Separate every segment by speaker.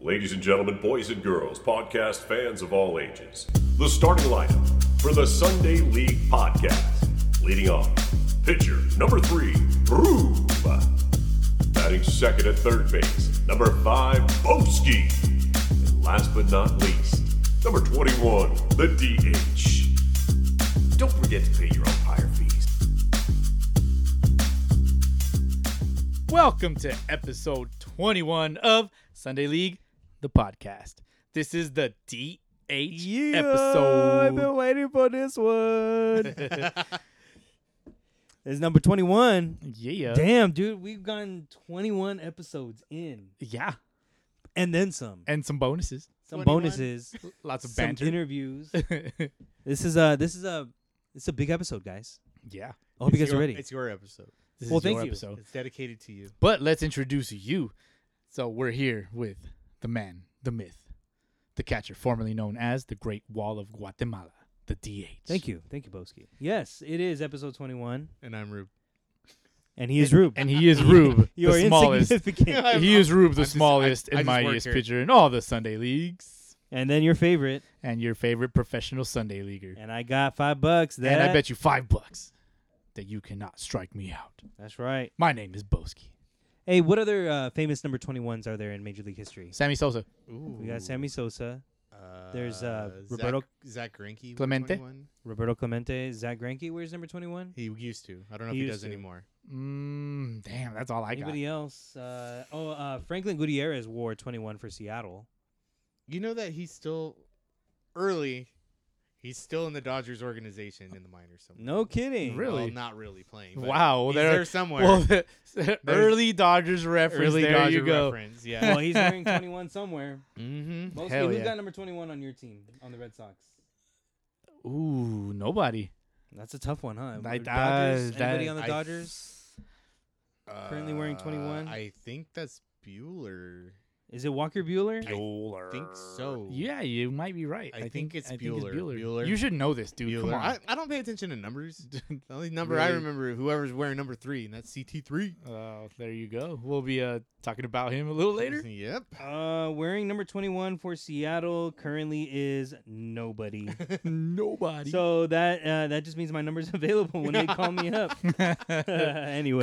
Speaker 1: Ladies and gentlemen, boys and girls, podcast fans of all ages, the starting lineup for the Sunday League podcast. Leading off, pitcher number three, Broom. Batting second at third base, number five, Boski. And last but not least, number 21, the DH. Don't forget to pay your umpire fees.
Speaker 2: Welcome to episode 21 of Sunday League, the podcast. This is the DH
Speaker 3: I've been
Speaker 2: episode.
Speaker 3: waiting for this one. it's number 21.
Speaker 2: Yeah.
Speaker 3: Damn, dude, we've gotten 21 episodes in
Speaker 2: Yeah.
Speaker 3: and then some.
Speaker 2: And some bonuses.
Speaker 3: Some
Speaker 4: 21.
Speaker 3: bonuses,
Speaker 2: Lots of
Speaker 3: some
Speaker 2: banter.
Speaker 3: interviews. This is a this is a it's a big episode, guys.
Speaker 2: yeah.
Speaker 3: I hope you
Speaker 4: It's
Speaker 3: guys are
Speaker 4: your-
Speaker 3: ready.
Speaker 4: It's your episode.
Speaker 2: This
Speaker 3: Well,
Speaker 2: is your
Speaker 3: thank you.
Speaker 2: episode.
Speaker 4: It's dedicated to you.
Speaker 2: But let's introduce you. So we're here with the man, the myth, the catcher, formerly known as the Great Wall of Guatemala, the DH.
Speaker 3: Thank you. Thank you, Boski. Yes, it is episode 21
Speaker 4: And I'm Rube.
Speaker 3: and he is Rube.
Speaker 2: And he is Rube,
Speaker 3: You're
Speaker 2: the smallest.
Speaker 3: insignificant.
Speaker 2: He is Rube, the
Speaker 4: I'm just- I-
Speaker 2: smallest and
Speaker 4: I just work
Speaker 2: mightiest
Speaker 4: here.
Speaker 2: pitcher in all the Sunday leagues.
Speaker 3: and then your favorite
Speaker 2: and your favorite professional Sunday leaguer.
Speaker 3: and I got 5 bucks that
Speaker 2: And I bet you five bucks that you cannot strike me out.
Speaker 3: That's right.
Speaker 2: My name is Boski.
Speaker 3: Hey, what other uh, famous number 21s are there in Major League history?
Speaker 2: Sammy Sosa.
Speaker 4: Ooh.
Speaker 3: We got Sammy Sosa,
Speaker 4: Uh,
Speaker 3: There's, uh,
Speaker 4: Zach-
Speaker 3: Roberto-
Speaker 4: Zach Greinke. was
Speaker 2: Clemente?
Speaker 4: 21.
Speaker 3: Roberto Clemente, Zach Greinke. Where's number 21?
Speaker 4: He used to. I don't know
Speaker 3: He
Speaker 4: if he
Speaker 3: used
Speaker 4: does
Speaker 3: to.
Speaker 4: anymore.
Speaker 2: Mm, damn, that's all I got.
Speaker 3: Anybody else? Uh, oh, uh, Franklin Gutierrez wore 21 for Seattle.
Speaker 4: You know that he's still early. He's still in the Dodgers organization in the minors somewhere.
Speaker 3: No kidding.
Speaker 2: Really?
Speaker 4: Well, not really playing. but
Speaker 2: Wow,
Speaker 4: He's
Speaker 2: there-
Speaker 4: there somewhere.
Speaker 2: Well, early Dodgers reference.
Speaker 4: Early
Speaker 2: there
Speaker 4: Dodger
Speaker 2: you go.
Speaker 4: reference. Yeah.
Speaker 3: Well, he's wearing 21 somewhere.
Speaker 4: mm-hmm.
Speaker 3: Mostly,
Speaker 2: Hell
Speaker 3: who's
Speaker 2: yeah.
Speaker 3: got number 21 on your team on the Red Sox?
Speaker 2: Ooh, nobody.
Speaker 3: That's a tough one, huh?
Speaker 2: Like,
Speaker 3: Dodgers.
Speaker 2: uh,
Speaker 3: Anybody
Speaker 2: that-
Speaker 3: on the
Speaker 4: I-
Speaker 3: Dodgers? Currently wearing 21.
Speaker 4: Uh, I think that's Bueller.
Speaker 3: Is it Walker Bueller?
Speaker 4: I think so.
Speaker 2: Yeah, you might be right.
Speaker 4: I
Speaker 2: I,
Speaker 4: think it's Bueller.
Speaker 2: Bueller.
Speaker 4: Bueller.
Speaker 2: You should know this, dude. Come
Speaker 4: Bueller.
Speaker 2: on.
Speaker 4: I, I don't pay attention to numbers. The only number I
Speaker 2: Really?
Speaker 4: remember, whoever's wearing number three, and that's CT three.
Speaker 2: Uh, there you go. We'll be uh, talking about him a little later.
Speaker 4: Yep.
Speaker 3: Uh, wearing number 21 for Seattle currently is nobody.
Speaker 2: nobody.
Speaker 3: so that uh, that just means my number's available when they call me up. anyway,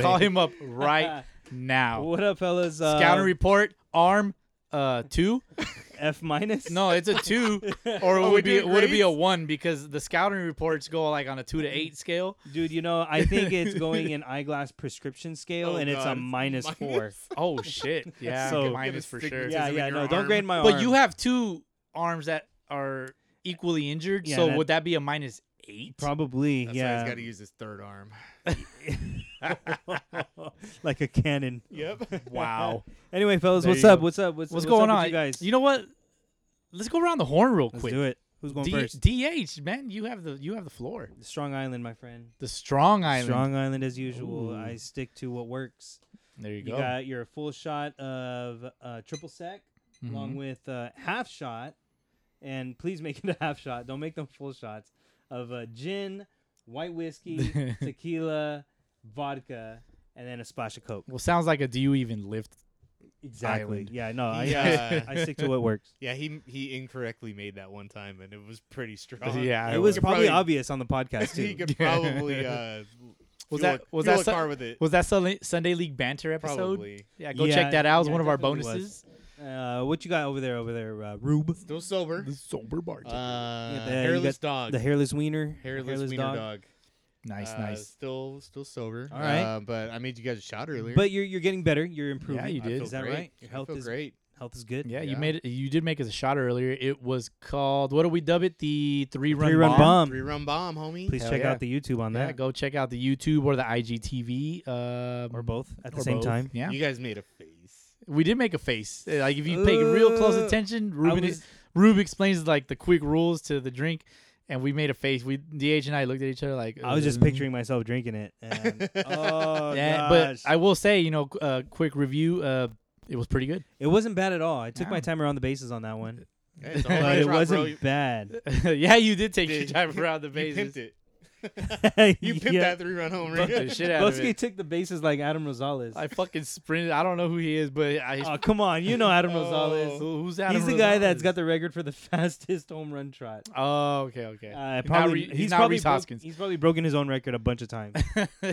Speaker 2: Call him up right now.
Speaker 3: What up, fellas? Uh,
Speaker 2: Scouting report arm uh two.
Speaker 3: F minus.
Speaker 2: No, it's a two, or
Speaker 4: Oh,
Speaker 2: would
Speaker 4: we
Speaker 2: it be
Speaker 4: doing
Speaker 2: would it be a
Speaker 4: grades?
Speaker 2: one because the scouting reports go like on a two to eight scale.
Speaker 3: Dude, you know, I think it's going in eyeglass prescription scale,
Speaker 4: Oh,
Speaker 3: and it's a
Speaker 4: God.
Speaker 3: minus, four.
Speaker 4: Minus?
Speaker 2: Oh shit! Yeah,
Speaker 3: So-
Speaker 2: minus for
Speaker 4: Gonna stick
Speaker 2: sure.
Speaker 4: with
Speaker 3: Yeah,
Speaker 4: in
Speaker 3: yeah,
Speaker 4: your
Speaker 3: no, don't
Speaker 4: arm.
Speaker 3: grade my arm.
Speaker 2: but you have two arms that are equally injured,
Speaker 3: Yeah,
Speaker 2: so
Speaker 3: that-
Speaker 2: would that be a minus eight?
Speaker 3: probably,
Speaker 4: That's why
Speaker 3: yeah,
Speaker 4: he's got to use his third arm.
Speaker 3: like a cannon.
Speaker 4: Yep.
Speaker 2: Wow.
Speaker 3: Anyway, fellas,
Speaker 2: There
Speaker 3: what's
Speaker 2: you
Speaker 3: up?
Speaker 2: go.
Speaker 3: what's up? What's
Speaker 2: What's
Speaker 3: what's
Speaker 2: going
Speaker 3: up with
Speaker 2: on,
Speaker 3: you guys?
Speaker 2: You know what? Let's go around the horn real
Speaker 3: let's
Speaker 2: quick.
Speaker 3: do it. Who's going
Speaker 2: D-
Speaker 3: first?
Speaker 2: DH man, you have the you have the floor.
Speaker 3: Strong Island, my friend.
Speaker 2: The strong island.
Speaker 3: Strong Island, as usual.
Speaker 2: Ooh.
Speaker 3: I stick to what works.
Speaker 2: There you
Speaker 3: You
Speaker 2: go.
Speaker 3: got your full shot of uh, triple sec, along
Speaker 2: Mm-hmm.
Speaker 3: with uh, half shot, and please make it a half shot. Don't make them full shots of uh, gin, white whiskey, tequila, vodka, and then a splash of coke.
Speaker 2: well, sounds like a do you even lift? Island.
Speaker 3: Uh, Yeah. No. I,
Speaker 4: Yeah.
Speaker 3: I stick to what works.
Speaker 4: uh, Yeah, he he incorrectly made that one time, and it was pretty strong.
Speaker 2: Yeah,
Speaker 3: It was
Speaker 4: could
Speaker 3: probably,
Speaker 4: probably-
Speaker 3: obvious on the podcast
Speaker 4: he
Speaker 3: too.
Speaker 4: could
Speaker 2: Yeah.
Speaker 4: probably uh,
Speaker 2: Was
Speaker 4: fuel
Speaker 2: that-
Speaker 4: a-
Speaker 2: was
Speaker 4: fuel
Speaker 2: that
Speaker 4: a
Speaker 2: so-
Speaker 4: car with it?
Speaker 2: Was that Sunday, Sunday League banter episode?
Speaker 4: probably
Speaker 2: Yeah, go
Speaker 3: Yeah,
Speaker 2: check that out. It's
Speaker 3: yeah,
Speaker 2: one of our
Speaker 3: definitely was.
Speaker 2: bonuses.
Speaker 3: Uh, what you got over there? Over there, uh, Rube,
Speaker 4: still sober.
Speaker 2: sober bartender.
Speaker 4: Uh,
Speaker 3: Yeah, the- you
Speaker 4: hairless
Speaker 3: got
Speaker 4: dog.
Speaker 3: the hairless wiener,
Speaker 4: hairless, wiener dog.
Speaker 2: nice,
Speaker 4: Uh,
Speaker 2: nice.
Speaker 4: Still still sober.
Speaker 3: All right.
Speaker 4: Uh, but I made you guys a shot earlier.
Speaker 3: But you're you're getting better. You're improving.
Speaker 2: you
Speaker 4: I feel
Speaker 2: did.
Speaker 3: Is that
Speaker 4: great.
Speaker 3: right? Your
Speaker 4: I
Speaker 3: health
Speaker 4: feel
Speaker 3: is
Speaker 4: great.
Speaker 3: health is good.
Speaker 2: Yeah, you
Speaker 4: yeah.
Speaker 2: made it. You did make us a shot earlier. It was called what do we dub it? The three run
Speaker 3: Three run
Speaker 2: bomb.
Speaker 3: bomb.
Speaker 4: Three run bomb, homie.
Speaker 3: Please
Speaker 2: Hell
Speaker 3: check
Speaker 2: yeah.
Speaker 3: out the YouTube on
Speaker 2: Yeah,
Speaker 3: that
Speaker 2: go check out the YouTube or the IGTV um,
Speaker 3: or both at the
Speaker 2: or
Speaker 3: same
Speaker 2: both.
Speaker 3: time.
Speaker 2: Yeah,
Speaker 4: You guys made a face.
Speaker 2: we did make a face. Uh, Like if you pay real close
Speaker 3: Uh,
Speaker 2: attention,
Speaker 3: I
Speaker 2: Ruben
Speaker 3: was-
Speaker 2: Rube explains like the quick rules to the drink, and we made a face. We DH and I looked at each other like
Speaker 3: I was just
Speaker 2: "Um."
Speaker 3: picturing myself drinking it. And, oh
Speaker 2: Yeah,
Speaker 3: gosh,
Speaker 2: but I will say, you know, uh, quick review. Uh, it was pretty good.
Speaker 3: it wasn't bad at all. I took
Speaker 2: Yeah.
Speaker 3: my time around the bases on that one,
Speaker 4: Hey, it's all
Speaker 3: but
Speaker 4: right,
Speaker 3: it
Speaker 4: Rob, bro.
Speaker 3: wasn't
Speaker 4: You-
Speaker 3: bad.
Speaker 2: yeah, you did take your
Speaker 4: Dude,
Speaker 2: time around the
Speaker 4: you pimped
Speaker 2: bases.
Speaker 4: it. You pimped
Speaker 3: Yeah.
Speaker 4: that three run homer.
Speaker 2: Bumped the shit out of
Speaker 3: Buskey
Speaker 2: it.
Speaker 3: took the bases like Adam Rosales.
Speaker 2: I fucking sprinted. I don't know who he is, but I,
Speaker 3: oh, come on. You know Adam Rosales.
Speaker 2: who- who's Adam
Speaker 3: he's the guy that's
Speaker 2: Rosales?
Speaker 3: got the record for the fastest home run trot.
Speaker 2: Oh, okay, okay.
Speaker 3: Uh,
Speaker 2: He's not
Speaker 3: probably,
Speaker 2: Re- he's,
Speaker 3: he's,
Speaker 2: not
Speaker 3: probably
Speaker 2: Reese
Speaker 3: broke-
Speaker 2: Hoskins.
Speaker 3: he's probably broken his own record a bunch of times.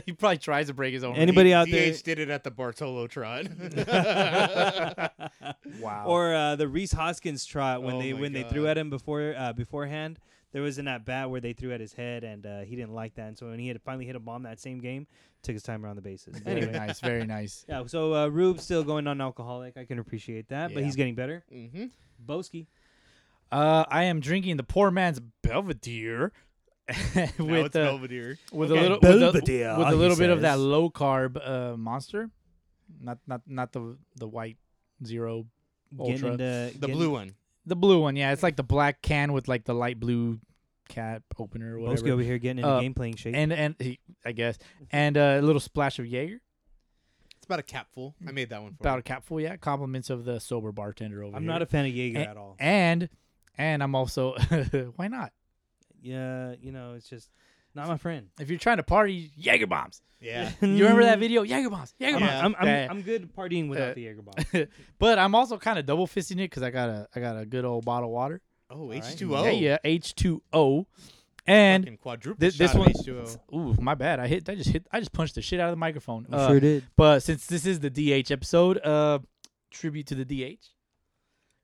Speaker 2: he probably tries to break his own.
Speaker 3: Anybody out
Speaker 4: DH
Speaker 3: there?
Speaker 4: did it at the Bartolo trot.
Speaker 2: Wow.
Speaker 3: Or uh, the Reese Hoskins trot when
Speaker 4: Oh
Speaker 3: they
Speaker 4: my
Speaker 3: when they threw
Speaker 4: God.
Speaker 3: at him before uh, beforehand. There was an at bat where they threw at his head and uh, he didn't like that. And so when he had finally hit a bomb that same game, took his time around the bases.
Speaker 2: very
Speaker 3: Anyway,
Speaker 2: nice, very nice.
Speaker 3: yeah. So uh, Rube's still going non-alcoholic. I can appreciate that, but
Speaker 2: Yeah.
Speaker 3: he's getting better.
Speaker 4: Mhm.
Speaker 3: Boski.
Speaker 2: Uh, I am drinking the poor man's Belvedere
Speaker 4: Now
Speaker 2: with
Speaker 4: it's
Speaker 2: uh,
Speaker 4: Belvedere.
Speaker 2: with
Speaker 4: Okay.
Speaker 2: a little with a,
Speaker 3: Belvedere,
Speaker 2: with a little
Speaker 3: he
Speaker 2: bit of that
Speaker 3: says.
Speaker 2: low carb uh, monster, not not not the the white zero
Speaker 3: Getting
Speaker 2: ultra,
Speaker 3: into,
Speaker 4: The blue one.
Speaker 2: the blue one. Yeah, it's like the black can with like the light blue cap opener or
Speaker 3: Boski
Speaker 2: whatever.
Speaker 3: over here getting into
Speaker 2: Uh,
Speaker 3: game playing shape.
Speaker 2: And and he, I guess and uh, a little splash of Jaeger,
Speaker 4: It's about a capful. I made that one for
Speaker 2: about a capful. Yeah, compliments of the sober bartender over
Speaker 3: I'm
Speaker 2: here.
Speaker 3: not a fan of Jaeger
Speaker 2: And-
Speaker 3: at all.
Speaker 2: and and I'm also why not?
Speaker 3: yeah, you know, it's just not my friend.
Speaker 2: If you're trying to party, Jaeger bombs.
Speaker 4: you. Yeah.
Speaker 2: You remember
Speaker 3: Mm.
Speaker 2: that video? Jaeger bombs. Jaeger
Speaker 3: I'm,
Speaker 2: bombs.
Speaker 4: Yeah.
Speaker 3: I'm, I'm,
Speaker 2: Yeah.
Speaker 3: I'm good partying without
Speaker 2: Uh,
Speaker 3: the Jaeger bomb.
Speaker 2: but I'm also kind of double fisting it because I got a I got a good old bottle of water.
Speaker 4: Oh,
Speaker 3: right.
Speaker 4: H2O.
Speaker 2: Yeah, yeah, H2O. And
Speaker 4: Fucking quadruple
Speaker 2: thi- this
Speaker 4: shot of
Speaker 2: one-
Speaker 4: H2O.
Speaker 2: ooh, my bad. I hit. I just hit. I just punched the shit out of the microphone.
Speaker 3: I
Speaker 2: Uh,
Speaker 3: sure did.
Speaker 2: But since this is the DH episode, uh, tribute to the DH.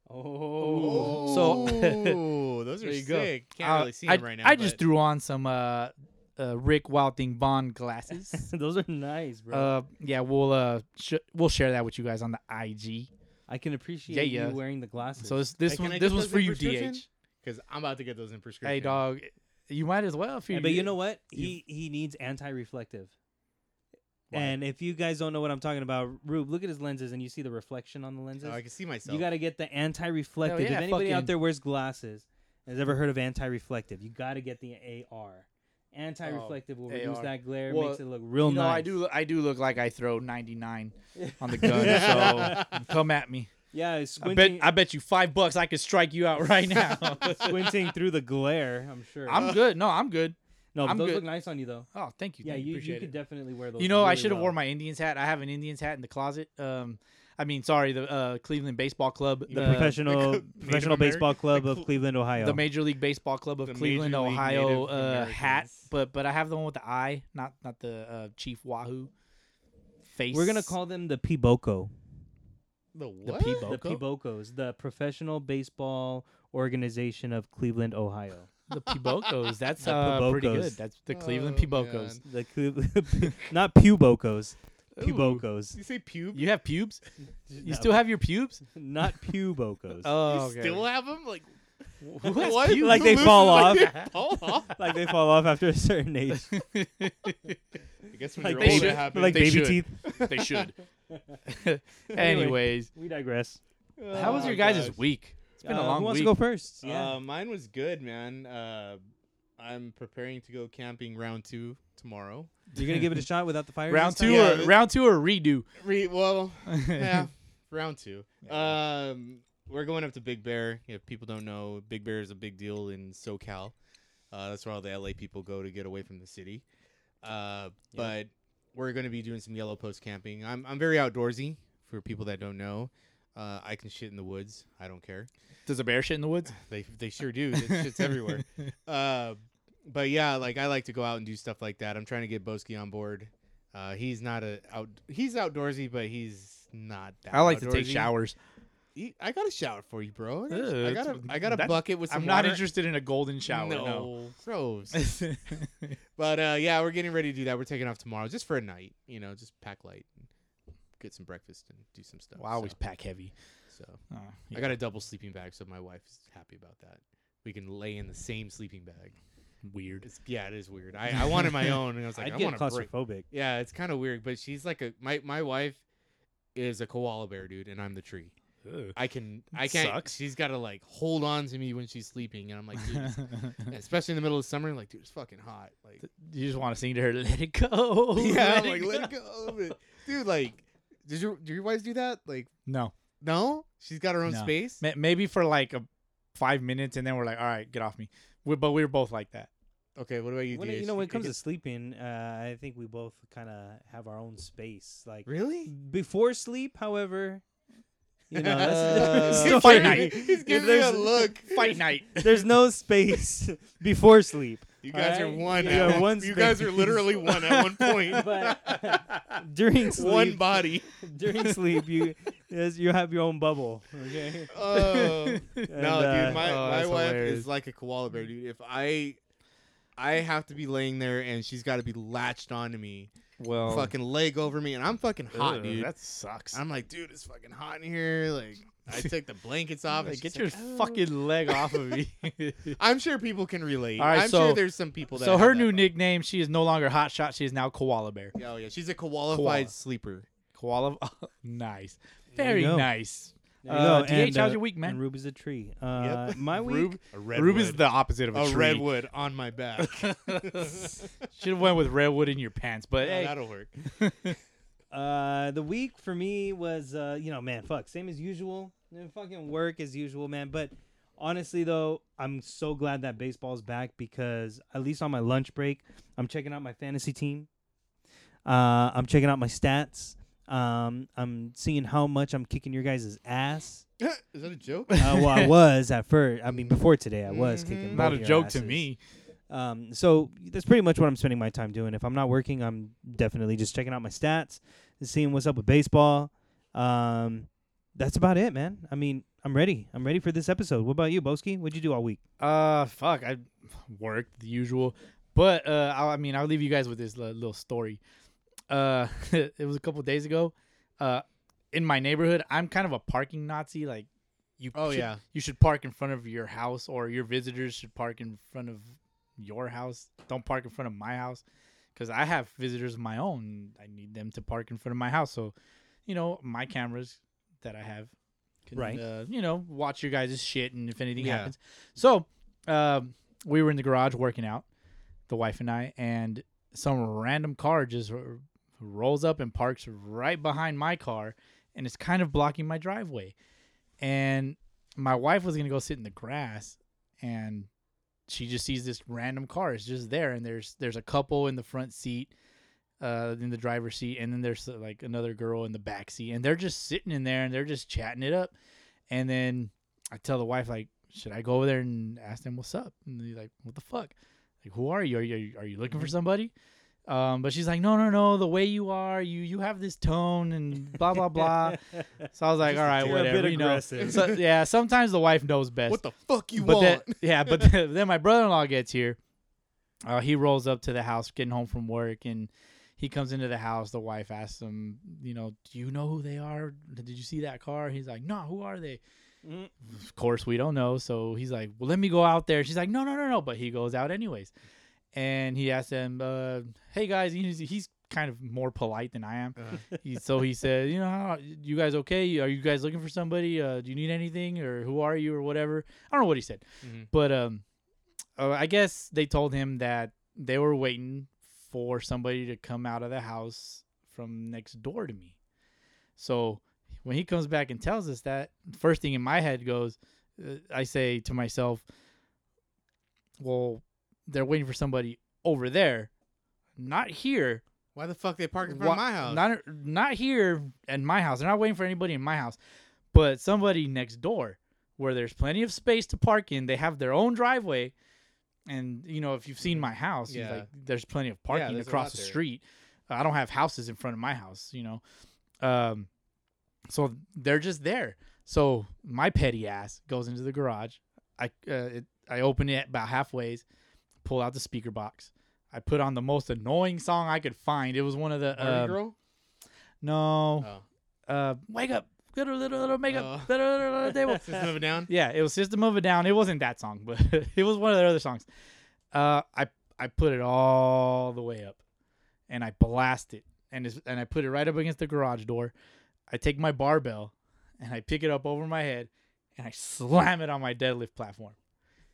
Speaker 3: Oh,
Speaker 2: So-
Speaker 4: Ooh, those are
Speaker 2: There you go.
Speaker 4: sick. Can't
Speaker 2: Uh,
Speaker 4: really see
Speaker 2: I,
Speaker 4: them right now.
Speaker 2: I just
Speaker 4: but-
Speaker 2: threw on some uh, uh Rick Wilding Bond glasses.
Speaker 3: those are nice, bro.
Speaker 2: uh, yeah, we'll uh sh- we'll share that with you guys on the IG.
Speaker 3: I can appreciate
Speaker 2: yeah, yeah.
Speaker 3: you wearing the glasses.
Speaker 2: So
Speaker 3: So
Speaker 2: this this
Speaker 4: Hey, can
Speaker 2: one
Speaker 4: I
Speaker 2: this
Speaker 4: get
Speaker 2: one's
Speaker 4: those
Speaker 2: for
Speaker 4: in
Speaker 2: you,
Speaker 4: prescription?
Speaker 2: DH.
Speaker 4: Cause I'm about to get those in prescription.
Speaker 2: Hey, dog, you might as well if you.
Speaker 3: but you know what?
Speaker 2: you-
Speaker 3: He he needs anti-reflective.
Speaker 2: Why?
Speaker 3: And if you guys don't know what I'm talking about, Rube, look at his lenses and you see the reflection on the lenses.
Speaker 2: Oh,
Speaker 4: So Oh, I can see myself.
Speaker 3: you got to get the anti-reflective.
Speaker 2: Hell yeah,
Speaker 3: if anybody
Speaker 2: fucking-
Speaker 3: out there wears glasses has ever heard of anti-reflective, you got to get the AR. Anti-reflective will reduce
Speaker 2: AR.
Speaker 3: that glare,
Speaker 2: Oh, Well,
Speaker 3: makes it look real
Speaker 2: You know,
Speaker 3: nice.
Speaker 2: I do. look- I do look like I throw 99 on the gun. so come at me.
Speaker 3: Yeah,
Speaker 2: I bet.
Speaker 3: squinting,
Speaker 2: I bet you five bucks I could strike you out right now.
Speaker 3: squinting through the glare. I'm sure.
Speaker 2: I'm good. No, I'm good.
Speaker 3: no, but
Speaker 2: I'm
Speaker 3: those
Speaker 2: good.
Speaker 3: look nice on you though.
Speaker 2: Oh, thank you.
Speaker 3: Yeah,
Speaker 2: thank
Speaker 3: you, you
Speaker 2: appreciate
Speaker 3: could
Speaker 2: it.
Speaker 3: definitely wear those. uh,
Speaker 2: You know, I
Speaker 3: really
Speaker 2: should have
Speaker 3: well.
Speaker 2: worn my Indians hat. I have an Indians hat in the closet. Um, I mean, sorry, the uh, Cleveland Baseball Club,
Speaker 4: The
Speaker 3: the
Speaker 2: the
Speaker 3: professional
Speaker 4: Native
Speaker 3: professional baseball club of
Speaker 4: Cl-
Speaker 3: Cleveland, Ohio.
Speaker 2: the Major League Baseball Club of
Speaker 4: The
Speaker 2: Cleveland,
Speaker 4: Major League
Speaker 2: Ohio
Speaker 4: Native
Speaker 2: uh, hat.
Speaker 4: Americans.
Speaker 2: But but I have the one with the eye, not not the uh, Chief Wahoo face.
Speaker 3: We're gonna call them the Piboko.
Speaker 4: the
Speaker 2: the
Speaker 4: what?
Speaker 2: Peebo.
Speaker 3: The Pibocos, the professional baseball organization of Cleveland, Ohio.
Speaker 2: The Pibocos. That's
Speaker 3: The
Speaker 2: uh, pretty
Speaker 3: Pibocos.
Speaker 2: good. That's the Cleveland
Speaker 4: Oh,
Speaker 2: Pibocos.
Speaker 3: The
Speaker 4: man.
Speaker 3: Cle- not Pubocos,
Speaker 2: Ooh.
Speaker 3: Pibocos,
Speaker 4: You say pube?
Speaker 2: You have pubes? You still have your pubes?
Speaker 3: not Pubocos.
Speaker 2: Oh,
Speaker 4: You still have them? Like
Speaker 2: Who has
Speaker 4: what?
Speaker 2: pubes?
Speaker 3: Like they fall off.
Speaker 4: fall off?
Speaker 3: like they fall off after a certain age.
Speaker 4: I guess when
Speaker 3: Like
Speaker 4: you're
Speaker 2: they
Speaker 4: old,
Speaker 2: should-
Speaker 4: it happens.
Speaker 3: like
Speaker 2: They
Speaker 3: baby
Speaker 2: should.
Speaker 3: teeth.
Speaker 2: they should. Anyways,
Speaker 3: We digress.
Speaker 2: how was
Speaker 4: Oh,
Speaker 2: your guys'
Speaker 4: gosh.
Speaker 2: week? It's been a
Speaker 3: Uh,
Speaker 2: long
Speaker 3: who wants
Speaker 2: week.
Speaker 3: to go first?
Speaker 2: Um,
Speaker 4: Uh, mine was good, man. Uh, I'm preparing to go camping round two tomorrow.
Speaker 3: You're gonna give it a shot without the fire.
Speaker 2: round
Speaker 3: this time?
Speaker 2: two
Speaker 4: Yeah,
Speaker 2: or
Speaker 4: but-
Speaker 2: round two or redo?
Speaker 4: Re- well, yeah, round two. Um, we're going up to Big Bear. If people don't know, Big Bear is a big deal in SoCal. Uh, that's where all the LA people go to get away from the city. Uh, But we're going to be doing some yellow post camping. I'm I'm very outdoorsy. For people that don't know, uh, I can shit in the woods. I don't care.
Speaker 2: Does a bear shit in the woods?
Speaker 4: They they sure do. That shit's everywhere. Uh, but yeah, like I like to go out and do stuff like that. I'm trying to get Boski on board. Uh, he's not a out. He's outdoorsy, but he's not that.
Speaker 2: I like to take
Speaker 4: outdoorsy.
Speaker 2: showers.
Speaker 4: He- I got a shower for you, bro. I got,
Speaker 2: Ew,
Speaker 4: a- I got a
Speaker 2: that's-
Speaker 4: I got a
Speaker 2: that's-
Speaker 4: bucket with some.
Speaker 2: I'm not
Speaker 4: water.
Speaker 2: interested in a golden shower.
Speaker 4: No,
Speaker 2: No.
Speaker 4: gross. but uh, yeah, we're getting ready to do that. We're taking off tomorrow just for a night. You know, just pack light, get some breakfast, and do some stuff.
Speaker 2: Well, I always
Speaker 4: so-
Speaker 2: pack heavy.
Speaker 4: So
Speaker 2: Oh, yeah.
Speaker 4: I got a double sleeping bag, so my wife's happy about that. We can lay in the same sleeping bag.
Speaker 2: weird.
Speaker 4: It's, yeah, it is weird. I, I wanted my own, and I was like,
Speaker 3: I'd
Speaker 4: I
Speaker 3: get
Speaker 4: want to break.
Speaker 3: claustrophobic.
Speaker 4: Yeah, it's kind of weird, but she's like a my my wife is a koala bear, dude, and I'm the tree. I can I
Speaker 2: It
Speaker 4: can't.
Speaker 2: sucks.
Speaker 4: She's got to like hold on to me when she's sleeping, and I'm like, dude, it's- especially in the middle of summer, like, dude, it's fucking hot. Like,
Speaker 2: you just want to sing to her, "Let it go."
Speaker 4: yeah,
Speaker 2: let
Speaker 4: I'm like,
Speaker 2: it
Speaker 4: let
Speaker 2: go."
Speaker 4: it go, of it. dude. Like, did your do your wives do that? Like,
Speaker 2: No,
Speaker 4: no, she's got her own
Speaker 2: No.
Speaker 4: space.
Speaker 2: Ma- maybe for like a five minutes, and then we're like, "All right, get off me." We- but we were both like that.
Speaker 4: Okay, what about you?
Speaker 3: When it-
Speaker 4: DH?
Speaker 3: you know, when it comes to sleeping, uh, I think we both kind of have our own space. Like
Speaker 4: really,
Speaker 3: before sleep, however, you know, that's a
Speaker 4: Uh, He's
Speaker 3: different
Speaker 2: Fight
Speaker 3: story.
Speaker 2: night.
Speaker 4: he's giving me a
Speaker 3: there's-
Speaker 4: look.
Speaker 2: Fight night.
Speaker 3: There's no space before sleep.
Speaker 4: You guys are
Speaker 3: Alright,
Speaker 4: one.
Speaker 3: you
Speaker 4: at
Speaker 3: are one
Speaker 4: You guys are
Speaker 3: space.
Speaker 4: literally one at one point.
Speaker 3: But during sleep,
Speaker 4: one body.
Speaker 3: during sleep, you yes, you have your own bubble. Okay.
Speaker 4: Oh.
Speaker 3: And,
Speaker 4: no,
Speaker 3: uh,
Speaker 4: dude, my,
Speaker 2: oh,
Speaker 4: my
Speaker 2: that's
Speaker 4: wife
Speaker 2: hilarious.
Speaker 4: is like a koala bear, dude. If I I have to be laying there and she's got to be latched onto me,
Speaker 2: Well,
Speaker 4: fucking leg over me, and I'm fucking hot,
Speaker 2: ugh,
Speaker 4: dude.
Speaker 2: That sucks.
Speaker 4: I'm like, dude, it's fucking hot in here. Like, I took the blankets off. and
Speaker 2: Like, get
Speaker 4: she's
Speaker 2: your
Speaker 4: like, "Oh."
Speaker 2: fucking leg off of me.
Speaker 4: I'm sure people can relate.
Speaker 2: All right,
Speaker 4: I'm
Speaker 2: so-
Speaker 4: sure there's some people that.
Speaker 2: so
Speaker 4: have
Speaker 2: her
Speaker 4: that
Speaker 2: new
Speaker 4: problem.
Speaker 2: nickname, she is no longer Hot Shot. She is now Koala Bear.
Speaker 4: Oh yeah, she's a qualified
Speaker 2: Koala.
Speaker 4: sleeper.
Speaker 2: Koala. nice.
Speaker 3: There
Speaker 2: Very
Speaker 3: you go.
Speaker 2: nice.
Speaker 3: There you
Speaker 2: Uh,
Speaker 3: go.
Speaker 2: DH,
Speaker 3: And,
Speaker 2: how's
Speaker 3: uh,
Speaker 2: your week,
Speaker 3: And
Speaker 2: man?
Speaker 3: Rube is a tree. Uh, My week.
Speaker 2: Rube,
Speaker 4: A
Speaker 2: Rube is the opposite of a,
Speaker 4: a
Speaker 2: tree.
Speaker 4: redwood on my back.
Speaker 2: Should have went with redwood in your pants, but hey,
Speaker 4: Yeah, Oh, that'll work.
Speaker 3: Uh, the week for me was, uh, you know, man, fuck, same as usual. Eh, Fucking work as usual, man. But honestly, though, I'm so glad that baseball's back because at least on my lunch break, I'm checking out my fantasy team. Uh, I'm checking out my stats. Um, I'm seeing how much I'm kicking your guys' ass.
Speaker 4: is that a joke?
Speaker 3: Uh, well, I was at first. I mean, before today, I was kicking.
Speaker 2: not
Speaker 3: both
Speaker 2: a
Speaker 3: your
Speaker 2: joke to
Speaker 3: asses.
Speaker 2: me.
Speaker 3: Um, so that's pretty much what I'm spending my time doing. If I'm not working, I'm definitely just checking out my stats and seeing what's up with baseball. Um, that's about it, man. I mean, I'm ready. I'm ready for this episode. What about you, Boski? What'd you do all week?
Speaker 2: Uh, fuck, I worked the usual, but uh, I, I mean, I'll leave you guys with this li- little story. Uh, it was a couple days ago. Uh, in my neighborhood, I'm kind of a parking Nazi. Like, you.
Speaker 4: Oh,
Speaker 2: should-
Speaker 4: yeah.
Speaker 2: You should park in front of your house, or your visitors should park in front of your house. Don't park in front of my house, because I have visitors of my own. I need them to park in front of my house. So, you know, my cameras that I have can,
Speaker 3: Right.
Speaker 2: uh, you know, watch your guys' shit, and if anything
Speaker 4: Yeah.
Speaker 2: happens. So, um, we were in the garage working out, the wife and I, and some random car just r- rolls up and parks right behind my car, and it's kind of blocking my driveway. And my wife was gonna go sit in the grass, and she just sees this random car. It's just there, and there's there's a couple in the front seat, uh, in the driver's seat, and then there's uh, like another girl in the back seat, and they're just sitting in there and they're just chatting it up. And then I tell the wife like, should I go over there and ask them what's up? And they're like, what the fuck? Like, who are you? Are you are you looking
Speaker 3: Mm-hmm.
Speaker 2: for somebody? Um, but she's like, no, no, no. The way you are, you you have this tone and blah blah blah. so I was like, all right,
Speaker 3: You're a
Speaker 2: whatever,
Speaker 3: bit
Speaker 2: you know.
Speaker 3: aggressive.
Speaker 2: So, yeah, sometimes the wife knows best
Speaker 4: what the fuck you
Speaker 2: but
Speaker 4: want?
Speaker 2: Then, yeah, but then, then my brother-in-law gets here. Uh, he rolls up to the house, getting home from work, and he comes into the house. The wife asks him, you know, do you know who they are? Did you see that car? He's like, no, who are they?
Speaker 3: Mm.
Speaker 2: Of course, we don't know. So he's like, well, let me go out there. She's like, no, no, no, no. But he goes out anyways, and he asks them, uh, hey guys, he's, he's kind of more polite than I am.
Speaker 4: Uh,
Speaker 2: He, so he said, you know, how, you guys okay? Are you guys looking for somebody? Uh, do you need anything, or who are you, or whatever? I don't know what he said.
Speaker 4: Mhm.
Speaker 2: But um, uh, I guess they told him that they were waiting for somebody to come out of the house from next door to me. So when he comes back and tells us that, first thing in my head goes, uh, I say to myself, well, they're waiting for somebody over there, not here.
Speaker 4: Why the fuck they park in front
Speaker 2: Wha-
Speaker 4: of my house?
Speaker 2: Not not here at my house. They're not waiting for anybody in my house, but somebody next door where there's plenty of space to park in. They have their own driveway, and you know if you've seen my house, it's
Speaker 4: Yeah.
Speaker 2: like there's plenty of parking
Speaker 4: there's a
Speaker 2: across
Speaker 4: lot
Speaker 2: the
Speaker 4: there.
Speaker 2: street. I don't have houses in front of my house, you know. Um, so they're just there. So my petty ass goes into the garage. I uh, it, I open it about halfways, pull out the speaker box. I put on the most annoying song I could find. It was one of the
Speaker 4: Barbie
Speaker 2: um,
Speaker 4: girl?
Speaker 2: no.
Speaker 4: Oh.
Speaker 2: Uh, wake up. Little, little, little, make
Speaker 4: Oh.
Speaker 2: up. Little, little, little, table.
Speaker 4: System of a Down?
Speaker 2: Yeah, it was System of a Down. It wasn't that song, but it was one of their other songs. Uh, I I put it all the way up, and I blast it, and it's, and I put it right up against the garage door. I take my barbell, and I pick it up over my head, and I slam it on my deadlift platform,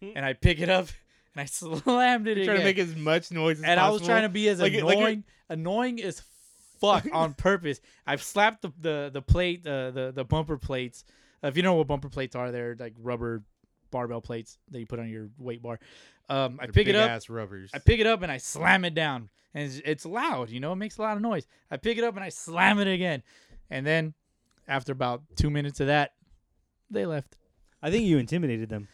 Speaker 2: and I pick it up, and I slammed it
Speaker 4: Hmm. You're
Speaker 2: again.
Speaker 4: trying to make as much noise as
Speaker 2: and I was
Speaker 4: possible.
Speaker 2: trying to be as
Speaker 4: Like it- like
Speaker 2: annoying,
Speaker 4: you're-
Speaker 2: annoying as fuck on purpose. I've slapped Uh, the the the plate, uh, the the bumper plates. If you know what bumper plates are, they're like rubber barbell plates that you put on your weight bar. Um, I
Speaker 4: They're
Speaker 2: pick it up.
Speaker 4: big-ass rubbers.
Speaker 2: I pick it up and I slam it down, and it's, it's loud. You know, it makes a lot of noise. I pick it up and I slam it again, and then after about two minutes of that, they left.
Speaker 3: I think you intimidated them.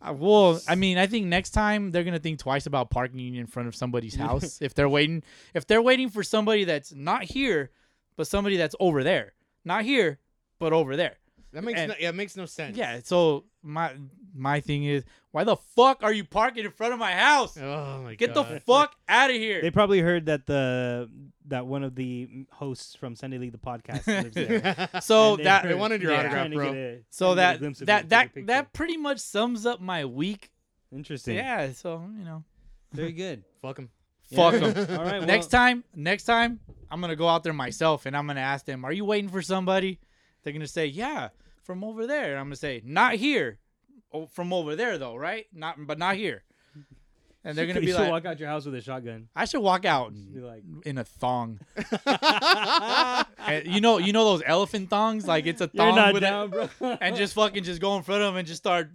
Speaker 2: I, Uh, well, I mean, I think next time they're gonna think twice about parking in front of somebody's house if they're waiting. If they're waiting for somebody that's not here, but somebody that's over there, not here, but over there.
Speaker 4: that makes
Speaker 2: and-
Speaker 4: no, yeah, it makes no sense.
Speaker 2: Yeah. So my my thing is, why the fuck are you parking in front of my house?
Speaker 4: Oh my
Speaker 2: Get the
Speaker 4: god.
Speaker 2: fuck out of here.
Speaker 3: They probably heard that the that one of the hosts from Sunday League the podcast lives there.
Speaker 2: so
Speaker 3: And they-
Speaker 2: Oh, that
Speaker 4: They wanted your
Speaker 2: Yeah.
Speaker 4: autograph,
Speaker 3: Trying to
Speaker 4: bro.
Speaker 3: get a-
Speaker 2: so
Speaker 3: trying to get a
Speaker 2: that
Speaker 3: glimpse of you,
Speaker 2: that
Speaker 3: take
Speaker 2: that
Speaker 3: a picture.
Speaker 2: that pretty much sums up my week.
Speaker 3: interesting.
Speaker 2: Yeah. So you know,
Speaker 3: very good.
Speaker 4: Fuck him.
Speaker 2: fuck 'em.
Speaker 3: Yeah.
Speaker 2: fuck them.
Speaker 3: All right, well,
Speaker 2: next time, next time, I'm gonna go out there myself and I'm gonna ask them, "Are you waiting for somebody?" They're gonna say, "Yeah, from over there." And I'm gonna say, "Not here, oh, from over there though, right? Not, but not here." And they're gonna
Speaker 3: you
Speaker 2: be
Speaker 3: should
Speaker 2: like, Mm-hmm.
Speaker 3: walk out your house with a shotgun.
Speaker 2: "I should walk out
Speaker 3: Be like,
Speaker 2: in a thong." And you know, you know those elephant thongs, like it's a
Speaker 3: you're
Speaker 2: thong
Speaker 3: not
Speaker 2: with
Speaker 3: down,
Speaker 2: a,
Speaker 3: bro.
Speaker 2: and just fucking just go in front of them and just start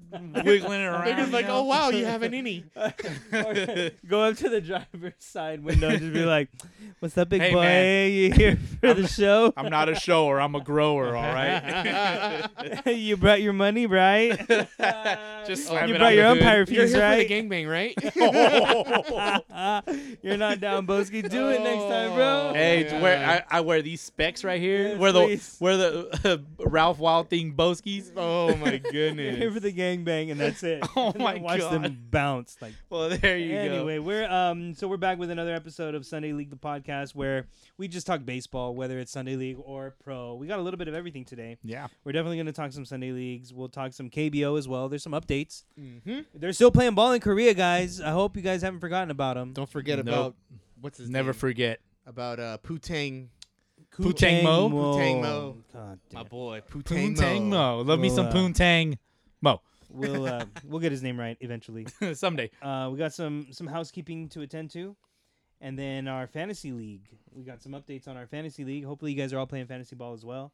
Speaker 2: wiggling it around.
Speaker 4: They're just
Speaker 2: you
Speaker 4: like,
Speaker 2: know?
Speaker 4: oh wow, you have an innie.
Speaker 2: Oh,
Speaker 3: Or go up to the driver's side window and just be like, "What's up, big
Speaker 2: Hey,
Speaker 3: boy?
Speaker 2: man.
Speaker 3: You here for the show?
Speaker 2: I'm not a shower, I'm a grower, all right.
Speaker 3: you brought your money, right?
Speaker 2: just
Speaker 4: Oh,
Speaker 2: slam
Speaker 3: you
Speaker 2: it
Speaker 3: brought
Speaker 2: on
Speaker 3: your
Speaker 2: the
Speaker 3: umpire
Speaker 2: hood.
Speaker 4: You're
Speaker 3: fees,
Speaker 4: here
Speaker 3: right?
Speaker 4: for the gangbang, right?
Speaker 3: Ah, You're not down, Boski. Do it next time, bro.
Speaker 4: Oh.
Speaker 2: Hey,
Speaker 4: Yeah.
Speaker 2: where I, I wear these specs right here,
Speaker 3: Yes,
Speaker 2: where the
Speaker 3: please.
Speaker 2: where the Ralph Wild thing Boskies.
Speaker 4: oh my
Speaker 3: You're here
Speaker 4: goodness.
Speaker 3: for the gangbang, and that's it.
Speaker 2: Oh
Speaker 3: And then
Speaker 2: my
Speaker 3: watch
Speaker 2: God.
Speaker 3: them bounce like
Speaker 2: Well, there you
Speaker 3: anyway, we're um so we're back with another episode of Sunday League the podcast where we just talk baseball, whether it's Sunday League or pro. We got a little bit of everything today.
Speaker 2: go. Yeah,
Speaker 3: We're definitely going to talk some Sunday leagues. We'll talk some KBO as well. There's some updates.
Speaker 2: Mm-hmm.
Speaker 4: hmm
Speaker 3: They're still playing ball in Korea, guys. I hope you guys haven't forgotten about them.
Speaker 4: Don't forget
Speaker 2: Nope.
Speaker 4: about what's his
Speaker 2: never
Speaker 4: name?
Speaker 2: forget.
Speaker 4: about uh Putang.
Speaker 2: Putang Mo?
Speaker 4: Putang Mo.
Speaker 3: God damn.
Speaker 4: My boy, Putang,
Speaker 2: Poontang Mo, love me
Speaker 3: Well,
Speaker 2: some
Speaker 3: uh,
Speaker 2: Poontang Mo
Speaker 3: We'll uh, we'll get his name right eventually.
Speaker 2: someday.
Speaker 3: Uh, we got some some housekeeping to attend to, and then our fantasy league. We got some updates on our fantasy league. Hopefully, you guys are all playing fantasy ball as well.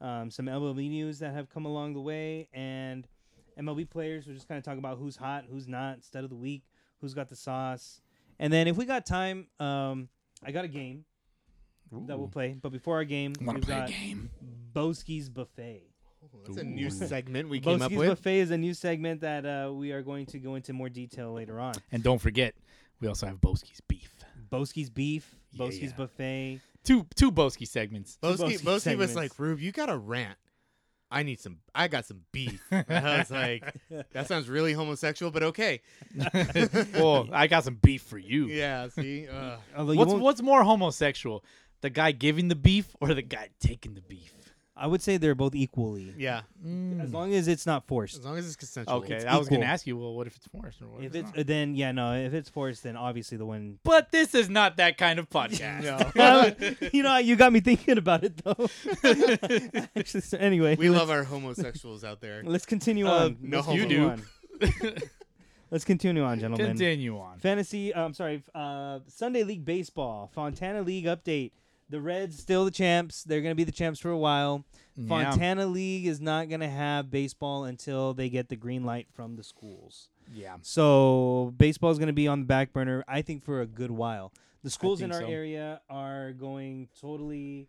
Speaker 3: Um, some MLB news that have come along the way, and MLB players. We're just kind of talking about who's hot, who's not, stud of the week, who's got the sauce, and then if we got time, um, I got a game that we'll play. But before our game,
Speaker 2: Want
Speaker 3: we've
Speaker 2: to play a
Speaker 3: got
Speaker 2: game?
Speaker 3: Boski's buffet.
Speaker 4: That's a new segment we came up
Speaker 3: Boski's
Speaker 4: with.
Speaker 3: buffet is a new segment that uh, we are going to go into more detail later on.
Speaker 2: And don't forget, we also have Boski's beef.
Speaker 3: Boski's beef,
Speaker 2: Yeah,
Speaker 3: Boski's
Speaker 2: yeah.
Speaker 3: buffet.
Speaker 2: Two two Boski segments.
Speaker 4: Boski,
Speaker 3: Boski
Speaker 4: Boski was
Speaker 3: segments.
Speaker 4: like, Rube, you got a rant. I need some. I got some beef. And I was like, that sounds really homosexual, but okay.
Speaker 2: well, I got some beef for you.
Speaker 4: Yeah. See. Uh,
Speaker 3: Although you
Speaker 2: What's
Speaker 3: won't-
Speaker 2: what's more homosexual, the guy giving the beef or the guy taking the beef?
Speaker 3: I would say they're both equally,
Speaker 4: yeah.
Speaker 3: as long as it's not forced.
Speaker 4: As long as it's consensual.
Speaker 2: Okay,
Speaker 4: It's
Speaker 2: I was gonna
Speaker 3: equal.
Speaker 2: ask you. Well, what if it's Morris or what if,
Speaker 3: If it's
Speaker 2: not?
Speaker 3: uh, then yeah no if it's forced then obviously the one
Speaker 2: But this is not that kind of podcast.
Speaker 3: you know you got me thinking about it though. Actually, so anyway,
Speaker 4: we love our homosexuals out there.
Speaker 3: let's continue
Speaker 2: Uh,
Speaker 3: on.
Speaker 4: no
Speaker 3: Let's
Speaker 4: homo. You
Speaker 3: continue
Speaker 2: do.
Speaker 3: on. let's continue on, gentlemen.
Speaker 2: Continue on.
Speaker 3: Fantasy, uh, I'm sorry, uh, Sunday League Baseball, Fontana League update. The Reds still the champs. They're going to be the champs for a while. Fontana League is not going to have baseball until they get the green light from the schools.
Speaker 2: Yeah.
Speaker 3: So baseball is going to be on the back burner, I think, for a good while. The schools in
Speaker 2: think
Speaker 3: our
Speaker 2: so.
Speaker 3: area are going totally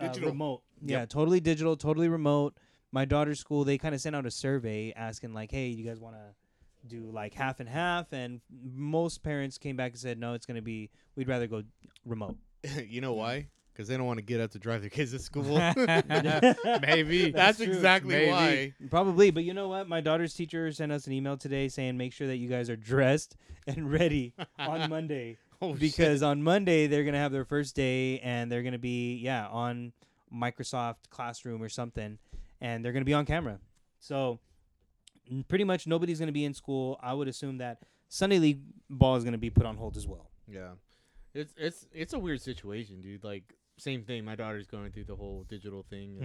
Speaker 3: uh,
Speaker 4: Digital.
Speaker 3: remote. Yeah, totally digital, totally remote. My daughter's school, they kind of sent out a survey asking like, "Hey, you guys want to do like half and half?" And most parents came back and said, "No, it's going to be. We'd rather go remote."
Speaker 4: you know why? Because they don't want to get up to drive their kids to school.
Speaker 2: Maybe.
Speaker 4: That's
Speaker 3: true.
Speaker 4: exactly
Speaker 2: Maybe.
Speaker 4: why.
Speaker 3: Probably, but you know what? My daughter's teacher sent us an email today saying, "Make sure that you guys are dressed and ready on Monday."
Speaker 4: Oh, shit.
Speaker 3: because on Monday they're gonna have their first day and they're gonna be yeah on Microsoft Classroom or something, and they're gonna be on camera. So n- pretty much nobody's gonna be in school. I would assume that Sunday league ball is gonna be put on hold as well.
Speaker 4: Yeah, it's it's it's a weird situation, dude. Like same thing. My daughter's going through the whole digital thing.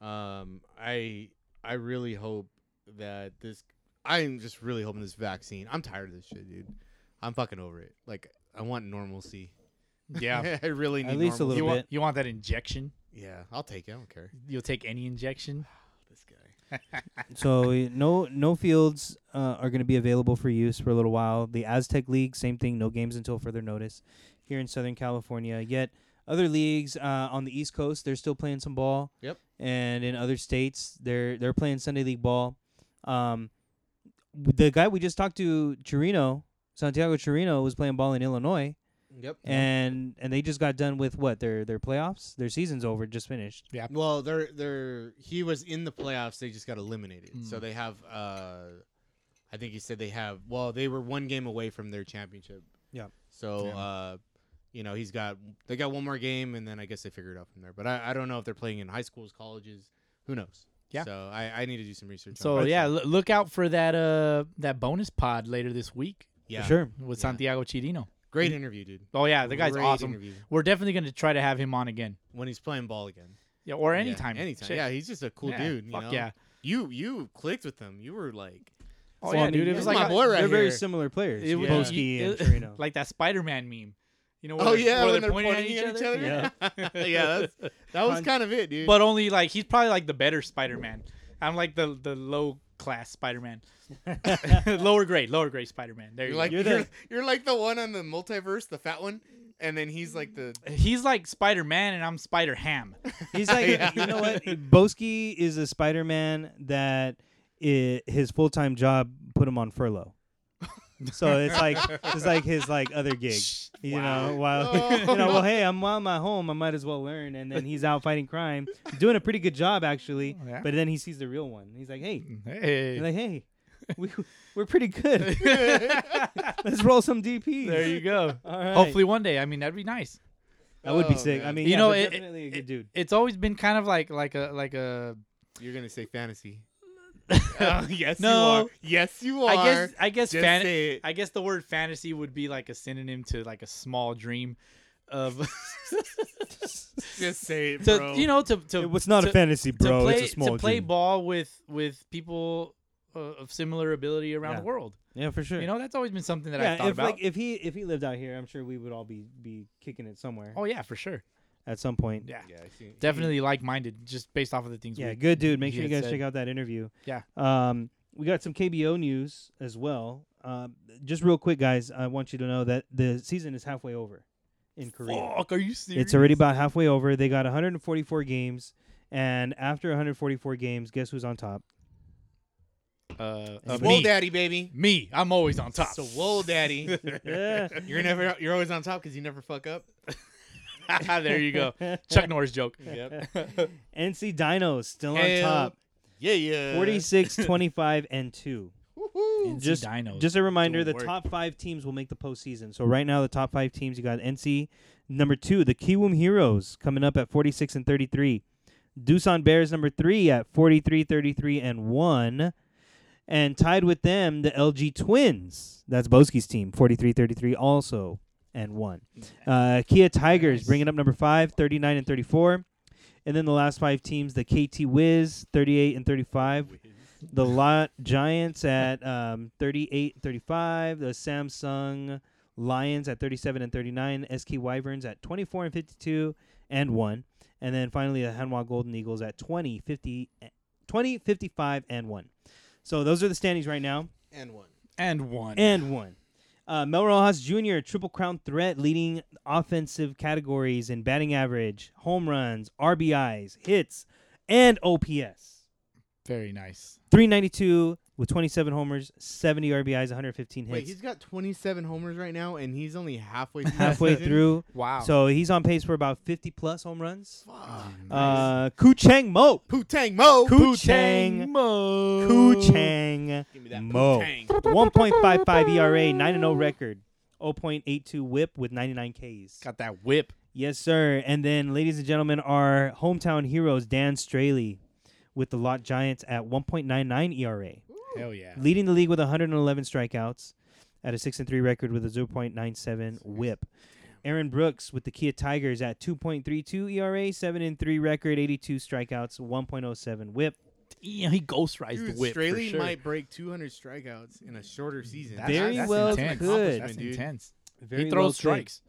Speaker 4: and, Um, I I really hope that this. I'm just really hoping this vaccine. I'm tired of this shit, dude. I'm fucking over it. Like I want normalcy.
Speaker 2: Yeah.
Speaker 4: I really need
Speaker 3: At least a
Speaker 4: normalcy.
Speaker 2: You
Speaker 3: little
Speaker 2: want
Speaker 3: bit.
Speaker 2: you want that injection?
Speaker 4: Yeah, I'll take it. I don't care.
Speaker 2: You'll take any injection.
Speaker 4: This guy.
Speaker 3: so y- no no fields uh, are going to be available for use for a little while. The Aztec League, same thing, no games until further notice. Here in Southern California, yet other leagues uh, on the East Coast, they're still playing some ball.
Speaker 4: Yep.
Speaker 3: And in other states, they're they're playing Sunday League ball. Um, w- the guy we just talked to, Chirino, Santiago Chirino, was playing ball in Illinois,
Speaker 4: Yep.
Speaker 3: and and they just got done with what their their playoffs. Their season's over, just finished.
Speaker 4: Well, they're they're he was in the playoffs. They just got eliminated. So
Speaker 2: Mm.
Speaker 4: they have, uh, I think he said they have. Well, they were one game away from their championship.
Speaker 3: Yeah.
Speaker 4: So,
Speaker 2: Yeah.
Speaker 4: uh, you know, he's got they got one more game, and then I guess they figure it out from there. But I, I don't know if they're playing in high schools, colleges. Who knows?
Speaker 2: Yeah.
Speaker 4: So I, I need to do some research. on
Speaker 2: So
Speaker 4: that.
Speaker 2: yeah, l- look out for that uh that bonus pod later this week
Speaker 4: yeah,
Speaker 3: For sure.
Speaker 2: with
Speaker 4: Yeah.
Speaker 2: Santiago Chirino.
Speaker 4: Great interview, dude.
Speaker 2: Oh yeah, the guy's
Speaker 4: Great
Speaker 2: awesome.
Speaker 4: interview.
Speaker 2: We're definitely going to try to have him on again.
Speaker 4: When he's playing ball again.
Speaker 2: Yeah, or
Speaker 4: Yeah,
Speaker 2: anytime.
Speaker 4: anytime.
Speaker 2: Shit.
Speaker 4: Yeah, he's just a cool
Speaker 2: Yeah,
Speaker 4: dude. You
Speaker 2: fuck
Speaker 4: know?
Speaker 2: yeah.
Speaker 4: You you clicked with him. You were like,
Speaker 2: Oh
Speaker 3: So, I
Speaker 2: yeah,
Speaker 3: mean,
Speaker 2: dude. It
Speaker 3: yeah,
Speaker 2: was
Speaker 4: my
Speaker 2: like
Speaker 4: boy right
Speaker 3: they're very
Speaker 4: here.
Speaker 3: similar players.
Speaker 2: It was-
Speaker 3: Boski
Speaker 2: it-
Speaker 3: and Torino.
Speaker 2: like that Spider-Man meme. You know? Where
Speaker 4: Oh
Speaker 2: they're-
Speaker 4: yeah,
Speaker 2: where
Speaker 4: when they're pointing, at each other. Yeah, that's, that was
Speaker 3: Con-
Speaker 4: kind of it, dude.
Speaker 2: But only like he's probably like the better Spider-Man. I'm like the the low class Spider-Man, lower grade, lower grade Spider-Man. There you
Speaker 4: you're
Speaker 2: go.
Speaker 4: like
Speaker 3: You're
Speaker 4: you're,
Speaker 3: the-
Speaker 4: you're, like the one on the multiverse, the fat one, and then he's like the
Speaker 2: he's like Spider-Man, and I'm Spider-Ham.
Speaker 3: He's like,
Speaker 4: Yeah.
Speaker 3: you know what? Boski is a Spider Man that i his full time job put him on furlough. So it's like it's like his like other gig, you know. While you know, well, hey, I'm on my home. I might as well learn. And then he's out fighting crime, doing a pretty good job actually.
Speaker 2: Oh, Yeah.
Speaker 3: But then he sees the real one. He's like, hey,
Speaker 2: Hey.
Speaker 3: He's like hey, we we're pretty good. Let's roll some DP.
Speaker 2: there you go.
Speaker 3: All right.
Speaker 2: Hopefully one day. I mean, that'd be nice.
Speaker 3: that would be
Speaker 4: Oh,
Speaker 3: sick. I
Speaker 4: man.
Speaker 3: mean,
Speaker 2: You
Speaker 3: yeah,
Speaker 2: know,
Speaker 3: but
Speaker 2: it-
Speaker 3: definitely a good dude.
Speaker 2: It's always been kind of like like a like a
Speaker 4: you're gonna say fantasy. Oh, yes,
Speaker 2: No.
Speaker 4: you are. Yes, you are.
Speaker 2: I guess I guess
Speaker 4: Just
Speaker 2: fan-
Speaker 4: say it.
Speaker 2: I guess the word fantasy would be like a synonym to like a small dream of
Speaker 4: Just say it,
Speaker 2: to
Speaker 4: bro.
Speaker 2: you know to to
Speaker 3: It was not
Speaker 2: to,
Speaker 3: a fantasy, bro.
Speaker 2: to play,
Speaker 3: it's a small
Speaker 2: to play
Speaker 3: dream.
Speaker 2: ball with with people uh, of similar ability around
Speaker 3: Yeah.
Speaker 2: the world.
Speaker 3: Yeah, for sure.
Speaker 2: You know, that's always been something that
Speaker 3: yeah,
Speaker 2: I thought
Speaker 3: if
Speaker 2: about.
Speaker 3: like if he if he lived out here, I'm sure we would all be be kicking it somewhere
Speaker 2: oh yeah, for sure.
Speaker 3: at some point.
Speaker 2: Yeah.
Speaker 4: Yeah, I see.
Speaker 2: Definitely like-minded just based off of the things
Speaker 3: Yeah,
Speaker 2: we
Speaker 3: good dude. Make
Speaker 2: he
Speaker 3: sure you
Speaker 2: had
Speaker 3: guys
Speaker 2: said-
Speaker 3: check out that interview.
Speaker 2: Yeah.
Speaker 3: Um, we got some KBO news as well. Um, just real quick, guys, I want you to know that the season is halfway over in Korea.
Speaker 2: Fuck, are you serious?
Speaker 3: It's already about halfway over. They got 144 games, and after 144 games, guess who's on top?
Speaker 2: uh,
Speaker 3: It's
Speaker 2: me.
Speaker 4: Swole daddy, baby.
Speaker 2: me. I'm always on top.
Speaker 4: Swole daddy.
Speaker 3: Yeah.
Speaker 4: you're never. You're always on top because you never fuck up.
Speaker 2: Ah, there you go. Chuck Norris joke.
Speaker 4: Yep.
Speaker 3: NC Dinos still on
Speaker 4: Hell
Speaker 3: top,
Speaker 4: Yeah,
Speaker 2: Uh,
Speaker 4: yeah.
Speaker 3: 46, 25, and two.
Speaker 4: Woohoo.
Speaker 3: Just-
Speaker 2: dinos.
Speaker 3: Just a reminder:
Speaker 2: Doing
Speaker 3: the
Speaker 2: work.
Speaker 3: top five teams will make the postseason. So right now, the top five teams you got NC number two, the Kiwoom Heroes coming up at forty six and thirty three, Doosan Bears number three at 43, 33, and one, and tied with them the LG Twins. That's Boski's team, 43, 33 also and one. Uh, Kia Tigers
Speaker 2: Mm-hmm. Nice.
Speaker 3: bringing up number five, 39 and thirty four. And then the last five teams, the KT Wiz, 38 and 35 the lot giants at um, 38 35 the samsung lions at 37 and 39 sk wyverns at 24 and 52 and 1 and then finally the hanwha golden eagles at 20 50 eh, 20 55 and 1 so those are the standings right now
Speaker 4: and one.
Speaker 2: and one.
Speaker 3: and 1 uh, Mel Rojas Jr., triple crown threat, leading offensive categories in batting average, home runs, RBIs, hits, and OPS.
Speaker 2: Very nice.
Speaker 3: 392 with 27 homers, 70 RBIs, 115 hits.
Speaker 4: Wait, he's got 27 homers right now, and he's only halfway through the
Speaker 3: halfway
Speaker 4: season?
Speaker 3: through.
Speaker 2: Wow.
Speaker 3: So he's on pace for about 50 plus home runs.
Speaker 4: Fuck.
Speaker 3: Uh, Ku Chang Mo.
Speaker 4: Putang Mo.
Speaker 3: Ku Chang.
Speaker 2: Mo.
Speaker 3: Ku Chang
Speaker 4: Give me that
Speaker 3: Mo.
Speaker 4: Putang.
Speaker 3: 1.55 ERA, 9 0 record. 0.82 whip with 99 Ks.
Speaker 2: Got that whip.
Speaker 3: Yes, sir. And then, ladies and gentlemen, our hometown heroes, Dan Straley, with the Lot Giants at 1.99 ERA.
Speaker 2: Hell yeah.
Speaker 3: leading the league with 111 strikeouts at a 6 and 3 record with a 0.97 whip. Aaron Brooks with the Kia Tigers at 2.32 ERA, 7 and 3 record, 82 strikeouts, 1.07 whip.
Speaker 2: Yeah, he ghost rides
Speaker 4: Dude,
Speaker 2: the whip. for
Speaker 4: Straley
Speaker 2: sure.
Speaker 4: might break 200 strikeouts in a shorter season.
Speaker 2: That's-
Speaker 3: Very
Speaker 2: that's
Speaker 3: well
Speaker 2: intense.
Speaker 3: could.
Speaker 2: That's
Speaker 4: dude.
Speaker 2: intense.
Speaker 3: Very
Speaker 2: he
Speaker 3: well
Speaker 2: throws
Speaker 3: said.
Speaker 2: strikes.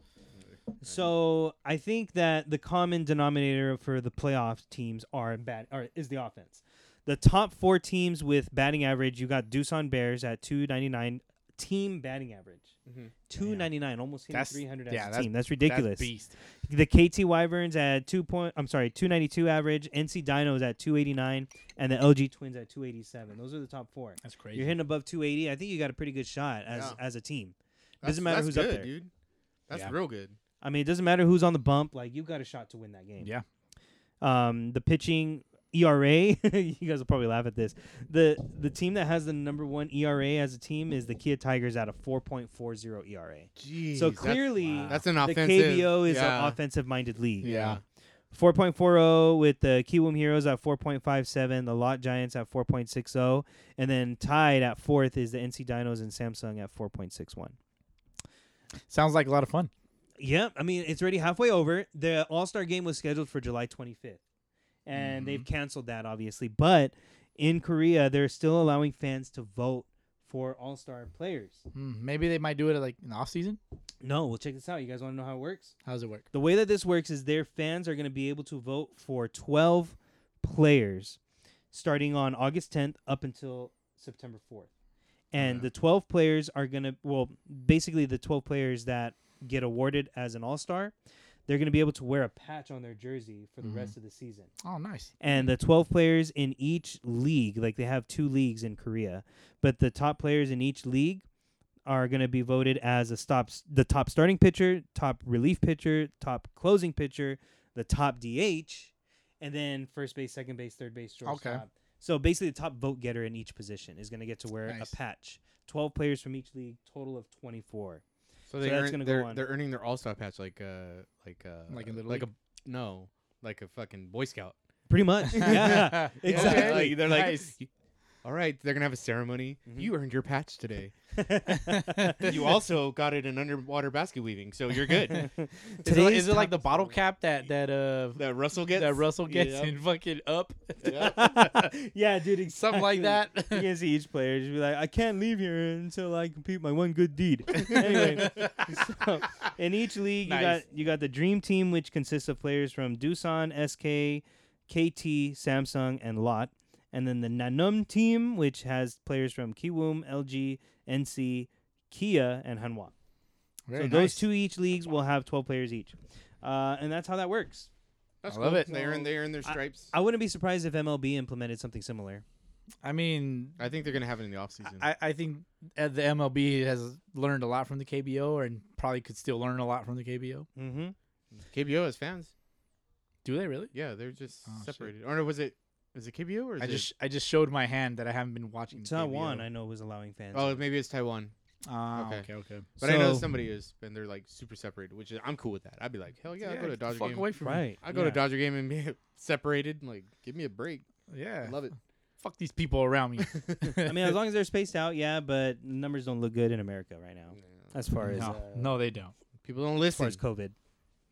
Speaker 3: So I think that the common denominator for the playoff teams are bat or is the offense. The top four teams with batting average, you got Doosan Bears at 299 team batting average.
Speaker 4: Mhm.
Speaker 3: 299, almost hitting
Speaker 2: Mm-hmm. That's- yeah,
Speaker 3: 300 as a
Speaker 2: that's-
Speaker 3: team. That's
Speaker 2: That's
Speaker 3: ridiculous.
Speaker 2: beast.
Speaker 3: the KT Wyverns at 2 point, I'm sorry, 292 average, NC Dinos at 289 and the LG Twins at 287. Those are the top 4.
Speaker 2: That's crazy.
Speaker 3: You're hitting above 280. I think you got a pretty good shot as
Speaker 4: Yeah.
Speaker 3: as a team.
Speaker 4: That's-
Speaker 3: doesn't matter
Speaker 4: that's
Speaker 3: who's
Speaker 4: good,
Speaker 3: up there.
Speaker 4: dude. That's
Speaker 2: Yeah.
Speaker 4: real good.
Speaker 3: I mean, it doesn't matter who's on the bump. Like you got a shot to win that game.
Speaker 2: Yeah.
Speaker 3: Um, the pitching ERA. you guys will probably laugh at this. the The team that has the number one ERA as a team is the Kia Tigers at a four point four zero ERA.
Speaker 4: Jeez,
Speaker 3: so
Speaker 4: that's-
Speaker 3: clearly,
Speaker 2: wow.
Speaker 4: that's, an
Speaker 3: the
Speaker 4: offensive.
Speaker 3: KBO is
Speaker 4: yeah.
Speaker 3: an offensive minded league.
Speaker 4: Yeah.
Speaker 3: Four point four zero with the Kiwoom Heroes at four point five seven, the Lot Giants at four point six zero, and then tied at fourth is the NC Dinos and Samsung at four point six one.
Speaker 2: Sounds like a lot of fun.
Speaker 3: Yeah, I mean it's already halfway over. The All Star game was scheduled for July 25th, and they've canceled that obviously. But in Korea, they're still allowing fans to vote for All Star players.
Speaker 2: Mm, maybe they might do it like in the off season.
Speaker 3: No, well check this out. You guys want to know how it works?
Speaker 2: How does it work?
Speaker 3: The way that this works is their fans are going to be able to vote for 12 players starting on August 10th up until September 4th. And
Speaker 4: Yeah.
Speaker 3: the 12 players are going to, well, basically the 12 players that get awarded as an all star, they're going to be able to wear a patch on their jersey for the
Speaker 2: Mhm.
Speaker 3: rest of the season.
Speaker 2: Oh, nice.
Speaker 3: And the 12 players in each league, like they have two leagues in Korea, but the top players in each league are going to be voted as a stop the top starting pitcher, top relief pitcher, top closing pitcher, the top DH, and then first base, second base, third base, shortstop. So basically the top vote getter in each position is going to get to wear
Speaker 2: Nice.
Speaker 3: a patch. 12 players from each league, total of 24.
Speaker 4: So they
Speaker 3: that's
Speaker 4: earn,
Speaker 3: gonna go
Speaker 4: they're,
Speaker 3: on.
Speaker 4: they're earning their all star patch like uh like uh
Speaker 2: Like in Little
Speaker 4: like
Speaker 2: League?
Speaker 4: a no like a fucking boy scout.
Speaker 3: Pretty much. yeah.
Speaker 2: exactly.
Speaker 4: Like, they're like,
Speaker 2: Nice.
Speaker 4: all right, they're gonna have a ceremony.
Speaker 2: Mm-hmm.
Speaker 3: Mhm.
Speaker 4: You earned your patch today. you also got it in underwater basket weaving, so you're good.
Speaker 2: Is it, like-
Speaker 3: Today's
Speaker 2: is it like the
Speaker 3: top-
Speaker 2: bottle cap that that uh
Speaker 4: that Russell gets.
Speaker 2: that Russell gets
Speaker 4: Yep.
Speaker 2: in fucking up,
Speaker 4: Yep.
Speaker 3: yeah, dude, exactly.
Speaker 2: something like that?
Speaker 3: you can see each player just be like, I can't leave here until I complete my one good deed. anyway, so in each league, you got
Speaker 2: Nice.
Speaker 3: you got the dream team, which consists of players from Doosan, SK, KT, Samsung, and Lot, and then the Nanum team, which has players from Kiwoom, LG, NC, Kia, and Hanwha.
Speaker 2: Very
Speaker 3: so
Speaker 2: nice.
Speaker 3: those two each leagues will have twelve players each, uh, and that's how that works.
Speaker 4: That's
Speaker 2: I love
Speaker 4: cool.
Speaker 2: it.
Speaker 4: They earn they earn their stripes. I,
Speaker 3: I wouldn't be surprised if MLB implemented something similar.
Speaker 2: I mean,
Speaker 4: think they're gonna have it in the off season.
Speaker 2: I, I think uh, the MLB has learned a lot from the KBO, and probably could still learn a lot from the KBO.
Speaker 3: Mm-hmm.
Speaker 4: KBO has fans.
Speaker 2: Do they really?
Speaker 4: Yeah, they're just
Speaker 2: Oh, shit.
Speaker 4: separated. Or no, was it was it KBO or is
Speaker 2: I
Speaker 4: it,
Speaker 2: just I just showed my hand that I haven't been watching. the
Speaker 3: Taiwan, I
Speaker 2: KBO.
Speaker 3: know, was allowing fans.
Speaker 4: uh, Oh, maybe it's Taiwan.
Speaker 2: Ah, okay,
Speaker 4: Okay.
Speaker 2: okay.
Speaker 4: But I know
Speaker 3: So-
Speaker 4: somebody is, and they're like super separated, which is I'm cool with that. I'd be like, hell yeah, I'll go to
Speaker 2: get
Speaker 4: a
Speaker 2: the
Speaker 4: Dodger
Speaker 2: fuck
Speaker 4: game.
Speaker 2: away from me.
Speaker 3: right.
Speaker 4: I go to
Speaker 3: yeah.
Speaker 4: Dodger game and be separated. And like, give me a break.
Speaker 2: Yeah,
Speaker 4: I love it.
Speaker 2: Fuck these people around me.
Speaker 3: I mean, as long as they're spaced out, yeah, but numbers don't look good in America right now. As far as,
Speaker 2: no,
Speaker 3: uh,
Speaker 2: no, they don't.
Speaker 4: People don't
Speaker 3: as far
Speaker 4: listen.
Speaker 3: as COVID.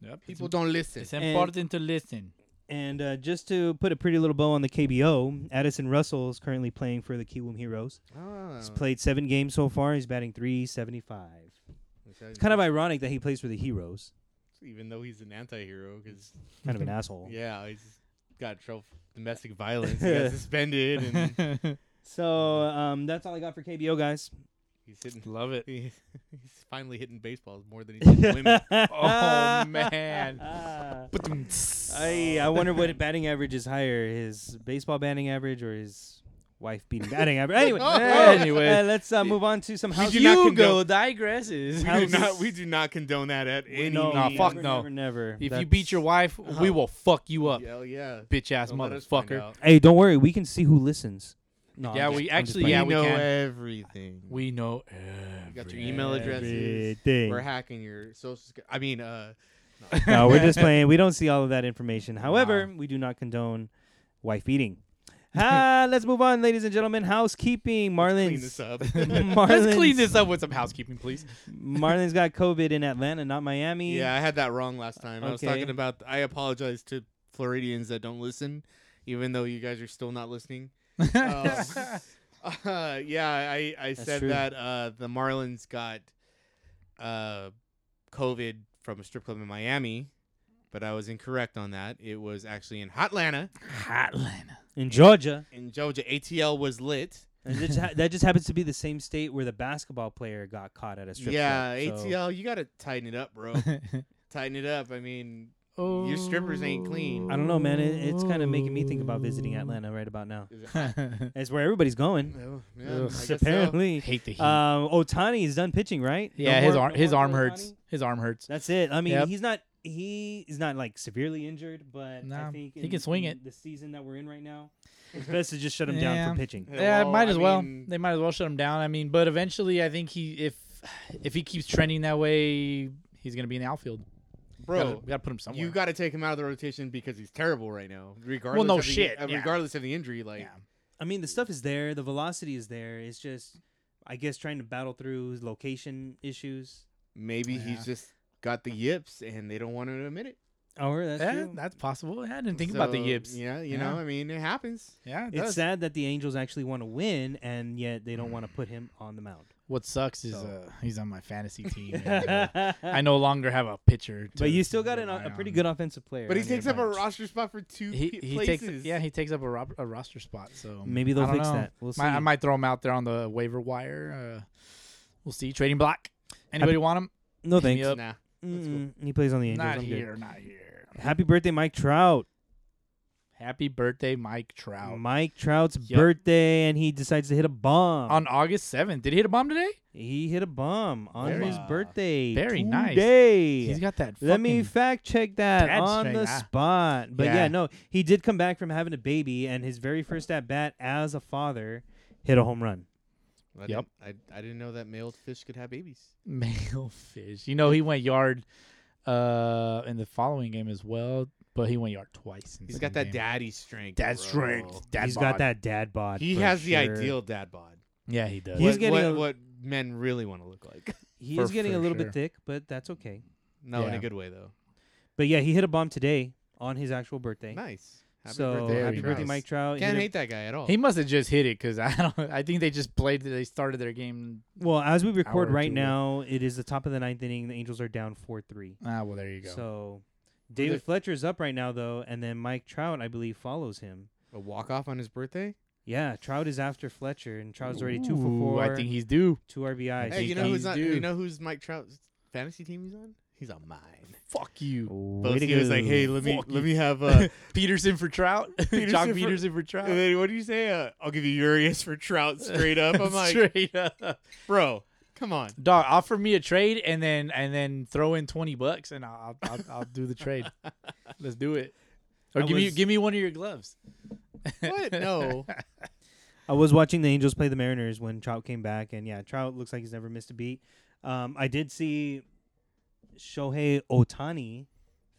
Speaker 2: Yep.
Speaker 4: People don't listen.
Speaker 2: It's important to listen.
Speaker 3: And uh, just to put a pretty little bow on the KBO, Addison Russell is currently playing for the Kiwoom Heroes.
Speaker 4: Ah,
Speaker 3: He's
Speaker 4: Oh.
Speaker 3: played seven games so far. He's batting 375. It's kind of ironic that he plays for the Heroes.
Speaker 4: even though he's an anti-hero, because
Speaker 3: Kind of an asshole.
Speaker 4: yeah, he's got trouble domestic violence. He got suspended, and
Speaker 3: So um, that's all I got for KBO, guys.
Speaker 4: he's hitting.
Speaker 2: Love it.
Speaker 4: He's finally hitting baseballs more than he's hitting women.
Speaker 2: Oh man.
Speaker 3: Ah.
Speaker 2: I,
Speaker 3: I I wonder what batting average is higher, his baseball batting average or his wife beating batting average. Anyway,
Speaker 2: Oh. Anyway.
Speaker 3: uh, let's uh, move on to some house.
Speaker 4: do not
Speaker 2: Hugo
Speaker 4: condone-
Speaker 2: digresses.
Speaker 4: we do not. We do not condone that at any.
Speaker 2: no,
Speaker 4: means.
Speaker 2: fuck no.
Speaker 3: Never, never.
Speaker 2: If you
Speaker 3: That's-
Speaker 2: beat your wife, we will fuck you up,
Speaker 4: Hell yeah.
Speaker 2: bitch ass
Speaker 4: Don't let us find
Speaker 2: motherfucker.
Speaker 4: out.
Speaker 3: hey, don't worry, we can see who listens. No, I'm
Speaker 2: Yeah,
Speaker 3: just-
Speaker 2: we
Speaker 3: I'm just
Speaker 2: actually-
Speaker 4: We
Speaker 2: yeah,
Speaker 3: playing.
Speaker 2: we
Speaker 4: know
Speaker 2: can.
Speaker 4: everything.
Speaker 2: We know.
Speaker 4: We got your
Speaker 2: everything.
Speaker 4: email addresses.
Speaker 3: Everything.
Speaker 4: We're hacking your social. Sec- I mean, uh,
Speaker 3: no, we're just playing. We don't see all of that information. However, we do not condone wife beating. ah, let's move on, ladies and gentlemen. Housekeeping, Marlins.
Speaker 4: clean this up.
Speaker 2: Let's
Speaker 3: Marlins,
Speaker 2: clean this up with some housekeeping, please.
Speaker 3: Marlins got COVID in Atlanta, not Miami.
Speaker 4: yeah, I had that wrong last time. I was
Speaker 3: Okay.
Speaker 4: talking about. I apologize to Floridians that don't listen, even though you guys are still not listening. Um, uh, yeah, I I said
Speaker 3: true.
Speaker 4: that uh, the Marlins got uh, COVID from a strip club in Miami, but I was incorrect on that. It was actually in Hotlanta.
Speaker 2: Hotlanta.
Speaker 3: in Georgia.
Speaker 4: In Georgia, ATL was lit.
Speaker 3: And it just ha- that just happens to be the same state where the basketball player got caught at a strip
Speaker 4: yeah,
Speaker 3: club. so-
Speaker 4: ATL, you gotta tighten it up, bro. tighten it up. I mean,
Speaker 2: oh.
Speaker 4: Your strippers ain't clean.
Speaker 3: I don't know, man. It, it's kind of making me think about visiting Atlanta right about now.
Speaker 4: is it-
Speaker 3: It's where everybody's going.
Speaker 4: Oh, yeah,
Speaker 2: Ugh.
Speaker 4: I guess so.
Speaker 3: Apparently,
Speaker 2: Hate the heat.
Speaker 3: um, Otani is done pitching, right? No
Speaker 2: yeah, his
Speaker 3: more-
Speaker 2: arm
Speaker 3: no
Speaker 2: his
Speaker 3: more
Speaker 2: arm
Speaker 3: for
Speaker 2: hurts.
Speaker 3: Ohtani?
Speaker 2: His arm hurts.
Speaker 3: That's it. I mean,
Speaker 2: Yep.
Speaker 3: he's not he is not like severely injured, but I
Speaker 2: No,
Speaker 3: think
Speaker 2: he
Speaker 3: in-
Speaker 2: can swing
Speaker 3: in
Speaker 2: it.
Speaker 3: The season that we're in right now, it's best to just shut him down
Speaker 2: Yeah.
Speaker 3: for pitching.
Speaker 4: Yeah,
Speaker 2: Yeah,
Speaker 4: well,
Speaker 2: might
Speaker 4: I
Speaker 2: as well.
Speaker 4: mean,
Speaker 2: They might as well shut him down. I mean, but eventually, I think he if if he keeps trending that way, he's gonna be in the outfield. gotta,
Speaker 4: bro,
Speaker 2: we gotta put him somewhere.
Speaker 4: you got to take him out of the rotation because he's terrible right now. Regardless,
Speaker 2: no
Speaker 4: of the,
Speaker 2: shit,
Speaker 4: uh,
Speaker 2: yeah.
Speaker 4: Regardless of the injury, like
Speaker 2: Yeah.
Speaker 3: I mean, the stuff is there. The velocity is there. It's just, I guess, trying to battle through his location issues.
Speaker 4: maybe
Speaker 2: Yeah.
Speaker 4: he's just got the yips and they don't want to admit it.
Speaker 3: Or Oh, that's
Speaker 2: Eh,
Speaker 3: true.
Speaker 2: that's possible. I didn't think about the
Speaker 4: So,
Speaker 2: yips. Yeah,
Speaker 4: Yeah, you
Speaker 2: Yeah.
Speaker 4: know, I mean, it happens.
Speaker 2: it
Speaker 3: it's
Speaker 2: does.
Speaker 3: sad that the Angels actually want to win, and yet they don't want to put him on the mound.
Speaker 2: What sucks is
Speaker 3: So.
Speaker 2: uh, he's on my fantasy team. and, uh, I no longer have a pitcher. to
Speaker 3: but you still got an,
Speaker 2: rely
Speaker 3: a pretty
Speaker 2: on.
Speaker 3: good offensive player.
Speaker 4: But he
Speaker 3: on your
Speaker 4: takes up a
Speaker 3: bench.
Speaker 4: roster spot for two
Speaker 2: He,
Speaker 4: pe-
Speaker 2: he takes
Speaker 4: places.
Speaker 2: yeah he takes up a, ro- a roster spot. So
Speaker 3: Maybe they'll
Speaker 2: I don't
Speaker 3: fix
Speaker 2: know.
Speaker 3: that. We'll see.
Speaker 2: Might- I might throw him out there on the waiver wire. Uh, we'll see. Trading block. Anybody want him?
Speaker 3: no
Speaker 2: Hit me
Speaker 3: thanks.
Speaker 2: up.
Speaker 4: Nah. That's cool.
Speaker 3: Mm-mm. He plays on the Angels.
Speaker 2: Not
Speaker 3: I'm good.
Speaker 2: here. Not here.
Speaker 3: Happy birthday, Mike Trout.
Speaker 2: Happy birthday, Mike Trout.
Speaker 3: Mike Trout's
Speaker 2: Yup.
Speaker 3: birthday, and he decides to hit a bomb.
Speaker 2: on August 7th. Did he hit a bomb today?
Speaker 3: he hit a bomb on
Speaker 2: Very-
Speaker 3: his birthday.
Speaker 2: very nice.
Speaker 3: today.
Speaker 2: He's got that.
Speaker 3: Let me
Speaker 2: fucking-
Speaker 3: fact check that
Speaker 2: dad
Speaker 3: on the
Speaker 2: strength, ah.
Speaker 3: spot. But yeah.
Speaker 2: Yeah.
Speaker 3: no, he did come back from having a baby, and his very first at bat as a father hit a home run.
Speaker 4: I
Speaker 2: Yep.
Speaker 4: Didn't, I, I didn't know that male fish could have babies.
Speaker 2: male fish. You know, he went yard uh in the following game as well, but he went yard twice. In
Speaker 4: He's
Speaker 2: the
Speaker 4: got
Speaker 2: same
Speaker 4: that
Speaker 2: game.
Speaker 4: daddy strength.
Speaker 2: dad
Speaker 4: bro.
Speaker 2: strength. Dad
Speaker 3: He's got
Speaker 2: bod.
Speaker 3: that dad bod.
Speaker 4: He
Speaker 3: for
Speaker 4: has the
Speaker 3: sure.
Speaker 4: ideal dad bod.
Speaker 2: Yeah, he does.
Speaker 3: He's
Speaker 4: what,
Speaker 3: getting
Speaker 4: what,
Speaker 3: a-
Speaker 4: what men really want to look like.
Speaker 3: He
Speaker 2: for-
Speaker 3: is getting a
Speaker 2: for
Speaker 3: little
Speaker 2: sure.
Speaker 3: bit thick, but that's okay.
Speaker 4: No, in
Speaker 2: Yeah.
Speaker 4: a good way though.
Speaker 3: But yeah, he hit a bomb today on his actual birthday.
Speaker 4: Nice. Happy
Speaker 3: so
Speaker 4: birthday,
Speaker 2: Very
Speaker 3: happy birthday,
Speaker 2: nice.
Speaker 3: Mike Trout. He
Speaker 4: Can't
Speaker 3: hit a-
Speaker 4: hate that guy at all.
Speaker 2: He must have just hit it because I don't. I think they just played. They started their game.
Speaker 3: Well, as we
Speaker 2: Hour
Speaker 3: record
Speaker 2: or
Speaker 3: right
Speaker 2: two.
Speaker 3: now, it is the top of the ninth inning. The Angels are down four three.
Speaker 2: Ah, well, there you go.
Speaker 3: So
Speaker 4: there-
Speaker 3: David Fletcher is up right now though, and then Mike Trout, I believe, follows him.
Speaker 4: a walk off on his birthday.
Speaker 3: Yeah, Trout is after Fletcher, and Trout's already two for
Speaker 2: Ooh,
Speaker 3: four.
Speaker 2: I think he's due.
Speaker 3: two RBIs.
Speaker 4: Hey,
Speaker 2: think
Speaker 4: you know who's
Speaker 2: he's
Speaker 4: on?
Speaker 2: due.
Speaker 4: You know who's Mike Trout's fantasy team? He's on. He's on mine.
Speaker 2: Fuck you,
Speaker 4: But he was like, "Hey, let me
Speaker 2: Fuck
Speaker 4: let
Speaker 2: you.
Speaker 4: me have uh,
Speaker 2: Peterson for Trout. Jock
Speaker 4: Peterson for-
Speaker 2: Peterson for Trout.
Speaker 4: and then what do you say? Uh, I'll give you Urias for Trout straight up. I'm like,
Speaker 2: Straight up.
Speaker 4: bro, come on.
Speaker 2: Dog, offer me a trade and then and then throw in twenty bucks and I'll I'll, I'll, I'll do the trade. Let's do it. Or
Speaker 3: I
Speaker 2: give me
Speaker 3: was-
Speaker 2: give me one of your gloves.
Speaker 4: What? No.
Speaker 3: I was watching the Angels play the Mariners when Trout came back, and yeah, Trout looks like he's never missed a beat. Um, I did see Shohei Otani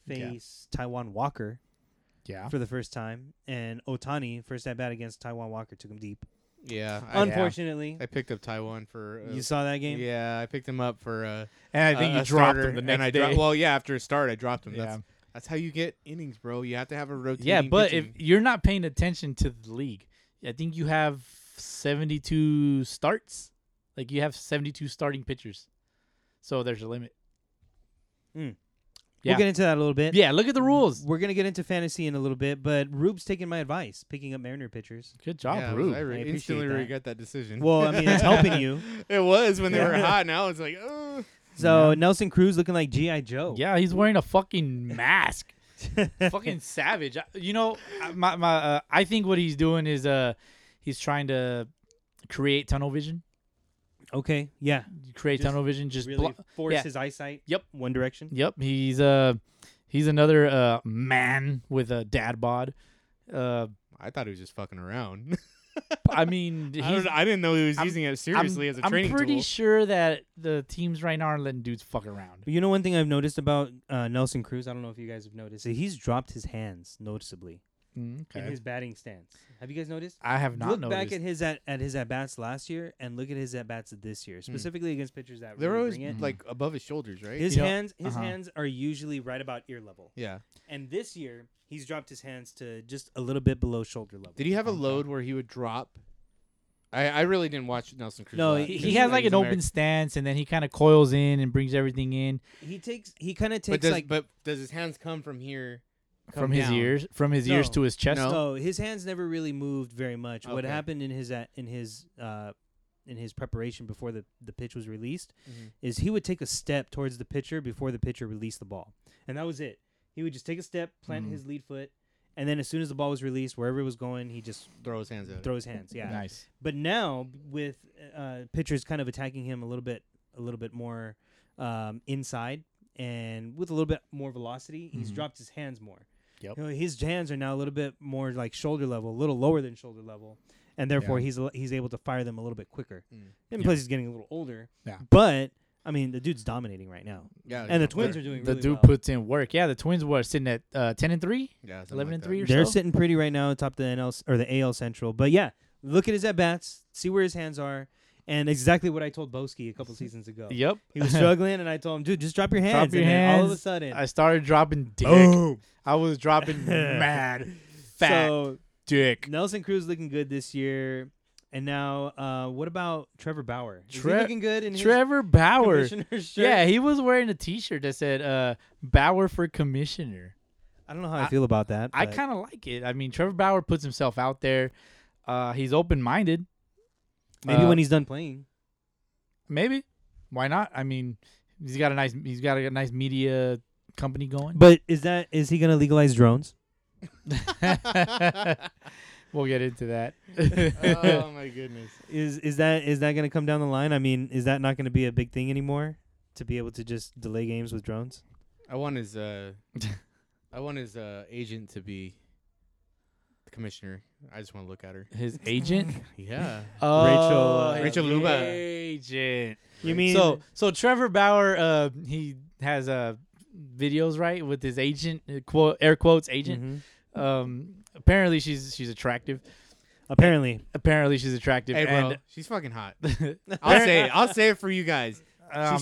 Speaker 2: Yeah.
Speaker 3: face Taiwan Walker
Speaker 2: Yeah.
Speaker 3: for the first time, and Otani first at bat against Taiwan Walker took him deep.
Speaker 4: yeah, I,
Speaker 3: Unfortunately,
Speaker 4: I picked up Taiwan for. Uh,
Speaker 3: you saw that game.
Speaker 4: yeah, I picked him up for. Uh,
Speaker 2: And I think
Speaker 4: a-
Speaker 2: you
Speaker 4: a
Speaker 2: dropped
Speaker 4: starter,
Speaker 2: him the
Speaker 4: and
Speaker 2: next
Speaker 4: I dro-
Speaker 2: day.
Speaker 4: well, yeah, after a start, I dropped him.
Speaker 2: yeah.
Speaker 4: That's, that's how you get innings, bro. You have to have a rotating.
Speaker 2: Yeah, but if
Speaker 4: pitching.
Speaker 2: you're not paying attention to the league, I think you have seventy two starts. Like you have seventy two starting pitchers. So there's a limit. Yeah.
Speaker 3: We'll get into that a little bit.
Speaker 2: Yeah, look at the rules.
Speaker 3: We're gonna get into fantasy in a little bit, but Rube's taking my advice, picking up Mariner pitchers.
Speaker 2: Good job,
Speaker 4: yeah, I was-
Speaker 2: Rube.
Speaker 4: I, re-
Speaker 3: I appreciate
Speaker 4: instantly
Speaker 3: that.
Speaker 4: regret that decision.
Speaker 3: Well, I mean, it's helping you.
Speaker 4: It was when they were
Speaker 3: Yeah.
Speaker 4: hot. Now it's like, oh.
Speaker 3: So Nelson Cruz looking like GI Joe.
Speaker 2: Yeah, he's wearing a fucking mask. fucking savage. I- You know, I- my my uh, I think what he's doing is uh he's trying to create tunnel vision.
Speaker 3: Okay. Yeah.
Speaker 2: Create
Speaker 3: Just
Speaker 2: tunnel vision just
Speaker 3: really
Speaker 2: blo-
Speaker 3: force
Speaker 2: yeah.
Speaker 3: his eyesight.
Speaker 2: Yep.
Speaker 3: One direction.
Speaker 2: Yep, he's uh he's another uh man with a dad bod. Uh
Speaker 4: I thought he was just fucking around.
Speaker 2: I mean, he's,
Speaker 4: I, don't, know- I didn't know he was
Speaker 2: I'm-
Speaker 4: using it
Speaker 2: I'm-
Speaker 4: seriously as a
Speaker 2: I'm
Speaker 4: training
Speaker 2: pretty
Speaker 4: tool.
Speaker 2: sure that the teams right now aren't letting dudes fuck around.
Speaker 3: But you know one thing I've noticed about uh, Nelson Cruz. I don't know if you guys have noticed. is He's dropped his hands noticeably in his batting stance. Have you guys noticed?
Speaker 2: Mm, I have not
Speaker 3: look
Speaker 2: noticed.
Speaker 3: back at his at, at his at bats last year and look at his at bats this
Speaker 2: Hmm.
Speaker 3: year, specifically against pitchers that
Speaker 4: they were
Speaker 3: really
Speaker 4: always
Speaker 3: bring it.
Speaker 4: like above his shoulders, right?
Speaker 3: His
Speaker 2: You know-
Speaker 3: hands, his
Speaker 2: uh-huh.
Speaker 3: hands are usually right about ear level,
Speaker 4: yeah.
Speaker 3: and this year he's dropped his hands to just a little bit below shoulder level.
Speaker 4: Did he have a load where he would drop? I, I really didn't watch Nelson Cruz.
Speaker 3: No,
Speaker 4: a lot
Speaker 2: he,
Speaker 4: because
Speaker 2: he has like
Speaker 4: he's
Speaker 2: an open
Speaker 4: American.
Speaker 2: stance, and then he kind of coils in and brings everything in.
Speaker 3: He takes, he kind of
Speaker 4: But
Speaker 3: takes
Speaker 4: does,
Speaker 3: like
Speaker 4: but does his hands come from here
Speaker 2: from his
Speaker 4: down.
Speaker 2: ears, from his ears
Speaker 3: No.
Speaker 2: to his chest. Oh,
Speaker 4: No.
Speaker 3: So his hands never really moved very much. What
Speaker 4: Okay.
Speaker 3: happened in his a- in his uh, in his preparation before the the pitch was released
Speaker 4: Mm-hmm.
Speaker 3: is he would take a step towards the pitcher before the pitcher released the ball, and that was it. He would just take a step, plant
Speaker 4: Mm-hmm.
Speaker 2: Mhm.
Speaker 3: his lead foot, and then as soon as the ball was released, wherever it was going, he just
Speaker 4: Throw his hands out.
Speaker 3: throw his hands. Yeah.
Speaker 2: Nice.
Speaker 3: But now with uh, pitchers kind of attacking him a little bit, a little bit more um, inside, and with a little bit more velocity, he's
Speaker 2: Mhm.
Speaker 3: dropped his hands more.
Speaker 4: Yep.
Speaker 3: You know, his hands are now a little bit more like shoulder level, a little lower than shoulder level, and therefore he's a- he's able to fire them a little bit quicker.
Speaker 4: Mm.
Speaker 3: And plus, he's getting a little older.
Speaker 2: Yeah.
Speaker 3: But I mean, the dude's dominating right now,
Speaker 4: Yeah.
Speaker 3: and the Twins are doing
Speaker 4: doing.
Speaker 2: The
Speaker 3: really
Speaker 2: dude
Speaker 3: well.
Speaker 2: puts in work. Yeah, the Twins were sitting at uh, ten and three.
Speaker 4: yeah, something
Speaker 2: 11
Speaker 4: like
Speaker 2: and
Speaker 4: that.
Speaker 2: three or
Speaker 3: They're
Speaker 2: so?
Speaker 3: sitting pretty right now, atop the NL or the AL Central. But yeah, look at his at bats, see where his hands are, and exactly what I told Boski a couple seasons ago.
Speaker 2: Yep.
Speaker 3: He was struggling, and I told him, "Dude, just drop your hands."
Speaker 2: your
Speaker 3: and then all of a
Speaker 2: hands.
Speaker 3: sudden,
Speaker 2: I started dropping dick.
Speaker 3: Boom.
Speaker 2: I was dropping mad fat
Speaker 3: so
Speaker 2: dick.
Speaker 3: Nelson Cruz looking good this year, and now uh, what about Trevor Bauer? Is
Speaker 2: Tre-
Speaker 3: he looking good in
Speaker 2: Trevor
Speaker 3: his
Speaker 2: Bauer.
Speaker 3: commissioner's shirt?
Speaker 2: Yeah, he was wearing a T-shirt that said uh, "Bauer for Commissioner."
Speaker 3: I don't know how I,
Speaker 2: I-
Speaker 3: feel about that.
Speaker 2: I
Speaker 3: but-
Speaker 2: kind of like it. I mean, Trevor Bauer puts himself out there. Uh, he's open-minded.
Speaker 3: maybe
Speaker 2: uh,
Speaker 3: when he's done playing.
Speaker 2: Maybe why not? I mean, he's got a nice he's got a nice media company going.
Speaker 3: But is that is he gonna legalize drones?
Speaker 2: we'll get into that. Uh,
Speaker 4: oh my goodness.
Speaker 3: Is is that is that gonna come down the line? I mean, is that not gonna be a big thing anymore to be able to just delay games with drones?
Speaker 4: I want his uh, I want his uh agent to be the commissioner. I just want to look at her.
Speaker 2: His agent,
Speaker 4: Yeah.
Speaker 2: Oh,
Speaker 3: uh,
Speaker 2: his
Speaker 4: Rachel Luba.
Speaker 2: agent.
Speaker 3: You mean
Speaker 2: So so Trevor Bauer, uh, he has uh videos right with his agent, uh, quote air quotes agent.
Speaker 3: Mhm.
Speaker 2: Um, apparently she's she's attractive.
Speaker 3: apparently
Speaker 2: Apparently she's attractive.
Speaker 4: hey, bro.
Speaker 2: and
Speaker 4: she's fucking hot.
Speaker 2: oh,
Speaker 4: I'll say it. I'll say it for you guys. she's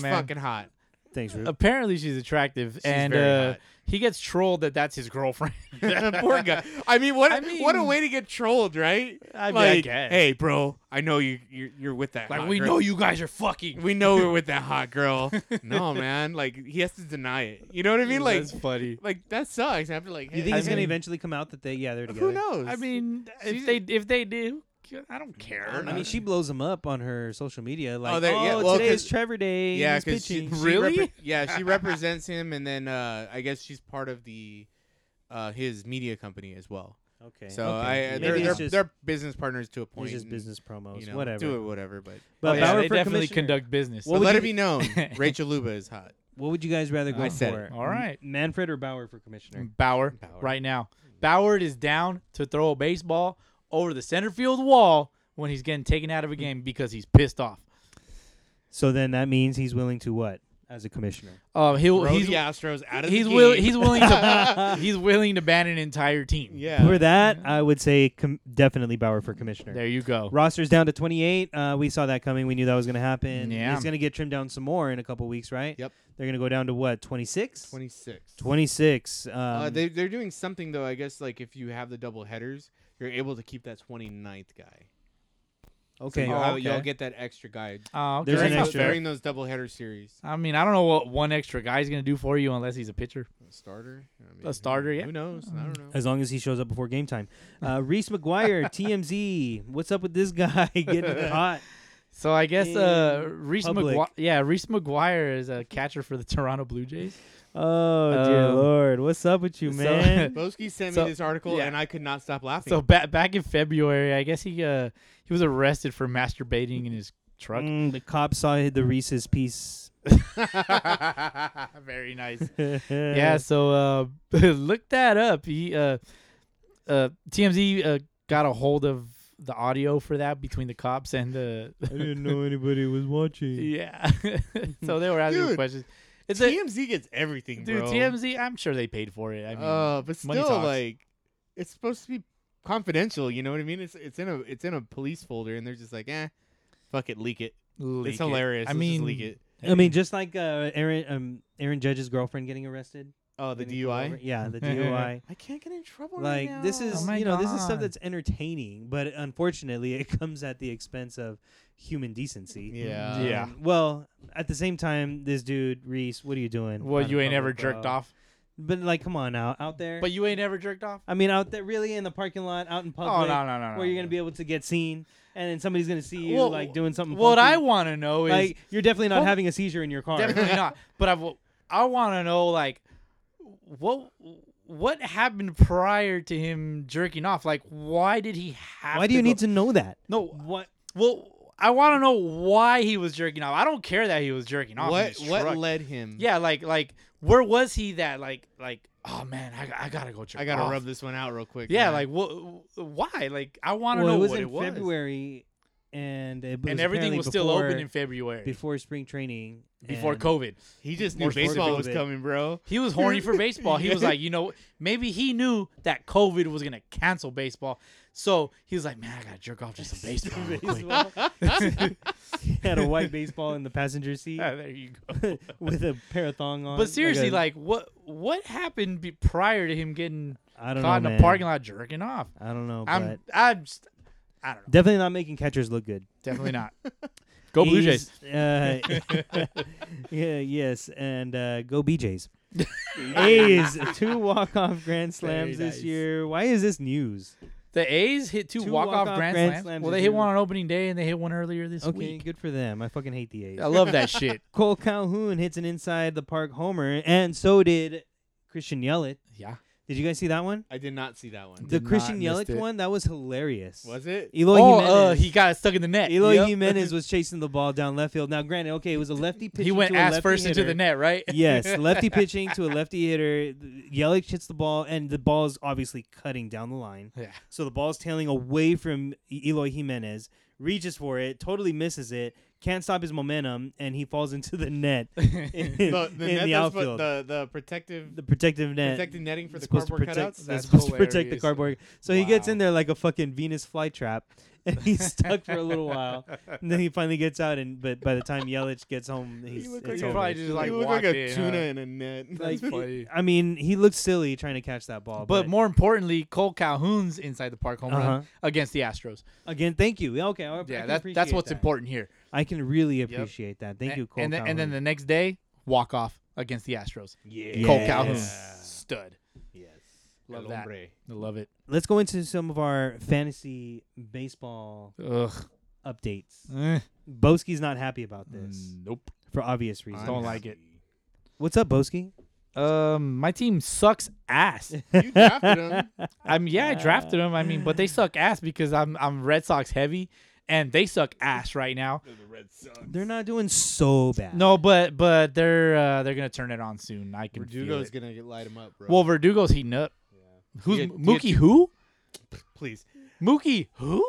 Speaker 2: man.
Speaker 4: fucking hot.
Speaker 3: thanks, Rube.
Speaker 2: Apparently she's attractive,
Speaker 4: She's
Speaker 2: and
Speaker 4: very
Speaker 2: uh,
Speaker 4: hot.
Speaker 2: he gets trolled that that's his girlfriend.
Speaker 4: Poor guy. I mean, what?
Speaker 2: I
Speaker 4: what a
Speaker 2: mean-
Speaker 4: way to get trolled, right?
Speaker 2: I mean, I
Speaker 4: like,
Speaker 2: guess.
Speaker 4: hey, bro. I know you. You're, you're with that.
Speaker 2: Like
Speaker 4: hot
Speaker 2: we
Speaker 4: girl.
Speaker 2: know you guys are fucking.
Speaker 4: We know we're with that hot girl. no, man. Like he has to deny it. You know what I mean? Like,
Speaker 2: that's funny.
Speaker 4: like that sucks. After like,
Speaker 3: You
Speaker 4: hey,
Speaker 3: think
Speaker 2: I
Speaker 3: it's gonna
Speaker 2: mean-
Speaker 3: eventually come out that they yeah they're together?
Speaker 4: who knows?
Speaker 2: I mean,
Speaker 4: she's-
Speaker 2: if they if they do, I don't care.
Speaker 4: I
Speaker 3: I mean, she blows him up on her social media. Like, oh,
Speaker 4: there- yeah, well,
Speaker 3: today is
Speaker 4: 'cause-
Speaker 3: Trevor Day.
Speaker 4: yeah,
Speaker 3: he's
Speaker 4: because she,
Speaker 3: pitching.
Speaker 4: she
Speaker 2: Really?
Speaker 4: repre- yeah, she represents him, and then uh, I guess she's part of the uh, his media company as well.
Speaker 3: okay.
Speaker 4: So
Speaker 3: okay. Maybe
Speaker 4: I, they're
Speaker 3: it's
Speaker 4: they're,
Speaker 3: just,
Speaker 4: they're business partners to a
Speaker 3: it's
Speaker 4: point.
Speaker 3: just
Speaker 4: and,
Speaker 3: business promos,
Speaker 4: you know,
Speaker 3: whatever.
Speaker 4: do it whatever. But,
Speaker 3: But
Speaker 2: Oh, yeah,
Speaker 3: Bauer
Speaker 2: they
Speaker 3: for
Speaker 2: definitely
Speaker 3: commissioner.
Speaker 2: conduct business.
Speaker 3: What
Speaker 4: but
Speaker 3: would
Speaker 4: let
Speaker 3: you-
Speaker 4: it be known, Rachel Luba is hot.
Speaker 3: What would you guys rather go
Speaker 4: I
Speaker 3: for?
Speaker 4: said it.
Speaker 2: All right.
Speaker 3: M- Manfred or Bauer for commissioner?
Speaker 2: Bauer,
Speaker 4: Bauer.
Speaker 2: right now. Bauer is down to throw a baseball over the center field wall when he's getting taken out of a game because he's pissed off.
Speaker 3: So then that means he's willing to what as a commissioner?
Speaker 2: Uh, he'll
Speaker 4: Throw
Speaker 2: he's
Speaker 4: the Astros out of
Speaker 2: he's
Speaker 4: the
Speaker 2: will,
Speaker 4: game.
Speaker 2: he's willing to he's willing to ban an entire team.
Speaker 4: yeah.
Speaker 3: For that, I would say com- definitely Bauer for commissioner.
Speaker 2: There you go.
Speaker 3: Roster's down to 28. Uh, we saw that coming. We knew that was going to happen.
Speaker 2: Yeah.
Speaker 3: He's going to get trimmed down some more in a couple weeks, right?
Speaker 4: Yep.
Speaker 3: They're going to go down to what, 26?
Speaker 4: Twenty six.
Speaker 3: 26. Um,
Speaker 4: Uh, they they're doing something though. I guess like if you have the double headers, you're able to keep that 29th guy.
Speaker 3: okay.
Speaker 4: So
Speaker 2: Oh,
Speaker 4: you'll, have-
Speaker 2: okay.
Speaker 4: you'll get that extra guy
Speaker 2: Oh, okay.
Speaker 3: There's
Speaker 4: during,
Speaker 3: an
Speaker 4: those-
Speaker 3: extra-
Speaker 4: during those double header series.
Speaker 2: I mean, I don't know what one extra guy's gonna do for you unless he's a pitcher.
Speaker 4: A starter. I mean,
Speaker 2: A starter, yeah.
Speaker 4: Who knows? I don't know.
Speaker 3: As long as he shows up before game time. Uh, Reese McGuire, TMZ. What's up with this guy getting caught?
Speaker 2: So I guess uh,
Speaker 3: In
Speaker 2: Reese
Speaker 3: public.
Speaker 2: McGuire, yeah, Reese McGuire is a catcher for the Toronto Blue Jays.
Speaker 3: Oh, dear
Speaker 2: Um,
Speaker 3: Lord. What's up with you,
Speaker 2: so-
Speaker 3: man?
Speaker 4: Boski sent
Speaker 2: Mm. So-
Speaker 4: me this article
Speaker 2: yeah.
Speaker 4: and I could not stop laughing.
Speaker 2: So back back in February, I guess he uh, he was arrested for masturbating in his truck.
Speaker 3: Mm, the cop saw the Reese's piece.
Speaker 4: Mm.
Speaker 2: Very nice. yeah,
Speaker 3: yes.
Speaker 2: so uh, look that up. He uh, uh, TMZ uh, got a hold of the audio for that between the cops and the
Speaker 3: I didn't know anybody was watching.
Speaker 2: yeah. so they were asking him
Speaker 4: Dude,
Speaker 2: questions. It's a
Speaker 4: TMZ gets everything,
Speaker 2: dude.
Speaker 4: bro.
Speaker 2: TMZ. I'm sure they paid for it. I mean,
Speaker 4: uh, but
Speaker 2: money
Speaker 4: still,
Speaker 2: talks.
Speaker 4: like, it's supposed to be confidential. You know what I mean? It's it's in a it's in a police folder, and they're just like, eh, fuck it, leak it.
Speaker 2: leak
Speaker 4: it's
Speaker 2: it.
Speaker 4: hilarious.
Speaker 2: I
Speaker 4: Let's just
Speaker 2: mean,
Speaker 4: leak it.
Speaker 3: I mean, just like uh, Aaron, um, Aaron Judge's girlfriend getting arrested.
Speaker 4: Oh, the
Speaker 3: When he pulled over.
Speaker 4: DUI.
Speaker 3: Yeah, the DUI.
Speaker 4: I can't get in trouble.
Speaker 3: like
Speaker 4: right
Speaker 3: this
Speaker 4: now.
Speaker 3: is
Speaker 2: Oh my
Speaker 3: you know this is stuff
Speaker 2: God.
Speaker 3: that's entertaining, but unfortunately it comes at the expense of human decency.
Speaker 4: yeah,
Speaker 2: Yeah.
Speaker 3: Um, Well, at the same time, this dude Reese, what are you doing?
Speaker 2: Well,
Speaker 3: Out in
Speaker 2: you ain't ever
Speaker 3: public,
Speaker 2: jerked
Speaker 3: bro?
Speaker 2: off.
Speaker 3: But like, come on now, out there.
Speaker 2: But you ain't ever jerked off.
Speaker 3: I mean, out there, really in the parking lot, out in public,
Speaker 2: Oh no no no no.
Speaker 3: where you're gonna be able to get seen, and then somebody's gonna see you
Speaker 2: Well,
Speaker 3: like doing something.
Speaker 2: What I
Speaker 3: funky.
Speaker 2: want to know is
Speaker 3: like, you're definitely not
Speaker 2: Well,
Speaker 3: having a seizure in your car.
Speaker 2: definitely not. But I want to know like what what happened prior to him jerking off? Like why did he have?
Speaker 3: Why do you need to know that?
Speaker 2: No,
Speaker 3: What?
Speaker 2: Well, I want to know why he was jerking off. I don't care that he was jerking off. in
Speaker 4: What
Speaker 2: his
Speaker 4: what
Speaker 2: truck.
Speaker 4: led him?
Speaker 2: yeah, like like where was he that like like oh man, I, I gotta go jerk.
Speaker 4: I gotta
Speaker 2: off.
Speaker 4: rub this one out real quick.
Speaker 2: Yeah,
Speaker 4: man.
Speaker 2: like wh- why? Like I want to
Speaker 3: Well,
Speaker 2: know
Speaker 3: it was
Speaker 2: what
Speaker 3: in
Speaker 2: it was.
Speaker 3: February, and it was
Speaker 2: and everything
Speaker 3: apparently
Speaker 2: was still
Speaker 3: before,
Speaker 2: open in February before,
Speaker 3: before spring training. and-
Speaker 2: COVID.
Speaker 4: he just
Speaker 3: more
Speaker 4: knew baseball
Speaker 3: sports
Speaker 4: was
Speaker 3: bit.
Speaker 4: coming, bro.
Speaker 2: He was horny for baseball. He was like, you know, maybe he knew that COVID was gonna cancel baseball, so he was like, man, I gotta jerk off just some baseball. real quick."
Speaker 3: He had a white baseball in the passenger seat
Speaker 2: Yeah, Ah, there you go.
Speaker 3: with a pair of thong on.
Speaker 2: But seriously,
Speaker 3: a-
Speaker 2: like, what what happened be- prior to him getting
Speaker 3: I don't
Speaker 2: caught
Speaker 3: know,
Speaker 2: in a
Speaker 3: man.
Speaker 2: parking lot jerking off?
Speaker 3: I don't know,
Speaker 2: I'm
Speaker 3: but
Speaker 2: I'm st- I don't know.
Speaker 3: definitely not making catchers look good.
Speaker 2: Definitely not. go Blue Jays.
Speaker 3: He's, Uh, yeah, yes, and uh, go BJs. A's two walk off grand slams
Speaker 2: Very
Speaker 3: this
Speaker 2: nice.
Speaker 3: year. Why is this news?
Speaker 2: The A's hit two,
Speaker 3: Two
Speaker 2: walk-off,
Speaker 3: walk-off
Speaker 2: grand,
Speaker 3: grand
Speaker 2: slams.
Speaker 3: slams
Speaker 2: Well,
Speaker 3: this
Speaker 2: they
Speaker 3: year.
Speaker 2: hit one on opening day and they hit one earlier this
Speaker 3: okay,
Speaker 2: week.
Speaker 3: good for them. I fucking hate the A's.
Speaker 2: I love that shit.
Speaker 3: Cole Calhoun hits an inside the park homer, and so did Christian Yelich.
Speaker 2: Yeah.
Speaker 3: Did you guys see that one?
Speaker 4: I did not see that one.
Speaker 3: The
Speaker 2: Did
Speaker 3: Christian
Speaker 2: not, missed
Speaker 3: Yelich
Speaker 2: it.
Speaker 3: one that was hilarious.
Speaker 4: Was it?
Speaker 3: Eloy
Speaker 2: oh,
Speaker 3: Jimenez?
Speaker 2: uh, he got it stuck in the net.
Speaker 3: Eloy
Speaker 2: Yep.
Speaker 3: Jimenez was chasing the ball down left field. Now, granted, okay, it was a lefty pitch.
Speaker 2: He went ass first into the net, right?
Speaker 3: yes, lefty pitching to a lefty hitter. Yelich hits the ball, and the ball is obviously cutting down the line.
Speaker 2: Yeah.
Speaker 3: So the ball's tailing away from E-, Eloy Jimenez, reaches for it, totally misses it, can't stop his momentum, and he falls into the net in,
Speaker 4: the, the
Speaker 3: in
Speaker 4: net
Speaker 3: the
Speaker 4: that's what-
Speaker 3: outfield. The,
Speaker 4: the the protective
Speaker 3: protective net.
Speaker 4: protective netting for
Speaker 3: It's
Speaker 4: the
Speaker 3: supposed to
Speaker 4: cardboard
Speaker 3: protect.
Speaker 4: cutouts.
Speaker 3: it's
Speaker 2: That's
Speaker 3: supposed to protect the
Speaker 2: hilarious.
Speaker 3: cardboard. So he gets
Speaker 2: Wow.
Speaker 3: in there like a fucking Venus flytrap, and he's stuck for a little while. And then he finally gets out, and but by the time Yelich gets home, he's
Speaker 4: look
Speaker 3: it's
Speaker 4: like
Speaker 3: over.
Speaker 4: a-
Speaker 2: probably just like
Speaker 4: you look like a
Speaker 2: walked in,
Speaker 4: tuna
Speaker 2: huh?
Speaker 4: in a net.
Speaker 2: That's
Speaker 3: Like,
Speaker 2: funny.
Speaker 3: I mean, he looked silly trying to catch that ball.
Speaker 2: But more importantly, Cole Calhoun's inside the park home run
Speaker 3: Uh-huh.
Speaker 2: against the Astros.
Speaker 3: again, thank you. Yeah, Okay, I, I
Speaker 2: Yeah,
Speaker 3: can
Speaker 2: that, that's
Speaker 3: appreciate
Speaker 2: what's
Speaker 3: that.
Speaker 2: important here.
Speaker 3: I can really appreciate that. Thank
Speaker 2: A-
Speaker 3: you, Cole.
Speaker 2: And then, and then
Speaker 3: Calhoun.
Speaker 2: the next day, walk off against the Astros.
Speaker 4: Yeah.
Speaker 2: Cole Calhoun
Speaker 3: Yes.
Speaker 2: stud.
Speaker 4: Yes.
Speaker 2: Love
Speaker 4: El
Speaker 2: that.
Speaker 4: hombre.
Speaker 2: I love it.
Speaker 3: let's go into some of our fantasy baseball
Speaker 2: Ugh.
Speaker 3: updates.
Speaker 2: Eh, Mm.
Speaker 3: Boski's not happy about this
Speaker 2: Nope.
Speaker 3: for obvious reasons.
Speaker 2: Don't like it.
Speaker 3: What's up, Boski?
Speaker 2: Um, my team sucks ass.
Speaker 4: You drafted him.
Speaker 2: I'm yeah, I drafted them. I mean, but they suck ass because I'm I'm Red Sox heavy, and they suck ass right now.
Speaker 4: the Red Sox.
Speaker 3: They're not doing so bad.
Speaker 2: No, but but they're uh, they're gonna turn it on soon. I can
Speaker 4: Verdugo's
Speaker 2: feel it.
Speaker 4: gonna get, light him up, bro.
Speaker 2: Well, Verdugo's heating up. Who's
Speaker 4: Yeah,
Speaker 2: Mookie?
Speaker 4: yeah.
Speaker 2: Who?
Speaker 4: please.
Speaker 2: Mookie? Who?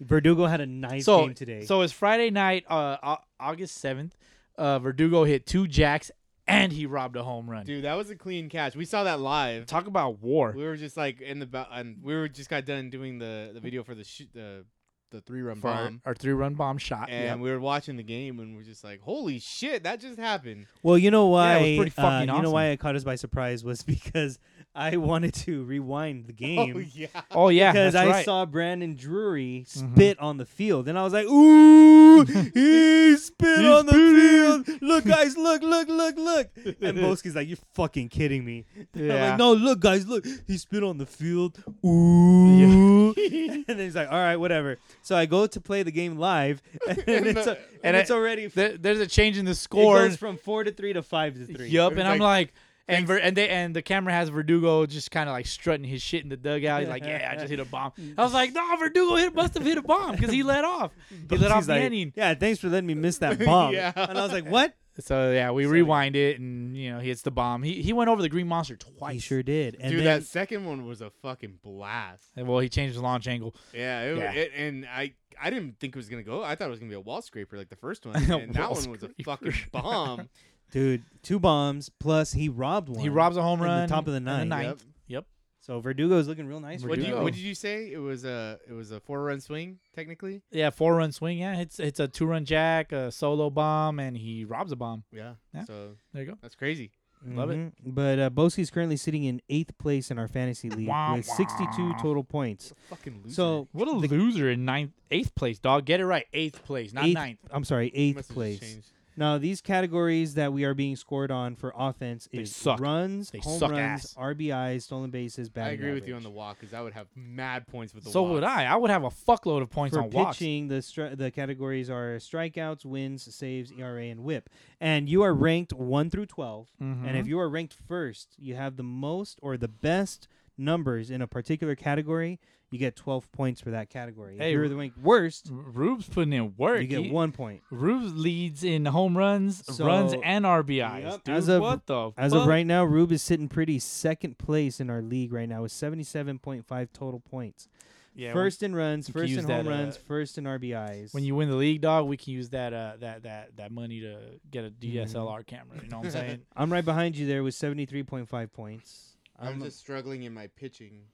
Speaker 3: Verdugo had a nice
Speaker 2: so
Speaker 3: game today.
Speaker 2: so it's Friday night, uh, Au- August seventh. Uh, Verdugo hit two jacks and he robbed a home run.
Speaker 4: Dude, that was a clean catch. We saw that live.
Speaker 2: Talk about war.
Speaker 4: We were just like in the ba- and we were just got done doing the, the video for the sh- the the three run
Speaker 2: for our,
Speaker 4: bomb,
Speaker 2: our three run bomb shot.
Speaker 4: and
Speaker 2: Yep.
Speaker 4: we were watching the game and we're just like, holy shit, that just happened.
Speaker 3: well, you know why?
Speaker 2: Yeah, it was pretty
Speaker 3: uh,
Speaker 2: fucking
Speaker 3: You know
Speaker 2: awesome.
Speaker 3: why I caught us by surprise was because I wanted to rewind the game.
Speaker 4: Oh yeah.
Speaker 2: Oh yeah,
Speaker 3: Because
Speaker 2: that's
Speaker 3: I
Speaker 2: right. Mm-hmm.
Speaker 3: saw Brandon Drury spit on the field, and I was like, "Ooh, he spit
Speaker 2: He
Speaker 3: on the field! Look, guys, look, look, look, look!" And Boski's like, "You're fucking kidding me!" I'm
Speaker 2: Yeah.
Speaker 3: like, "No, look, guys, look, he spit on the field! Ooh!" and then he's like, "All right, whatever." So I go to play the game live, and, it's, a- and
Speaker 2: I-
Speaker 3: it's already f-
Speaker 2: There- there's a change in the
Speaker 3: it
Speaker 2: score.
Speaker 3: goes from four to three to five to three.
Speaker 2: Yup,
Speaker 4: It's
Speaker 2: and I'm like, and Ver, and they and the camera has Verdugo just kind of like strutting his shit in the dugout. He's like, yeah, I just hit a bomb. I was like, no, Verdugo hit, must have hit a bomb because he let off. He let off
Speaker 3: Boski's
Speaker 2: the
Speaker 3: like,
Speaker 2: inning.
Speaker 3: Yeah, thanks for letting me miss that bomb.
Speaker 4: Yeah.
Speaker 3: And I was like, "What?"
Speaker 2: So yeah, we rewind it, and you know, he hits the bomb. He he went over the Green Monster twice.
Speaker 3: He sure did. And
Speaker 4: Dude,
Speaker 3: then,
Speaker 4: that second one was a fucking blast.
Speaker 2: And, well, he changed the launch angle.
Speaker 4: Yeah, it,
Speaker 2: Yeah.
Speaker 4: It, and I I didn't think it was gonna go. I thought it was gonna be a wall scraper like the first one, and that
Speaker 2: Wall
Speaker 4: one was a
Speaker 2: scraper.
Speaker 4: fucking bomb.
Speaker 3: Dude, two bombs plus he robbed one.
Speaker 2: He robs a home
Speaker 3: in the
Speaker 2: run.
Speaker 3: top of the
Speaker 2: in
Speaker 3: ninth.
Speaker 4: yep.
Speaker 2: ninth. Yep.
Speaker 3: So Verdugo's looking real nice.
Speaker 4: What
Speaker 3: right
Speaker 4: did you
Speaker 2: Verdugo.
Speaker 3: now.
Speaker 4: What did you say? It was a it was a four run swing technically.
Speaker 2: Yeah, four run swing. Yeah, it's it's a two run jack, a solo bomb, and he robs a bomb.
Speaker 4: Yeah.
Speaker 2: Yeah.
Speaker 4: So
Speaker 2: There you go.
Speaker 4: that's crazy.
Speaker 2: Love it.
Speaker 3: Mhm. But uh, Boski's currently sitting in eighth place in our fantasy league
Speaker 2: Wah,
Speaker 3: with
Speaker 2: wah.
Speaker 3: 62 total points.
Speaker 4: Fucking loser.
Speaker 3: So
Speaker 2: What a loser in ninth, eighth place, dog. Get it right, eighth place, not
Speaker 3: eighth,
Speaker 2: ninth.
Speaker 3: I'm sorry,
Speaker 4: Must
Speaker 3: eighth
Speaker 4: have just
Speaker 3: place.
Speaker 4: changed.
Speaker 3: Now, these categories that we are being scored on for offense
Speaker 2: They
Speaker 3: is
Speaker 2: suck.
Speaker 3: runs,
Speaker 2: They
Speaker 3: home
Speaker 2: suck
Speaker 3: runs,
Speaker 2: ass.
Speaker 3: RBIs, stolen bases,
Speaker 4: I
Speaker 3: batting.
Speaker 4: agree with you on
Speaker 3: average.
Speaker 4: the walk because I would have mad points with the
Speaker 2: So
Speaker 4: walk.
Speaker 2: would I. I would have a fuckload of points
Speaker 3: For
Speaker 2: on walks.
Speaker 3: pitching, the stri- the categories are strikeouts, wins, saves, ERA, and WHIP. And you are ranked one through 12 And
Speaker 2: Mm-hmm.
Speaker 3: if you are ranked first, you have the most or the best numbers in a particular category. You get twelve points for that category.
Speaker 2: Hey,
Speaker 3: if you're the ranked worst,
Speaker 2: R- Rube's putting in work.
Speaker 3: Mm. you get
Speaker 2: He-
Speaker 3: one point.
Speaker 2: Rube leads in home runs,
Speaker 3: So-
Speaker 2: runs, and RBIs.
Speaker 3: Yep.
Speaker 2: Dude,
Speaker 3: As of-
Speaker 2: what the
Speaker 3: As
Speaker 2: fuck?
Speaker 3: of right now, Rube is sitting pretty second place in our league right now with seventy-seven point five total points.
Speaker 2: yeah, when-
Speaker 3: first in runs,
Speaker 2: we could
Speaker 3: first
Speaker 2: use
Speaker 3: in
Speaker 2: that,
Speaker 3: home runs,
Speaker 2: uh,
Speaker 3: first in RBIs.
Speaker 2: when you win the league, dog, we can use that uh, that that that money to get a
Speaker 3: Mm-hmm.
Speaker 2: DSLR camera. You know what I'm saying?
Speaker 3: I'm right behind you there with seventy-three point five points.
Speaker 4: I'm just struggling in my pitching.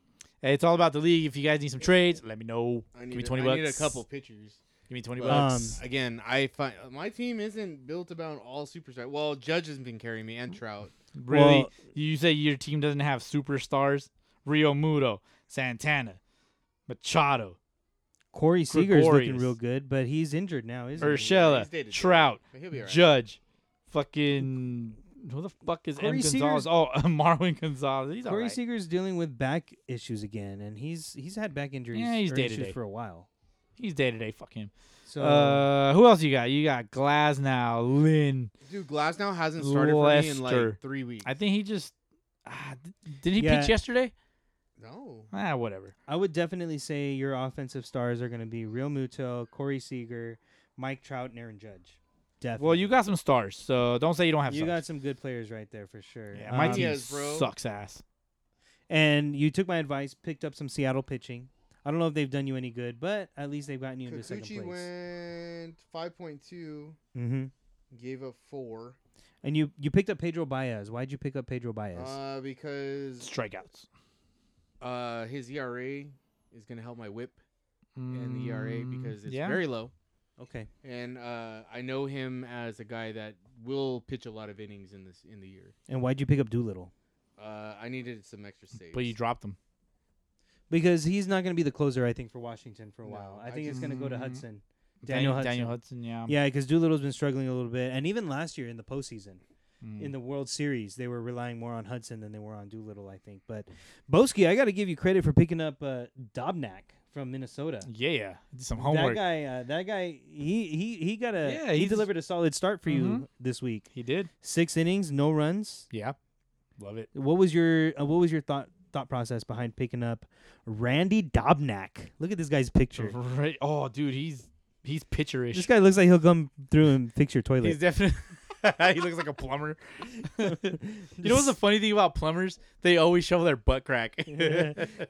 Speaker 2: hey, it's all about the league. If you guys need some trades, let me know.
Speaker 4: I
Speaker 2: Give
Speaker 4: need,
Speaker 2: me
Speaker 4: a-
Speaker 2: twenty
Speaker 4: I
Speaker 2: bucks.
Speaker 4: need a couple pitchers.
Speaker 2: Give me
Speaker 3: Um,
Speaker 2: twenty
Speaker 4: But
Speaker 2: bucks.
Speaker 4: again, I find my team isn't built about all superstars. Well, Judge has been carrying me and Trout.
Speaker 2: really?
Speaker 3: well-
Speaker 2: you say your team doesn't have superstars? Rio Muto, Santana, Machado,
Speaker 3: Corey Seager's looking
Speaker 2: Gregorius. Er,
Speaker 3: real good, but he's injured now, isn't he?
Speaker 4: He's day to
Speaker 2: Urshela,
Speaker 4: day,
Speaker 2: Trout,
Speaker 4: but he'll be all right.
Speaker 2: Judge, fucking. Who the fuck is M.
Speaker 3: Corey
Speaker 2: Gonzalez?
Speaker 3: Seager's-
Speaker 2: Oh, Marwin Gonzalez. He's
Speaker 3: Corey
Speaker 2: alright.
Speaker 3: Seager's dealing with back issues again, and he's he's had back injuries
Speaker 2: Yeah, he's
Speaker 3: or
Speaker 2: day to
Speaker 3: issues
Speaker 2: day.
Speaker 3: for a while.
Speaker 2: He's day to day. Fuck him.
Speaker 3: So
Speaker 2: uh, who else you got? You got Glass now, Lynn.
Speaker 4: Dude, Glasnow hasn't started for me in
Speaker 2: Lester.
Speaker 4: like three weeks.
Speaker 2: I think he just ah, d- did he
Speaker 3: Yeah.
Speaker 2: pitch yesterday?
Speaker 4: no.
Speaker 2: Ah, whatever.
Speaker 3: I would definitely say your offensive stars are going to be Real Muto, Corey Seager, Mike Trout, and Aaron Judge. Definitely.
Speaker 2: Well, you got some stars, so don't say you don't have.
Speaker 3: you
Speaker 2: stars.
Speaker 3: got some good players right there for sure.
Speaker 2: Yeah, my
Speaker 3: Um,
Speaker 2: team
Speaker 4: Yes, bro.
Speaker 2: sucks ass.
Speaker 3: And you took my advice, picked up some Seattle pitching. I don't know if they've done you any good, but at least they've gotten you into second
Speaker 4: Kikuchi
Speaker 3: place.
Speaker 4: went 5.2,
Speaker 3: Mm-hmm.
Speaker 4: gave up four.
Speaker 3: And you you picked up Pedro Baez. Why'd you pick up Pedro Baez?
Speaker 4: Uh, because
Speaker 2: Strikeouts.
Speaker 4: uh, his ERA is going to help my whip and the ERA
Speaker 2: Mm,
Speaker 4: because it's
Speaker 2: yeah.
Speaker 4: very low.
Speaker 3: okay.
Speaker 4: And uh, I know him as a guy that will pitch a lot of innings in this in the year.
Speaker 3: And why'd you pick up Doolittle?
Speaker 4: Uh, I needed some extra saves.
Speaker 2: But you dropped them.
Speaker 3: Because he's not going to be the closer, I think, for Washington for a while.
Speaker 4: No,
Speaker 3: I
Speaker 4: I
Speaker 3: think it's
Speaker 4: just-
Speaker 3: going to go to
Speaker 2: Mm.
Speaker 3: Hudson.
Speaker 2: Daniel,
Speaker 3: Daniel
Speaker 2: Daniel Hudson. Yeah.
Speaker 3: Yeah, because Doolittle's been struggling a little bit, and even last year in the postseason,
Speaker 2: Mm.
Speaker 3: in the World Series, they were relying more on Hudson than they were on Doolittle, I think. But Boski, I got to give you credit for picking up uh, Dobnak from Minnesota.
Speaker 2: yeah, yeah. Did some
Speaker 3: That
Speaker 2: homework.
Speaker 3: guy, uh, that guy, he he he got a
Speaker 2: Yeah,
Speaker 3: he
Speaker 2: he's- Mm-hmm.
Speaker 3: delivered a solid start for you this week.
Speaker 2: he did.
Speaker 3: Six innings, no runs.
Speaker 2: Yeah. Love it.
Speaker 3: What was your uh, what was your thought thought process behind picking up Randy Dobnak? Look at this guy's picture.
Speaker 2: Right. Oh, dude, he's he's pitcherish.
Speaker 3: This guy looks like he'll come through and fix your toilet.
Speaker 2: He's definitely. he looks like a plumber. you know what's the funny thing about plumbers? They always show their butt crack.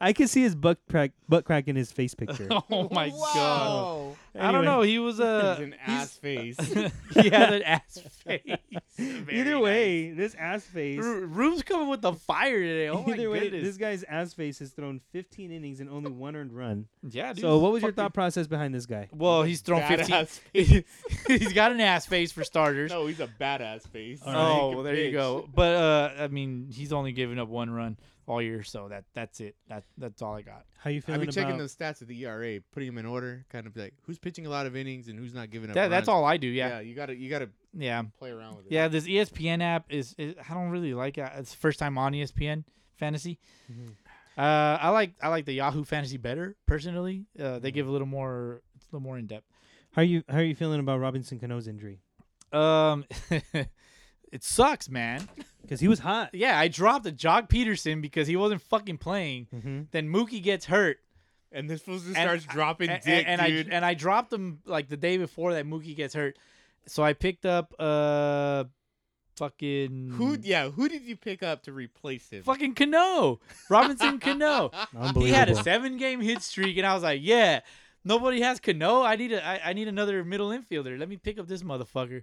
Speaker 3: I can see his butt crack butt crack in his face picture.
Speaker 2: oh my god!
Speaker 4: Wow.
Speaker 2: I don't
Speaker 3: Anyway.
Speaker 2: know. He was
Speaker 4: It's
Speaker 2: a
Speaker 4: an ass face.
Speaker 2: he had an ass face.
Speaker 3: Either way, this ass face.
Speaker 2: Rube's coming with the fire today. Oh
Speaker 3: either
Speaker 2: my
Speaker 3: way,
Speaker 2: goodness!
Speaker 3: this guy's ass face has thrown 15 innings and only one earned run.
Speaker 2: yeah. Dude,
Speaker 3: So, what was your
Speaker 2: fucking-
Speaker 3: thought process behind this guy?
Speaker 2: Well, he's thrown
Speaker 4: Bad
Speaker 2: fifteen.
Speaker 4: ass
Speaker 2: he's got an ass face for starters.
Speaker 4: no, he's a badass face.
Speaker 3: All right.
Speaker 2: oh, well, there you go. But uh, I mean, he's only given up one run all year, so that that's it. That that's all I got.
Speaker 3: How you
Speaker 4: I've
Speaker 3: feeling
Speaker 4: been checking
Speaker 3: about?
Speaker 4: those stats of the ERA, putting them in order, kind of like who's pitching a lot of innings and who's not giving up.
Speaker 2: That, that's
Speaker 4: runs.
Speaker 2: all I do.
Speaker 4: Yeah,
Speaker 2: Yeah,
Speaker 4: you gotta you gotta
Speaker 2: yeah.
Speaker 4: play around with it.
Speaker 2: Yeah, this E ESPN app is, is I don't really like it. It's the first time on E ESPN Fantasy. Uh, I like I like the Yahoo Fantasy better personally. Uh, they give a little more, it's a little more in depth.
Speaker 3: How are you How are you feeling about Robinson Cano's injury?
Speaker 2: Um, it sucks, man.
Speaker 3: Because he was hot.
Speaker 2: Yeah, I dropped a Jog Peterson because he wasn't fucking playing. Then Mookie gets hurt,
Speaker 4: And this fool just
Speaker 2: And
Speaker 4: starts
Speaker 2: I-
Speaker 4: dropping
Speaker 2: and,
Speaker 4: dick,
Speaker 2: and
Speaker 4: dude.
Speaker 2: I and I dropped him like the day before that Mookie gets hurt. So I picked up uh, fucking
Speaker 4: who? Yeah, who did you pick up to replace him?
Speaker 2: fucking Cano, Robinson Cano.
Speaker 3: Unbelievable.
Speaker 2: he had a seven game hit streak, and I was like, yeah, nobody has Cano. I need a, I, I need another middle infielder. Let me pick up this motherfucker.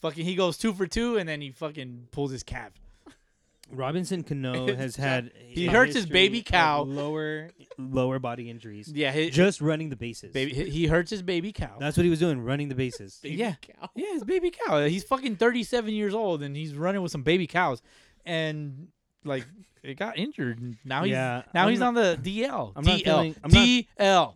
Speaker 2: Fucking, he goes two for two, and then he fucking pulls his calf.
Speaker 3: Robinson Cano has had.
Speaker 2: He hurts his baby cow.
Speaker 3: Lower lower body injuries.
Speaker 2: Yeah, his,
Speaker 3: Just running the bases.
Speaker 2: baby, he- he hurts his baby cow.
Speaker 3: That's what he was doing, running the bases.
Speaker 2: yeah, yeah, his baby cow. He's fucking thirty seven years old, and he's running with some baby cows, and like it got injured. And now he's
Speaker 3: Yeah,
Speaker 2: now
Speaker 3: I'm
Speaker 2: he's
Speaker 3: not-
Speaker 2: on the DL.
Speaker 3: I'm not
Speaker 2: DL.
Speaker 3: feeling- I'm not-
Speaker 2: DL.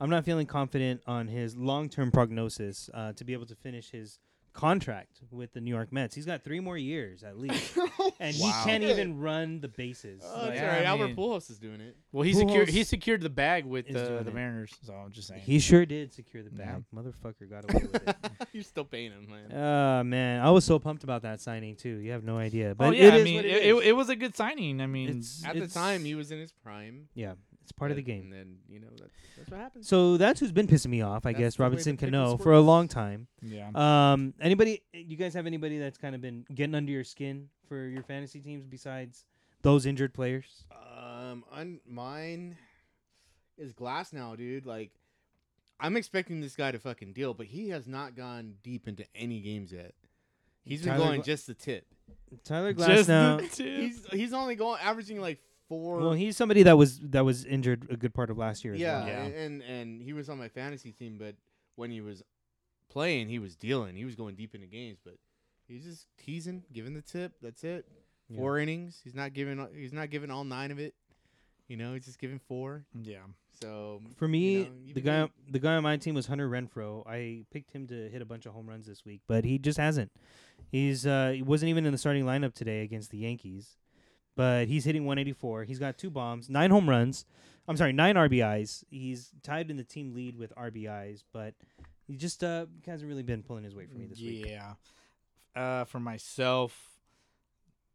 Speaker 3: I'm not feeling confident on his long term prognosis uh, to be able to finish his contract with the New York Mets. He's got three more years at least, and
Speaker 2: Oh, Wow. Uh,
Speaker 3: he can't even run the bases.
Speaker 4: Oh,
Speaker 3: Like,
Speaker 4: that's
Speaker 2: Yeah,
Speaker 4: all right.
Speaker 2: I
Speaker 4: Albert
Speaker 2: mean-
Speaker 4: Pujols is doing it.
Speaker 2: Well, he
Speaker 3: Who
Speaker 2: secured
Speaker 3: else
Speaker 2: he secured the bag with
Speaker 3: is
Speaker 2: the
Speaker 3: doing
Speaker 2: the
Speaker 3: it?
Speaker 2: Mariners. So I'm just saying.
Speaker 3: He sure did secure the
Speaker 2: Yeah.
Speaker 3: bag. Motherfucker got away with it.
Speaker 4: You're still paying him, man.
Speaker 3: Oh man, I was so pumped about that signing too. You have no idea, but
Speaker 2: oh yeah,
Speaker 3: it
Speaker 2: I
Speaker 3: is
Speaker 2: mean
Speaker 3: what
Speaker 2: it,
Speaker 3: it
Speaker 2: it,
Speaker 3: is.
Speaker 2: it was a good signing. I mean,
Speaker 3: It's-
Speaker 4: At the time, he was in his prime.
Speaker 3: yeah, it's part of the
Speaker 4: and- And
Speaker 3: game.
Speaker 4: then you know that's, that's what happens.
Speaker 3: So that's who's been pissing me off, I
Speaker 4: That's
Speaker 3: guess.
Speaker 4: the way
Speaker 3: Robinson
Speaker 4: the pickle
Speaker 3: Cano for a
Speaker 4: squirts.
Speaker 3: long time.
Speaker 2: yeah.
Speaker 4: Mm-hmm.
Speaker 3: Um, anybody? You guys have anybody that's kind of been getting under your skin for your fantasy teams besides those injured players?
Speaker 4: Um, on mine is glass now, dude. Like, I'm expecting this guy to fucking deal, but he has not gone deep into any games yet. He's been
Speaker 3: Tyler
Speaker 4: going
Speaker 3: Gla-
Speaker 4: just the tip.
Speaker 3: Tyler Glass
Speaker 2: Just
Speaker 3: now.
Speaker 2: the tip.
Speaker 4: He's he's only going averaging like four.
Speaker 3: Well, he's somebody that was that was injured a good part of last year. as
Speaker 4: yeah,
Speaker 3: well.
Speaker 2: Yeah.
Speaker 4: and and he was on my fantasy team, but when he was playing, he was dealing. He was going deep into games, but he's just teasing, giving the tip. That's it.
Speaker 3: Yeah.
Speaker 4: Four innings. He's not giving. He's not giving all nine of it. You know, he's just giving four.
Speaker 2: yeah.
Speaker 4: So
Speaker 3: For me,
Speaker 4: know, you've
Speaker 3: the
Speaker 4: been
Speaker 3: guy
Speaker 4: doing-
Speaker 3: the guy on my team was Hunter Renfro. I picked him to hit a bunch of home runs this week, but he just hasn't. He's uh, he wasn't even in the starting lineup today against the Yankees, but he's hitting 184. He's got two bombs, nine home runs. I'm sorry, nine RBIs. He's tied in the team lead with RBIs, but he just uh, hasn't really been pulling his weight for me this week.
Speaker 2: Yeah. Uh, for myself,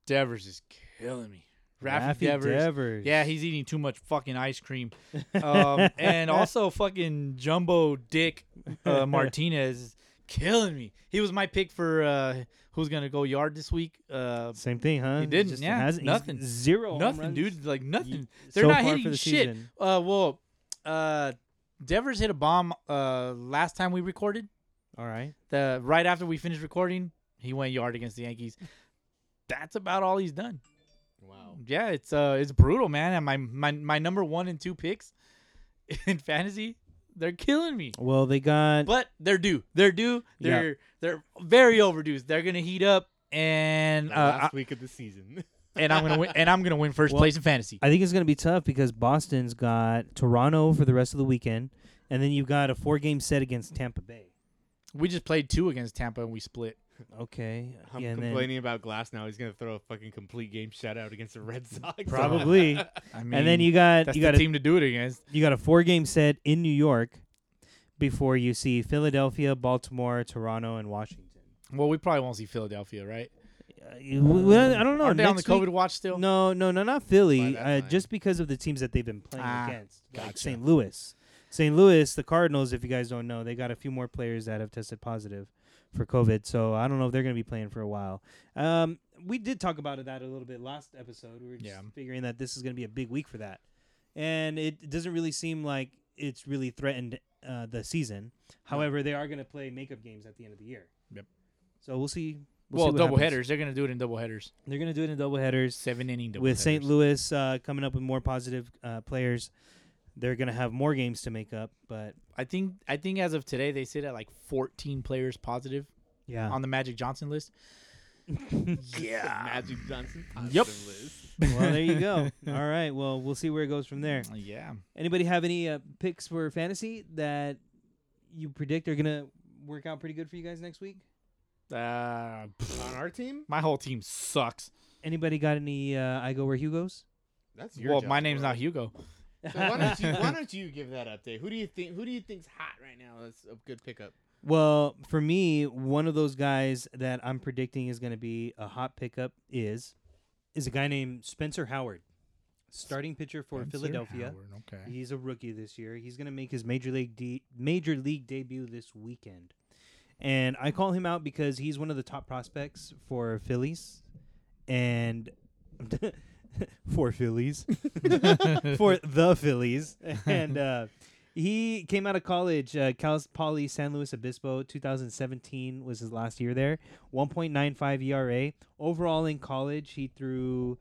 Speaker 2: Devers is killing me. Raffy, Devers.
Speaker 3: Devers.
Speaker 2: Yeah, he's eating too much fucking ice cream. Um, and also fucking Jumbo Dick uh, Martinez is killing me. He was my pick for uh, who's going to go yard this week. Uh,
Speaker 3: Same thing, huh?
Speaker 2: He didn't,
Speaker 3: Just
Speaker 2: yeah,
Speaker 3: hasn't- he's
Speaker 2: nothing.
Speaker 3: Zero.
Speaker 2: nothing,
Speaker 3: home runs.
Speaker 2: dude. Like nothing. They're
Speaker 3: so
Speaker 2: not
Speaker 3: far
Speaker 2: hitting
Speaker 3: for the
Speaker 2: shit.
Speaker 3: season.
Speaker 2: Uh, well, uh, Devers hit a bomb uh, last time we recorded.
Speaker 3: All right.
Speaker 2: The right after we finished recording, he went yard against the Yankees. That's about all he's done.
Speaker 4: Wow.
Speaker 2: Yeah, it's uh, it's brutal, man. And my my my number one and two picks in fantasy, they're killing me.
Speaker 3: Well, they got
Speaker 2: But they're due. They're due.
Speaker 3: Yeah.
Speaker 2: They're they're very overdue. They're gonna heat up, and
Speaker 4: The
Speaker 2: uh,
Speaker 4: last week of the season.
Speaker 2: I- and I'm gonna win. And I'm gonna win first
Speaker 3: Well,
Speaker 2: place in fantasy.
Speaker 3: I think it's going to be tough because Boston's got Toronto for the rest of the weekend, and then you've got a four game set against Tampa Bay.
Speaker 2: we just played two against Tampa, and we split.
Speaker 3: Okay.
Speaker 4: I'm
Speaker 3: yeah, and then-
Speaker 4: complaining about Glass now. He's gonna throw a fucking complete game shutout against the Red Sox.
Speaker 3: probably.
Speaker 2: I mean,
Speaker 3: and then you got
Speaker 2: that's
Speaker 3: you
Speaker 2: the
Speaker 3: got a,
Speaker 2: team to do it against.
Speaker 3: you got a four game set in New York before you see Philadelphia, Baltimore, Toronto, and Washington.
Speaker 2: Well, we probably won't see Philadelphia, right?
Speaker 3: Uh, w- well, I don't know.
Speaker 2: Aren't they on the
Speaker 3: next week-
Speaker 2: COVID watch still?
Speaker 3: No, no, no, not
Speaker 4: By
Speaker 3: Philly.
Speaker 4: that
Speaker 3: Uh,
Speaker 4: time.
Speaker 3: just because of the teams that they've been playing
Speaker 2: Ah,
Speaker 3: against, like
Speaker 2: gotcha.
Speaker 3: St. Louis. St. Louis, the Cardinals. If you guys don't know, they got a few more players that have tested positive for COVID. So I don't know if they're going to be playing for a while. Um, we did talk about that a little bit last episode. We were just
Speaker 2: Yeah.
Speaker 3: figuring that this is going to be a big week for that, and it doesn't really seem like it's really threatened uh, the season. However, they are going to play makeup games at the end of the year.
Speaker 2: Yep.
Speaker 3: So we'll see.
Speaker 2: Well,
Speaker 3: see what
Speaker 2: double
Speaker 3: happens.
Speaker 2: headers. They're gonna do it in double headers.
Speaker 3: They're going to do it in double headers
Speaker 2: Seven inning double
Speaker 3: with St. Louis uh, coming up with more positive uh, players, they're going to have more games to make up. But
Speaker 2: I think I think as of today they sit at like 14 players positive
Speaker 3: yeah,
Speaker 2: on the Magic Johnson list. yeah.
Speaker 4: Magic Johnson.
Speaker 2: Yep.
Speaker 4: Awesome list.
Speaker 3: well, there you go. All right. Well, we'll see where it goes from there.
Speaker 2: Yeah.
Speaker 3: Anybody have any uh, picks for fantasy that you predict are going to work out pretty good for you guys next week?
Speaker 2: Uh, pff,
Speaker 4: On our team,
Speaker 2: my whole team sucks.
Speaker 3: Anybody got any uh, I go where Hugh goes?
Speaker 4: that's your
Speaker 2: Well,
Speaker 4: job,
Speaker 2: my name's
Speaker 4: bro.
Speaker 2: not Hugo.
Speaker 4: So why don't you why don't you give that update? Who do you think who do you think's hot right now? That's a good pickup.
Speaker 3: Well, for me, one of those guys that I'm predicting is going to be a hot pickup is is a guy named Spencer Howard, starting pitcher for Philadelphia.
Speaker 2: Okay.
Speaker 3: He's a rookie this year. He's going to make his major league de- major league debut this weekend. And I call him out because he's one of the top prospects for Phillies and for Phillies. for the Phillies. And uh he came out of college, uh, Cal Poly San Luis Obispo, 2017 was his last year there. 1.95 ERA. E Overall in college, he threw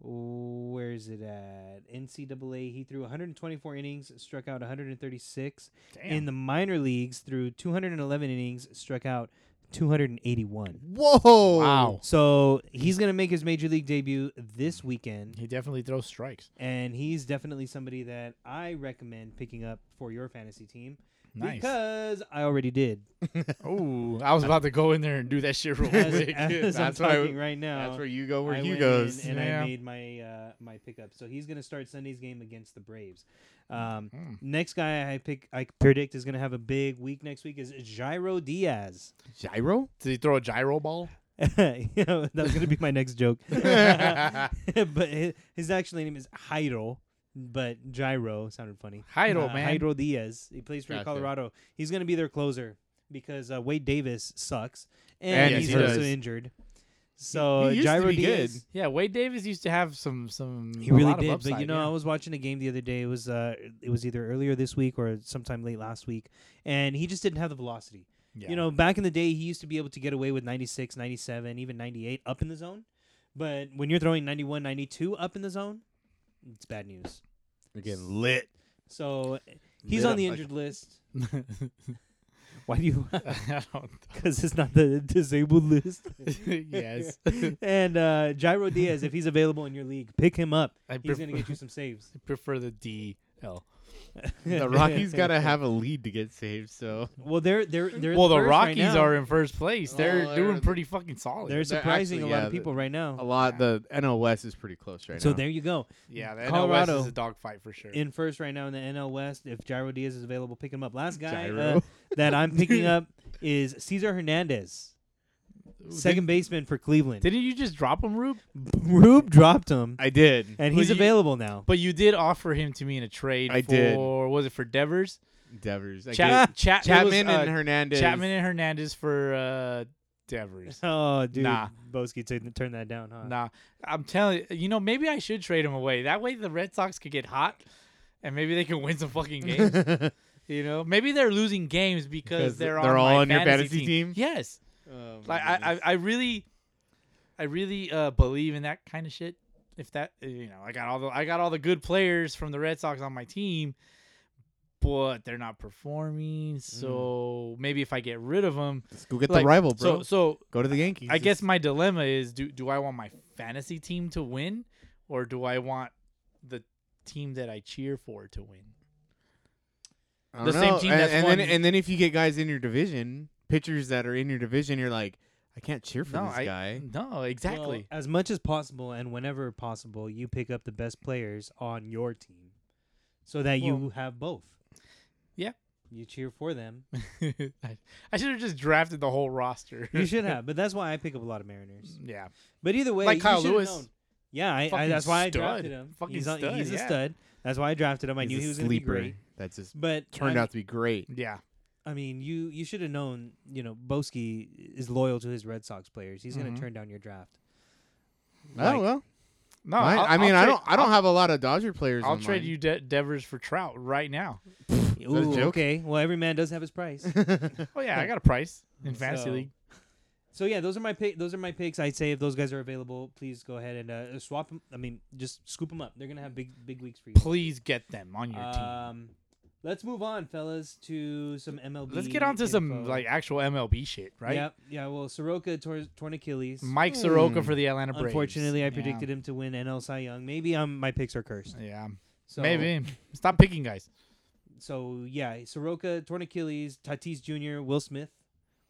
Speaker 3: where is it at? NCAA. He threw 124 innings, struck out 136. In the minor leagues, through 211 innings, struck out 281. Oh.
Speaker 4: Whoa.
Speaker 2: Wow.
Speaker 3: So he's gonna make his major league debut this weekend,
Speaker 2: He definitely throws strikes.
Speaker 3: and he's definitely somebody that I recommend picking up for your fantasy team.
Speaker 2: Nice.
Speaker 3: because I already did.
Speaker 2: Oh, I was about to go in there and do that shit real
Speaker 3: As,
Speaker 2: quick.
Speaker 3: as I'm
Speaker 4: That's why-
Speaker 3: talking right
Speaker 2: Uh,
Speaker 3: now,
Speaker 4: That's where you go where
Speaker 3: I
Speaker 4: you
Speaker 3: went
Speaker 4: goes.
Speaker 3: in and
Speaker 2: Yeah.
Speaker 3: I made my uh, my pickup. So he's gonna start Sunday's game against the Braves. Um,
Speaker 2: Mm.
Speaker 3: Next guy I pick, I predict is gonna have a big week next week is Gyro Diaz.
Speaker 4: Gyro?
Speaker 2: Did he throw a gyro ball?
Speaker 3: you know, that was gonna be my next joke. but his, his actual name is Jairo, but Gyro sounded funny. Uh,
Speaker 2: Jairo, man.
Speaker 3: Jairo Diaz. He plays for
Speaker 4: Gotcha.
Speaker 3: Colorado. He's gonna be their closer because uh, Wade Davis sucks
Speaker 2: And
Speaker 3: and,
Speaker 2: yes,
Speaker 3: he's
Speaker 2: he
Speaker 3: also
Speaker 2: does.
Speaker 3: injured. So
Speaker 4: he used to
Speaker 3: Gyro
Speaker 4: be good.
Speaker 3: Diaz.
Speaker 2: Yeah, Wade Davis used to have some some.
Speaker 3: He
Speaker 2: a
Speaker 3: really
Speaker 2: lot of
Speaker 3: did,
Speaker 2: upside,
Speaker 3: but you know,
Speaker 2: yeah.
Speaker 3: I was watching a game the other day. It was uh, it was either earlier this week or sometime late last week, and he just didn't have the velocity.
Speaker 2: Yeah.
Speaker 3: You know, back in the day, he used to be able to get away with 96, 97, even 98 up in the zone, but when you're throwing 91, 92 up in the zone, it's bad news.
Speaker 4: You're getting lit.
Speaker 3: So eh, he's
Speaker 4: Lit
Speaker 3: on
Speaker 4: up
Speaker 3: the
Speaker 4: like-
Speaker 3: injured list. Why do you?
Speaker 2: I don't.
Speaker 3: Because it's not the disabled list.
Speaker 2: yes,
Speaker 3: and uh, Gyro Diaz, if he's available in your league, pick him up.
Speaker 2: I
Speaker 3: He's gonna
Speaker 2: prefer-
Speaker 3: get you some saves.
Speaker 2: I prefer the D L.
Speaker 4: The Rockies got to have a lead to get saved, so.
Speaker 3: Well, they're they're they're
Speaker 2: Well, the
Speaker 3: first right
Speaker 2: Rockies
Speaker 3: now.
Speaker 2: are in first place. They're
Speaker 4: Oh,
Speaker 2: doing
Speaker 4: they're-
Speaker 2: pretty fucking solid.
Speaker 3: They're surprising
Speaker 4: actually-
Speaker 3: a lot
Speaker 4: yeah,
Speaker 3: of people right now.
Speaker 4: A lot. The NL West is pretty close right
Speaker 3: so
Speaker 4: now.
Speaker 3: there you go.
Speaker 2: yeah, the NL West
Speaker 3: Colorado
Speaker 2: is a dogfight for sure.
Speaker 3: In first right now in the NL West, if Gyro Diaz is available, pick him up. Last guy
Speaker 4: Gyro.
Speaker 3: uh, that I'm picking up is Cesar Hernandez, second baseman for Cleveland.
Speaker 2: Didn't you just drop him, Rube?
Speaker 3: Rube dropped him,
Speaker 4: I did.
Speaker 3: and
Speaker 2: Well,
Speaker 3: he's
Speaker 2: you-
Speaker 3: available now.
Speaker 2: But you did offer him to me in a trade.
Speaker 4: I
Speaker 2: for,
Speaker 4: did.
Speaker 2: Was it for Devers?
Speaker 4: Devers. I
Speaker 2: Chap-
Speaker 4: did.
Speaker 2: Chap- it was,
Speaker 4: Chapman and
Speaker 2: uh,
Speaker 4: Hernandez.
Speaker 2: Chapman and Hernandez for uh, Devers.
Speaker 3: Oh, dude,
Speaker 2: Nah.
Speaker 3: Boski t- turned that down, huh?
Speaker 2: Nah, I'm telling you, you know, maybe I should trade him away. That way the Red Sox could get hot and maybe they can win some fucking games. you know, maybe they're losing games because
Speaker 4: Because
Speaker 2: they're, on
Speaker 4: they're all
Speaker 2: my
Speaker 4: on your fantasy team?
Speaker 2: Yes.
Speaker 4: Oh, my
Speaker 2: Like I, I,
Speaker 4: goodness.
Speaker 2: I really I really uh, believe in that kind of shit. If that uh, you know, I got all the I got all the good players from the Red Sox on my team, but they're not
Speaker 4: Mm.
Speaker 2: performing. So maybe if I get rid of them,
Speaker 4: Let's go get
Speaker 2: like,
Speaker 4: the rival, Oh, bro.
Speaker 2: So so
Speaker 4: go to the Yankees.
Speaker 2: I guess my dilemma is do do I want my fantasy team to win or do I want the team that I cheer for to win?
Speaker 4: I don't
Speaker 2: the same
Speaker 4: know.
Speaker 2: team
Speaker 4: and,
Speaker 2: that's
Speaker 4: and
Speaker 2: won-
Speaker 4: Then, and then if you get guys in your division, pitchers that are in your division, you're like, I can't cheer for
Speaker 2: No,
Speaker 4: this
Speaker 2: I-
Speaker 4: guy.
Speaker 2: No, exactly.
Speaker 3: Well, as much as possible and whenever possible, you pick up the best players on your team so that you
Speaker 2: Well-
Speaker 3: have both.
Speaker 2: Yeah.
Speaker 3: You cheer for them.
Speaker 2: I, I should have just drafted the whole roster.
Speaker 3: You should have, but that's why I pick up a lot of Mariners.
Speaker 2: yeah.
Speaker 3: But either way,
Speaker 2: Like
Speaker 3: you
Speaker 2: Kyle
Speaker 3: should've
Speaker 2: Lewis.
Speaker 3: known. Yeah, I, I,
Speaker 2: Fucking
Speaker 3: that's why
Speaker 2: stud.
Speaker 3: I drafted him.
Speaker 2: Fucking
Speaker 3: he's a,
Speaker 2: stud,
Speaker 3: he's
Speaker 2: yeah.
Speaker 3: a stud. That's why I drafted him. I
Speaker 4: He's
Speaker 3: knew
Speaker 4: a
Speaker 3: he was going to be
Speaker 4: sleeper.
Speaker 3: great.
Speaker 4: That just
Speaker 3: But
Speaker 4: turned
Speaker 3: I,
Speaker 4: out to be great.
Speaker 2: Yeah.
Speaker 3: I mean, you you should have known. You know, Boski is loyal to his Red Sox players. He's going
Speaker 2: Mhm.
Speaker 3: to turn down your draft.
Speaker 4: oh
Speaker 3: Like,
Speaker 4: well.
Speaker 2: No,
Speaker 4: Mine-
Speaker 2: oh, I'll-
Speaker 4: I mean,
Speaker 2: I'll
Speaker 4: I
Speaker 2: trade-
Speaker 4: don't. I don't have a lot of Dodger players.
Speaker 2: I'll, I'll
Speaker 4: on
Speaker 2: trade
Speaker 4: mine.
Speaker 2: you De- Devers for Trout right now.
Speaker 4: a
Speaker 3: Ooh,
Speaker 4: joke?
Speaker 3: okay. Well, every man does have his price.
Speaker 2: Oh yeah, I got a price in fantasy
Speaker 3: So-
Speaker 2: league.
Speaker 3: So yeah, those are my pick. Those are my picks. I'd say if those guys are available, please go ahead and uh, swap them. I mean, just scoop them up. They're gonna have big, big weeks for you.
Speaker 2: Please get them on your team.
Speaker 3: Um, let's move on, fellas, to some MLB.
Speaker 2: Let's get on to some
Speaker 3: info.
Speaker 2: like actual MLB shit, right?
Speaker 3: Yep. Yeah. Well, Soroka tore, torn Achilles.
Speaker 2: Mike Soroka
Speaker 4: Hmm.
Speaker 2: for the Atlanta Braves.
Speaker 3: Unfortunately, I
Speaker 2: Yeah.
Speaker 3: predicted him to win NL Cy Young. Maybe um, my picks are cursed.
Speaker 2: Yeah.
Speaker 3: So,
Speaker 2: Maybe. Stop picking guys.
Speaker 3: So yeah, Soroka torn Achilles. Tatis Jr. Will Smith.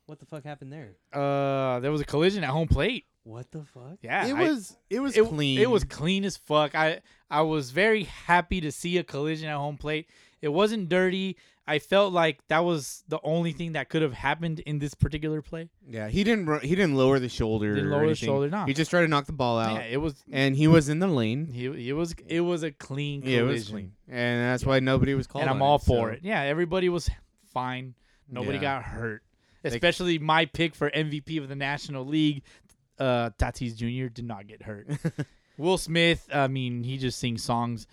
Speaker 3: What the fuck happened there?
Speaker 2: Uh, there was a collision at home plate.
Speaker 3: What the fuck?
Speaker 2: Yeah,
Speaker 4: It
Speaker 2: I-
Speaker 4: was. It was
Speaker 2: it,
Speaker 4: clean.
Speaker 2: It was clean as fuck. I I was very happy to see a collision at home plate. It wasn't dirty. I felt like that was the only thing that could have happened in this particular play.
Speaker 4: Yeah, he didn't. ru- He didn't lower the shoulder.
Speaker 2: Didn't
Speaker 4: or
Speaker 2: lower the
Speaker 4: anything.
Speaker 2: shoulder, nah.
Speaker 4: He just tried to knock the ball out,
Speaker 2: Yeah, it was.
Speaker 4: and he was in the lane.
Speaker 2: He, it was it was a clean
Speaker 4: Yeah, it
Speaker 2: collision,
Speaker 4: was clean, and that's why nobody was called.
Speaker 2: and
Speaker 4: on
Speaker 2: I'm all
Speaker 4: it,
Speaker 2: for
Speaker 4: so-
Speaker 2: it. Yeah, everybody was fine. Nobody
Speaker 4: Yeah.
Speaker 2: got hurt. Especially my pick for MVP of the National League, uh, Tatis Jr. did not get hurt. Will Smith, I mean, he just sings songs.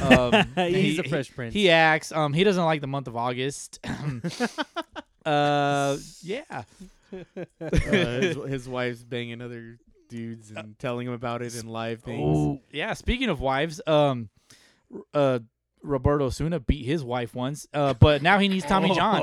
Speaker 2: Um,
Speaker 3: He's
Speaker 2: he-
Speaker 3: a Fresh Prince.
Speaker 2: He acts. Um, he doesn't like the month of August. uh, yeah.
Speaker 4: Uh, his, his wife's banging other dudes and telling him about it in live things.
Speaker 2: Oh, yeah. Speaking of wives, um, uh, Roberto Osuna beat his wife once, uh, but now he needs
Speaker 4: Oh.
Speaker 2: Tommy John.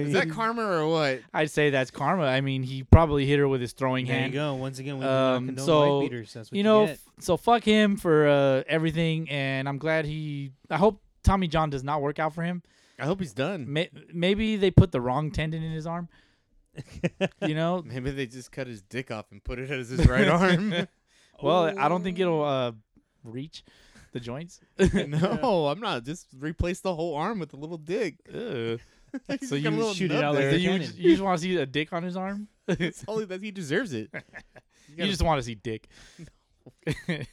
Speaker 4: Is that karma or what?
Speaker 2: I'd say that's karma. I mean, he probably hit her with his throwing
Speaker 3: There you
Speaker 2: hand.
Speaker 3: go. Once again, we
Speaker 2: Um,
Speaker 3: um,
Speaker 2: so,
Speaker 3: condone so, white beaters. That's what
Speaker 2: You, know,
Speaker 3: get.
Speaker 2: f- so fuck him for uh, everything, and I'm glad he. I hope Tommy John does not work out for him.
Speaker 4: I hope he's done.
Speaker 2: May- maybe they put the wrong tendon in his arm. you know,
Speaker 4: Maybe they just cut his dick off and put it as his right arm.
Speaker 2: well, I don't think
Speaker 3: Oh.
Speaker 2: it'll uh, reach the joints.
Speaker 4: no, I'm not. Just replace the whole arm with a little dick.
Speaker 2: Ugh.
Speaker 4: He's
Speaker 3: So
Speaker 4: got a
Speaker 3: you
Speaker 4: little
Speaker 3: shoot it
Speaker 4: nub
Speaker 3: out like
Speaker 4: there.
Speaker 2: So you,
Speaker 3: tendon.
Speaker 2: you just want to see a dick on his arm?
Speaker 4: It's all he- that he deserves it.
Speaker 2: You just want to see dick.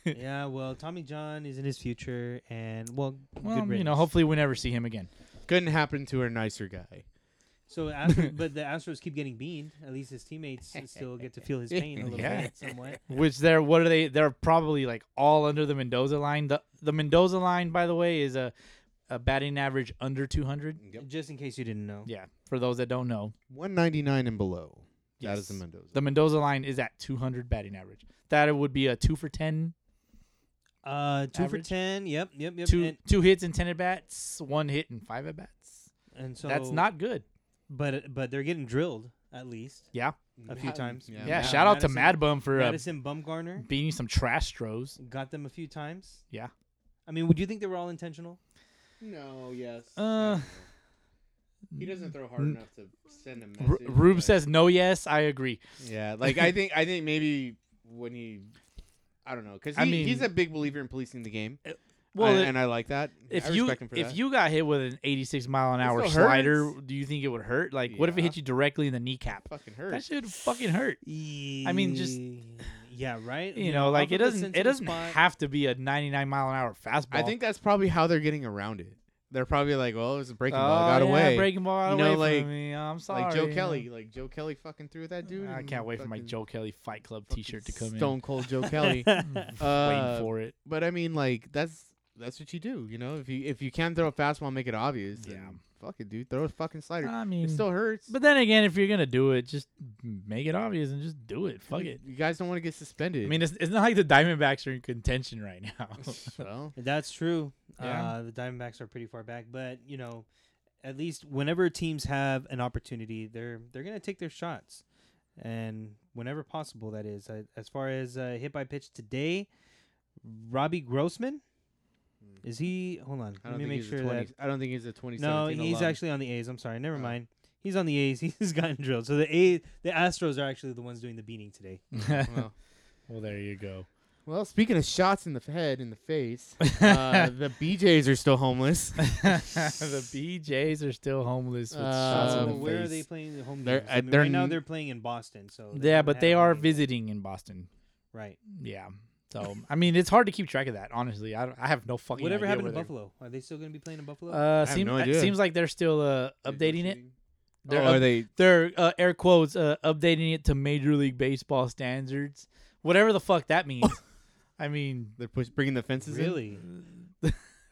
Speaker 3: yeah, well, Tommy John is in his future, and well,
Speaker 2: well,
Speaker 3: good
Speaker 2: you know,
Speaker 3: riddance.
Speaker 2: hopefully we never see him again.
Speaker 4: Couldn't happen to a nicer guy.
Speaker 3: So, Astro, but the Astros keep getting beaned. At least his teammates still get to feel his pain a little
Speaker 4: Yeah.
Speaker 3: bit, somewhat.
Speaker 2: Which they're what are they? They're probably like all under the Mendoza line. The the Mendoza line, by the way, is a a batting average under 200.
Speaker 4: Yep.
Speaker 3: Just in case you didn't know.
Speaker 2: Yeah, for those that don't know,
Speaker 4: 199 and below. That
Speaker 2: Yes.
Speaker 4: is the Mendoza.
Speaker 2: the Mendoza line is at 200 batting average. That would be a two for 10,
Speaker 3: Uh, two
Speaker 2: Average?
Speaker 3: for ten. Yep, yep, yep.
Speaker 2: two
Speaker 3: and,
Speaker 2: two hits and 10 at bats, one hit and five at bats.
Speaker 3: and so
Speaker 2: That's not good.
Speaker 3: But but they're getting drilled at least
Speaker 2: Yeah,
Speaker 3: a few times.
Speaker 4: Yeah.
Speaker 2: yeah.
Speaker 4: Mad-
Speaker 2: shout out to Mad
Speaker 3: Madison-
Speaker 2: Bum for uh,
Speaker 3: Madison Bumgarner
Speaker 2: beating some trash throws.
Speaker 3: got them a few times.
Speaker 2: Yeah.
Speaker 3: I mean, would you think they were all intentional?
Speaker 4: No, yes.
Speaker 2: Uh,
Speaker 4: he doesn't throw hard
Speaker 2: n-
Speaker 4: enough to send a
Speaker 2: R-
Speaker 4: message.
Speaker 2: Rube
Speaker 4: but-
Speaker 2: says no. Yes, I agree.
Speaker 4: Yeah, like I think I think maybe when he, I don't know, because
Speaker 2: I
Speaker 4: he,
Speaker 2: mean-
Speaker 4: he's a big believer in policing the game.
Speaker 2: Well,
Speaker 4: Well,
Speaker 2: it-
Speaker 4: and I like that.
Speaker 2: if
Speaker 4: I
Speaker 2: you
Speaker 4: respect him for
Speaker 2: if
Speaker 4: that.
Speaker 2: you got hit with an 86 mile an hour
Speaker 4: still
Speaker 2: slider,
Speaker 4: hurts.
Speaker 2: do you think it would hurt? Like, what if it
Speaker 4: Yeah.
Speaker 2: hit you directly in the kneecap?
Speaker 4: fucking hurt.
Speaker 2: That should fucking hurt.
Speaker 3: I
Speaker 2: mean, just-
Speaker 3: yeah, right.
Speaker 2: You know, like
Speaker 3: off
Speaker 2: it
Speaker 3: of a
Speaker 2: doesn't it
Speaker 3: sensitive
Speaker 2: doesn't
Speaker 3: spot.
Speaker 2: have to be a 99 mile an hour fastball.
Speaker 4: I think that's probably how they're getting around it. They're probably like, well, it was a breaking ball,
Speaker 2: Oh,
Speaker 4: got
Speaker 2: yeah,
Speaker 4: away.
Speaker 2: breaking ball out
Speaker 4: You know,
Speaker 2: away
Speaker 4: like-
Speaker 2: from me. I'm sorry.
Speaker 4: like Joe
Speaker 2: you know.
Speaker 4: Kelly, like Joe Kelly fucking threw that dude.
Speaker 2: I
Speaker 4: and
Speaker 2: can't wait for my
Speaker 4: fucking-
Speaker 2: Joe Kelly Fight Club
Speaker 4: fucking
Speaker 2: T-shirt to come
Speaker 4: Stone Cold Joe Kelly.
Speaker 2: in.
Speaker 4: Uh,
Speaker 2: Waiting for it.
Speaker 4: But I mean, like that's that's what you do, you know. If you if you can throw a fastball, make it obvious.
Speaker 2: Yeah.
Speaker 4: then Fuck it, dude. Throw a fucking slider.
Speaker 2: I
Speaker 4: it
Speaker 2: mean,
Speaker 4: still hurts.
Speaker 2: but then again, if you're gonna do it, just make it obvious and just do it. Fuck it.
Speaker 4: You guys don't want to get suspended.
Speaker 2: I mean, it's, it's not like the Diamondbacks are in contention right now.
Speaker 4: well,
Speaker 3: That's true.
Speaker 2: Yeah.
Speaker 3: Uh, the Diamondbacks are pretty far back, but you know, at least whenever teams have an opportunity, they're they're gonna take their shots, and whenever possible, that is. Uh, as far as uh, hit by pitch today, Robbie Grossman, is he? Hold on,
Speaker 4: I
Speaker 3: let
Speaker 4: don't
Speaker 3: me
Speaker 4: think
Speaker 3: make
Speaker 4: he's
Speaker 3: sure
Speaker 4: a
Speaker 3: that
Speaker 4: 20, I don't think he's a 2017
Speaker 3: No, he's
Speaker 4: alum.
Speaker 3: actually on the A's. I'm sorry. Never
Speaker 4: Oh.
Speaker 3: mind. He's on the A's. He's gotten drilled. So the A's, the Astros are actually the ones doing the beating today.
Speaker 4: well,
Speaker 2: well, there you go.
Speaker 4: well, speaking of shots in the f- head, in the face, uh, the BJs are still homeless.
Speaker 2: the BJs are still homeless with shots in
Speaker 4: Uh,
Speaker 2: the
Speaker 3: where are
Speaker 2: face.
Speaker 3: they playing the home
Speaker 4: They're-
Speaker 3: games? I
Speaker 4: uh,
Speaker 3: mean,
Speaker 4: they're
Speaker 3: right now
Speaker 4: n-
Speaker 3: they're playing in Boston. So they
Speaker 2: Yeah,
Speaker 3: don't
Speaker 2: but
Speaker 3: have
Speaker 2: they are
Speaker 3: any-
Speaker 2: visiting in Boston.
Speaker 3: Right.
Speaker 2: Yeah. So I mean, it's hard to keep track of that. Honestly, I, don't- I have no fucking.
Speaker 3: Whatever
Speaker 2: idea
Speaker 3: happened
Speaker 2: where
Speaker 3: to
Speaker 2: they're-
Speaker 3: Buffalo? Are they still going to be playing in Buffalo?
Speaker 2: Uh,
Speaker 4: have
Speaker 2: seem,
Speaker 4: no
Speaker 2: uh,
Speaker 4: idea.
Speaker 2: seems like they're still uh, updating it. They're
Speaker 4: Or
Speaker 2: up-
Speaker 4: Oh, are they?
Speaker 2: They're uh, air quotes uh, updating it to Major League Baseball standards, whatever the fuck that means. I mean,
Speaker 4: They're push, bringing the fences
Speaker 3: really?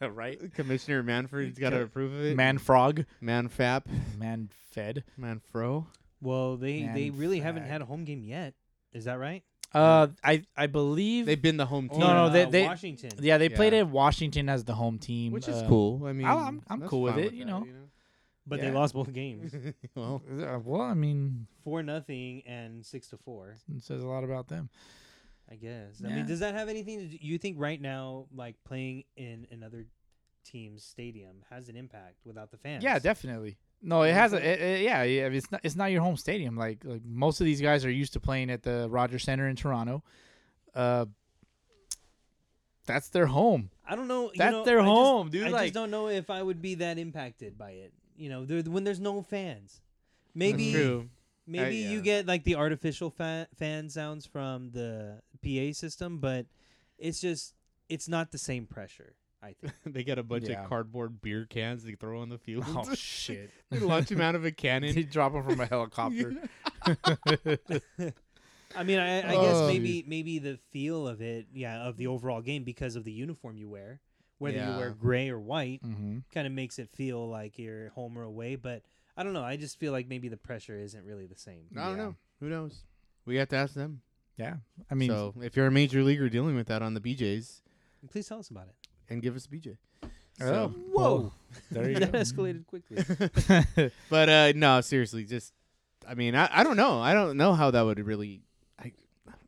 Speaker 2: right?
Speaker 4: in. Commissioner Manfred's got to
Speaker 2: Yeah.
Speaker 4: approve of it.
Speaker 2: Man frog,
Speaker 4: Manfap,
Speaker 2: man fed.
Speaker 4: Manfro.
Speaker 3: Well, they they
Speaker 2: Man,
Speaker 3: really haven't
Speaker 2: frag.
Speaker 3: had a home game yet. Is that right?
Speaker 2: Uh, I I believe
Speaker 4: They've been the home team,
Speaker 2: No, Oh, no,
Speaker 3: uh,
Speaker 2: they- they-
Speaker 3: Washington.
Speaker 2: Yeah, they played
Speaker 4: Yeah.
Speaker 2: at Washington as the home team,
Speaker 4: which is
Speaker 2: uh,
Speaker 4: cool. I mean,
Speaker 2: I'm- I'm
Speaker 4: that's
Speaker 2: cool with
Speaker 4: fine
Speaker 2: it, you know.
Speaker 3: but
Speaker 2: yeah.
Speaker 3: they lost both games,
Speaker 4: well,
Speaker 2: uh, Well, I mean,
Speaker 3: four nothing and six to four.
Speaker 2: it says a lot about them.
Speaker 3: I guess. I mean,
Speaker 2: Yeah.
Speaker 3: does that have anything to do? You think right now, like playing in another team's stadium has an impact without the fans?
Speaker 2: Yeah, definitely. No, it has. A, it, it- yeah, yeah. I mean, It's not. It's not your home stadium. Like, like most of these guys are used to playing at the Rogers Center in Toronto. Uh, that's their home.
Speaker 3: I don't know. you
Speaker 2: That's
Speaker 3: know,
Speaker 2: their
Speaker 3: I just-
Speaker 2: home, dude,
Speaker 3: I
Speaker 2: like-
Speaker 3: just don't know if I would be that impacted by it. You know, there, when there's no fans, maybe maybe
Speaker 4: Uh, yeah.
Speaker 3: you get like the artificial fa- fan sounds from the PA system, but it's just it's not the same pressure. I think.
Speaker 4: they got a bunch
Speaker 2: Yeah.
Speaker 4: of cardboard beer cans they throw on the field.
Speaker 2: Oh shit!
Speaker 4: they launch him out of a
Speaker 2: He
Speaker 4: cannon.
Speaker 2: drop them from a helicopter.
Speaker 3: I mean, I, I guess
Speaker 4: Oh,
Speaker 3: maybe maybe the feel of it, yeah, of the overall game because of the uniform you wear, whether you wear
Speaker 4: Yeah.
Speaker 3: gray or white,
Speaker 2: hmm
Speaker 3: kind of makes it feel like you're home or away. But I don't know. I just feel like maybe the pressure isn't really the same.
Speaker 4: I don't
Speaker 2: Yeah.
Speaker 4: know. Who knows? We have to ask them.
Speaker 2: Yeah, I mean,
Speaker 4: so if you're a major leaguer dealing with that on the BJ's,
Speaker 3: Please tell us about it.
Speaker 4: and give us a BJ.
Speaker 2: oh,
Speaker 4: So,
Speaker 2: whoa! There you
Speaker 3: that
Speaker 2: go.
Speaker 3: escalated quickly.
Speaker 4: but uh, no, seriously, just I mean, I, I don't know. I don't know how that would really. I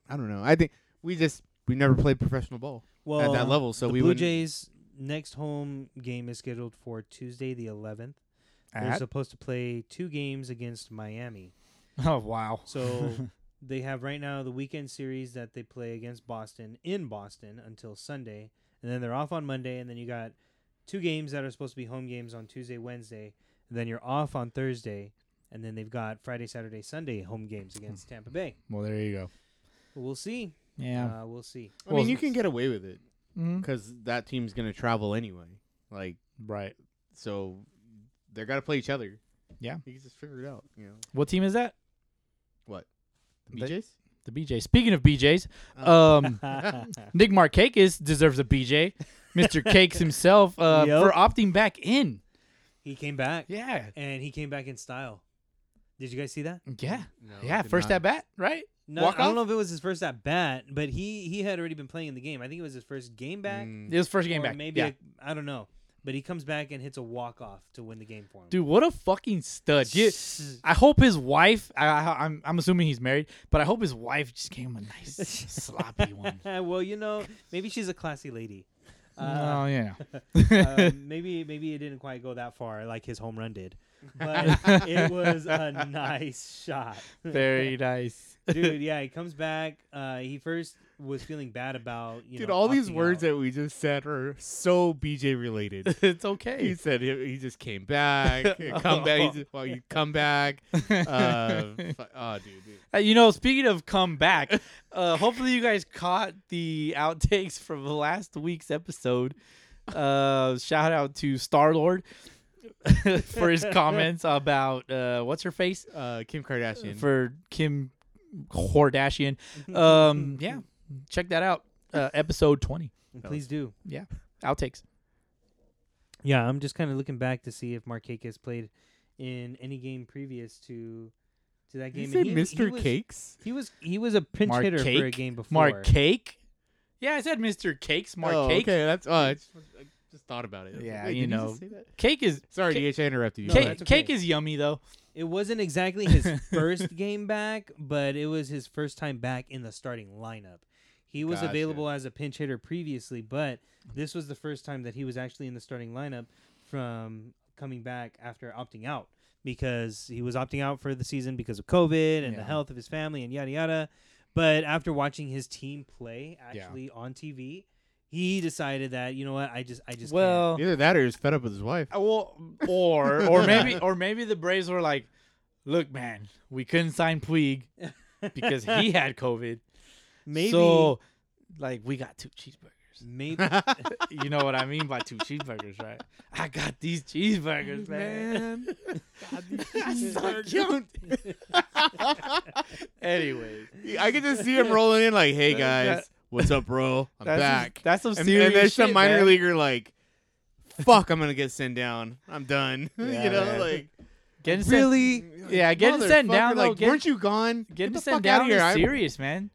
Speaker 4: I don't know. I think we just we never played professional ball
Speaker 3: Well,
Speaker 4: at that level, so
Speaker 3: the
Speaker 4: we
Speaker 3: Blue
Speaker 4: would.
Speaker 3: Jays' next home game is scheduled for Tuesday the 11th
Speaker 2: At-
Speaker 3: They're supposed to play two games against Miami.
Speaker 2: oh wow.
Speaker 3: So they have right now the weekend series that they play against Boston in Boston until Sunday, and then they're off on Monday, and then you got two games that are supposed to be home games on Tuesday, Wednesday, and then you're off on Thursday, and then they've got Friday, Saturday, Sunday home games against Tampa Bay.
Speaker 2: well, there you go.
Speaker 3: We'll see.
Speaker 2: Yeah.
Speaker 3: Uh, we'll see.
Speaker 4: I
Speaker 2: Well,
Speaker 4: mean, you can get away with it
Speaker 2: Mhm.
Speaker 4: because that team's gonna travel anyway. Like,
Speaker 2: Right.
Speaker 4: so they're gotta play each other.
Speaker 2: Yeah.
Speaker 4: you can just figure it out. You know
Speaker 2: What team is that?
Speaker 4: what? The
Speaker 2: They-
Speaker 4: BJ's.
Speaker 2: The BJ. Speaking of BJ's, um, Nick Markakis deserves a BJ. Mr. Cakes himself uh,
Speaker 3: Yep.
Speaker 2: for opting back in.
Speaker 3: he came back,
Speaker 2: Yeah.
Speaker 3: and he came back in style. Did you guys see that?
Speaker 2: Yeah.
Speaker 4: No,
Speaker 2: yeah.
Speaker 4: did
Speaker 2: First
Speaker 4: not.
Speaker 2: at bat, right?
Speaker 3: No,
Speaker 2: Walk
Speaker 3: I don't
Speaker 2: off?
Speaker 3: know if it was his first at bat, but he he had already been playing in the game. I think it was his first game back.
Speaker 4: Mm.
Speaker 2: It was first game
Speaker 3: or
Speaker 2: back.
Speaker 3: Maybe
Speaker 2: yeah.
Speaker 3: I I don't know. But he comes back and hits a walk off to win the game for him.
Speaker 2: Dude, what a fucking stud. Gi- I hope his wife. I, I, I'm I'm assuming he's married, but I hope his wife just gave him a nice sloppy one.
Speaker 3: well, you know, maybe she's a classy lady.
Speaker 2: Oh
Speaker 3: Uh,
Speaker 2: yeah.
Speaker 3: uh, maybe maybe it didn't quite go that far like his home run did, but it was a nice shot,
Speaker 2: Very nice.
Speaker 3: dude. Yeah, he comes back. Uh, he first was feeling bad about you
Speaker 4: Dude,
Speaker 3: know,
Speaker 4: all these
Speaker 3: opting
Speaker 4: words
Speaker 3: out.
Speaker 4: that we just said are so BJ related.
Speaker 2: it's okay.
Speaker 4: he said he, he just came back, come back,
Speaker 2: Oh.
Speaker 4: he just, well, you come back. Uh, fu- oh, dude, dude.
Speaker 2: Uh, You know, speaking of come back, uh, hopefully you guys caught the outtakes from last week's episode. Uh, shout out to Star Lord for his comments about uh, what's her face
Speaker 4: Uh, Kim Kardashian.
Speaker 2: for Kim Kardashian. Um, yeah, check that out. Uh, episode twenty
Speaker 3: Please do.
Speaker 2: outtakes.
Speaker 3: Yeah, I'm just kind of looking back to see if Marquez played in any game previous to to that
Speaker 4: Did
Speaker 3: game.
Speaker 4: you
Speaker 3: and
Speaker 4: say
Speaker 3: he- he
Speaker 4: Mr.
Speaker 3: was-
Speaker 4: Cakes?
Speaker 3: He was he was a pinch
Speaker 2: Mark
Speaker 3: hitter for a
Speaker 2: Cake?
Speaker 3: game before.
Speaker 2: Mark Cake. Yeah, I said Mr. Cakes. Mark
Speaker 4: oh,
Speaker 2: Cake.
Speaker 4: Okay, that's. Oh, I just, I just thought about it. I was
Speaker 2: Yeah,
Speaker 4: wait,
Speaker 2: you
Speaker 4: did he just
Speaker 2: know.
Speaker 4: say that?
Speaker 2: Cake is
Speaker 4: Sorry,
Speaker 2: Cake-
Speaker 4: DH, I interrupted you.
Speaker 3: No,
Speaker 4: Go
Speaker 2: cake,
Speaker 4: ahead.
Speaker 3: that's okay.
Speaker 2: cake is yummy though.
Speaker 3: It wasn't exactly his first game back, but it was his first time back in the starting lineup. He was
Speaker 4: Gotcha.
Speaker 3: available as a pinch hitter previously, but this was the first time that he was actually in the starting lineup from coming back after opting out because he was opting out for the season because of COVID and
Speaker 2: Yeah.
Speaker 3: the health of his family and yada yada. But after watching his team play
Speaker 2: Yeah.
Speaker 3: actually on TV, he decided that you know what I just I just can't.
Speaker 2: well,
Speaker 4: Either that or he's fed up with his wife.
Speaker 2: Uh, Well, or or maybe or maybe the Braves were like, "Look, man, we couldn't sign Puig because he had COVID.
Speaker 3: maybe
Speaker 2: So, like, we got two cheeseburgers.
Speaker 3: maybe
Speaker 2: You know what I mean by two cheeseburgers, right? I got these cheeseburgers, man. Anyways,
Speaker 4: I could just see him rolling in like, hey, guys,
Speaker 2: That-
Speaker 4: what's up, bro? I'm
Speaker 2: that's
Speaker 4: back.
Speaker 2: that's some
Speaker 4: and,
Speaker 2: serious
Speaker 4: and there's
Speaker 2: shit,
Speaker 4: some minor
Speaker 2: man.
Speaker 4: leaguer like, fuck, I'm gonna get sent down. I'm done.
Speaker 2: Yeah,
Speaker 4: you know,
Speaker 2: man.
Speaker 4: like
Speaker 2: Getting sent-
Speaker 4: really,
Speaker 2: Yeah, getting sent
Speaker 4: Motherfucker,
Speaker 2: down, though,
Speaker 4: Like,
Speaker 2: get-
Speaker 4: weren't you gone?
Speaker 2: getting
Speaker 4: Get the
Speaker 2: sent
Speaker 4: fuck outta
Speaker 2: down
Speaker 4: here.
Speaker 2: is
Speaker 4: I-
Speaker 2: serious, man.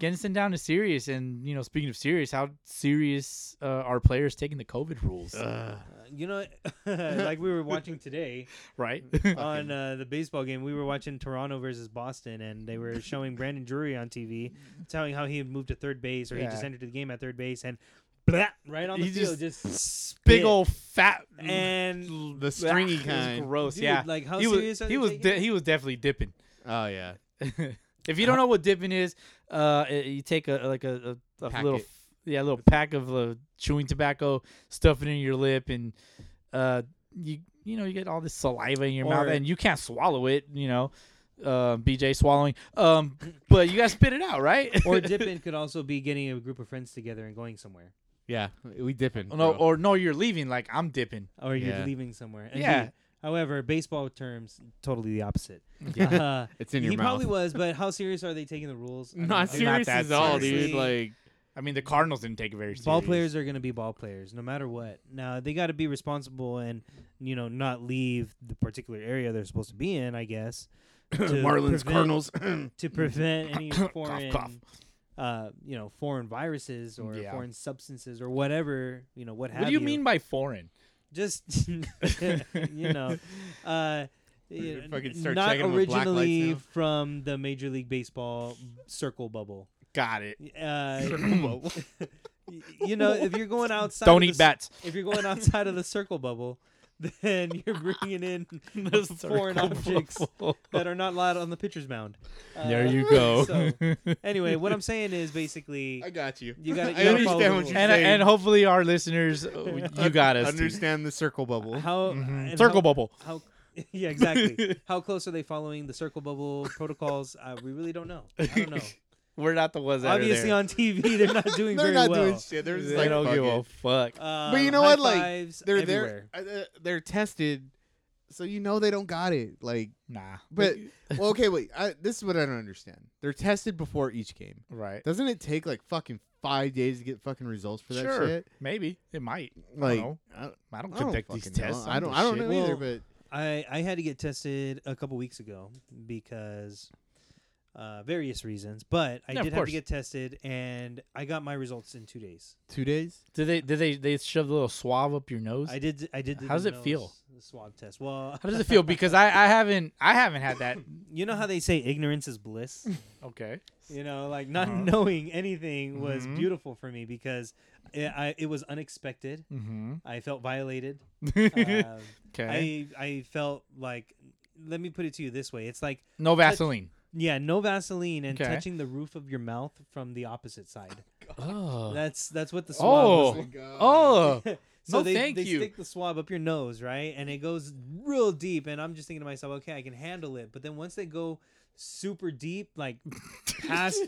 Speaker 2: Getting sent down is serious, and you know, speaking of serious, how serious uh, are players taking the COVID rules,
Speaker 4: Ugh.
Speaker 3: you know like we were watching today.
Speaker 2: right?
Speaker 3: on uh, the baseball game, we were watching Toronto versus Boston, and they were showing Brandon Drury on TV, telling how he had moved to third base, or he just
Speaker 2: Yeah.
Speaker 3: entered the game at third base, and blah, right on the
Speaker 2: He
Speaker 3: field,
Speaker 2: just
Speaker 3: just,
Speaker 2: Big
Speaker 3: spit.
Speaker 2: old fat
Speaker 3: and
Speaker 4: the stringy kind.
Speaker 2: It was gross.
Speaker 3: Dude,
Speaker 2: yeah,
Speaker 3: like, how
Speaker 2: he was.
Speaker 3: serious are
Speaker 2: he
Speaker 3: they
Speaker 2: was.
Speaker 3: taking
Speaker 2: Di- he was definitely dipping.
Speaker 4: Oh yeah,
Speaker 2: if you don't know what dipping is, uh, i- you take a like a, a, a little,
Speaker 4: Packet.
Speaker 2: yeah, a little pack of uh, chewing tobacco, stuff it in your lip, and uh, you you know you get all this saliva in your mouth,
Speaker 3: Or-
Speaker 2: and you can't swallow it. You know, uh, BJ swallowing. Um, but you gotta spit it out, right?
Speaker 3: or Dippin could also be getting a group of friends together and going somewhere,
Speaker 4: yeah. We
Speaker 3: Oh,
Speaker 4: dipping.
Speaker 2: no,
Speaker 4: bro.
Speaker 2: or no, you're leaving. Like I'm dipping.
Speaker 3: or you're
Speaker 4: Yeah.
Speaker 3: leaving somewhere. And
Speaker 2: Yeah.
Speaker 3: he- however, baseball terms, totally the opposite.
Speaker 4: Yeah.
Speaker 3: Uh,
Speaker 4: it's in your
Speaker 3: he
Speaker 4: mouth.
Speaker 3: probably was, but how serious are they taking the rules? I don't
Speaker 4: not
Speaker 3: know.
Speaker 4: serious
Speaker 2: that
Speaker 4: at all, dude.
Speaker 3: seriously.
Speaker 4: Like
Speaker 2: I mean, the Cardinals didn't take it very serious.
Speaker 3: Ball players are going to be ball players no matter what. Now they got to be responsible and you know not leave the particular area they're supposed to be in. I guess to prevent- to prevent any
Speaker 2: Cough,
Speaker 3: foreign,
Speaker 2: cough.
Speaker 3: Uh, you know, foreign viruses or
Speaker 2: Yeah.
Speaker 3: foreign substances or whatever. You know what?
Speaker 2: What
Speaker 3: have
Speaker 2: do you mean by foreign?
Speaker 3: Just you know, uh, you know,
Speaker 4: fucking start
Speaker 3: not
Speaker 4: checking 'em with black lights
Speaker 3: originally
Speaker 4: now.
Speaker 3: from the Major League Baseball circle bubble.
Speaker 2: Got it.
Speaker 3: Uh, y- you know, if you're going outside,
Speaker 2: Don't
Speaker 3: of the
Speaker 2: eat
Speaker 3: s-
Speaker 2: bats.
Speaker 3: if you're going outside of the circle bubble, then you're bringing in
Speaker 2: The
Speaker 3: foreign
Speaker 2: circle
Speaker 3: objects
Speaker 2: bubble.
Speaker 3: that are not allowed on the pitcher's mound.
Speaker 2: There
Speaker 3: Uh,
Speaker 2: you go.
Speaker 3: so, anyway, what I'm saying is basically
Speaker 4: I got you.
Speaker 3: You gotta- you
Speaker 4: I
Speaker 3: gotta follow the
Speaker 4: understand what
Speaker 3: rules.
Speaker 4: you're
Speaker 2: and uh,
Speaker 4: saying.
Speaker 2: and hopefully our listeners, uh, you got us. Steve.
Speaker 4: understand the circle bubble.
Speaker 3: how and
Speaker 2: Circle
Speaker 3: how-
Speaker 2: bubble.
Speaker 3: How? Yeah, exactly. how close are they following the circle bubble protocols? Uh, we really don't know. I don't know.
Speaker 2: We're not the ones that
Speaker 3: Obviously,
Speaker 2: are
Speaker 3: on TV, they're not doing
Speaker 4: They're
Speaker 3: very
Speaker 4: not
Speaker 3: well.
Speaker 4: doing shit. They're
Speaker 2: there.
Speaker 4: just
Speaker 2: they
Speaker 4: like,
Speaker 2: don't
Speaker 4: fuck
Speaker 2: give
Speaker 4: it.
Speaker 2: a fuck.
Speaker 3: Um,
Speaker 4: But you know what?
Speaker 3: high
Speaker 4: Like
Speaker 3: fives
Speaker 4: they're
Speaker 3: everywhere.
Speaker 4: there. uh, They're tested, so you know they don't got it. Like,
Speaker 2: nah.
Speaker 4: but well, okay, wait. I, this is what I don't understand. They're tested before each game.
Speaker 2: right.
Speaker 4: Doesn't it take like fucking five days to get fucking results for that
Speaker 2: sure.
Speaker 4: shit?
Speaker 2: Maybe it might.
Speaker 4: Like,
Speaker 2: know.
Speaker 4: I don't,
Speaker 2: I don't
Speaker 4: I don't
Speaker 2: conduct these
Speaker 4: fucking know.
Speaker 2: tests.
Speaker 4: I don't. I don't know either. But
Speaker 3: I I had to get tested a couple weeks ago because uh, various reasons, but I
Speaker 2: Yeah, of
Speaker 3: did have
Speaker 2: course.
Speaker 3: to get tested, and I got my results in two days.
Speaker 4: two days.
Speaker 2: Did they? Did they? They shove a little swab up your nose?
Speaker 3: I did. I did. the
Speaker 2: How does it
Speaker 3: nose-
Speaker 2: feel?
Speaker 3: The swab test. Well,
Speaker 2: How does it feel? Because I, I haven't I haven't had that.
Speaker 3: you know how they say ignorance is bliss.
Speaker 2: Okay.
Speaker 3: you know, like not
Speaker 2: Uh-huh.
Speaker 3: knowing anything was
Speaker 2: Mhm.
Speaker 3: beautiful for me because it, I, it was unexpected.
Speaker 2: Mm-hmm.
Speaker 3: I felt violated.
Speaker 2: okay.
Speaker 3: Um, I I felt like. Let me put it to you this way: It's like
Speaker 2: no Vaseline.
Speaker 3: Yeah, no Vaseline and
Speaker 2: Okay.
Speaker 3: touching the roof of your mouth from the opposite side.
Speaker 2: Oh.
Speaker 3: That's that's what the swab.
Speaker 2: Oh.
Speaker 3: was like. uh,
Speaker 2: Oh.
Speaker 3: So
Speaker 2: No,
Speaker 3: they,
Speaker 2: thank
Speaker 3: they
Speaker 2: you.
Speaker 3: stick the swab up your nose, right? And it goes real deep. And I'm just thinking to myself, okay, I can handle it. But then once they go super deep, like past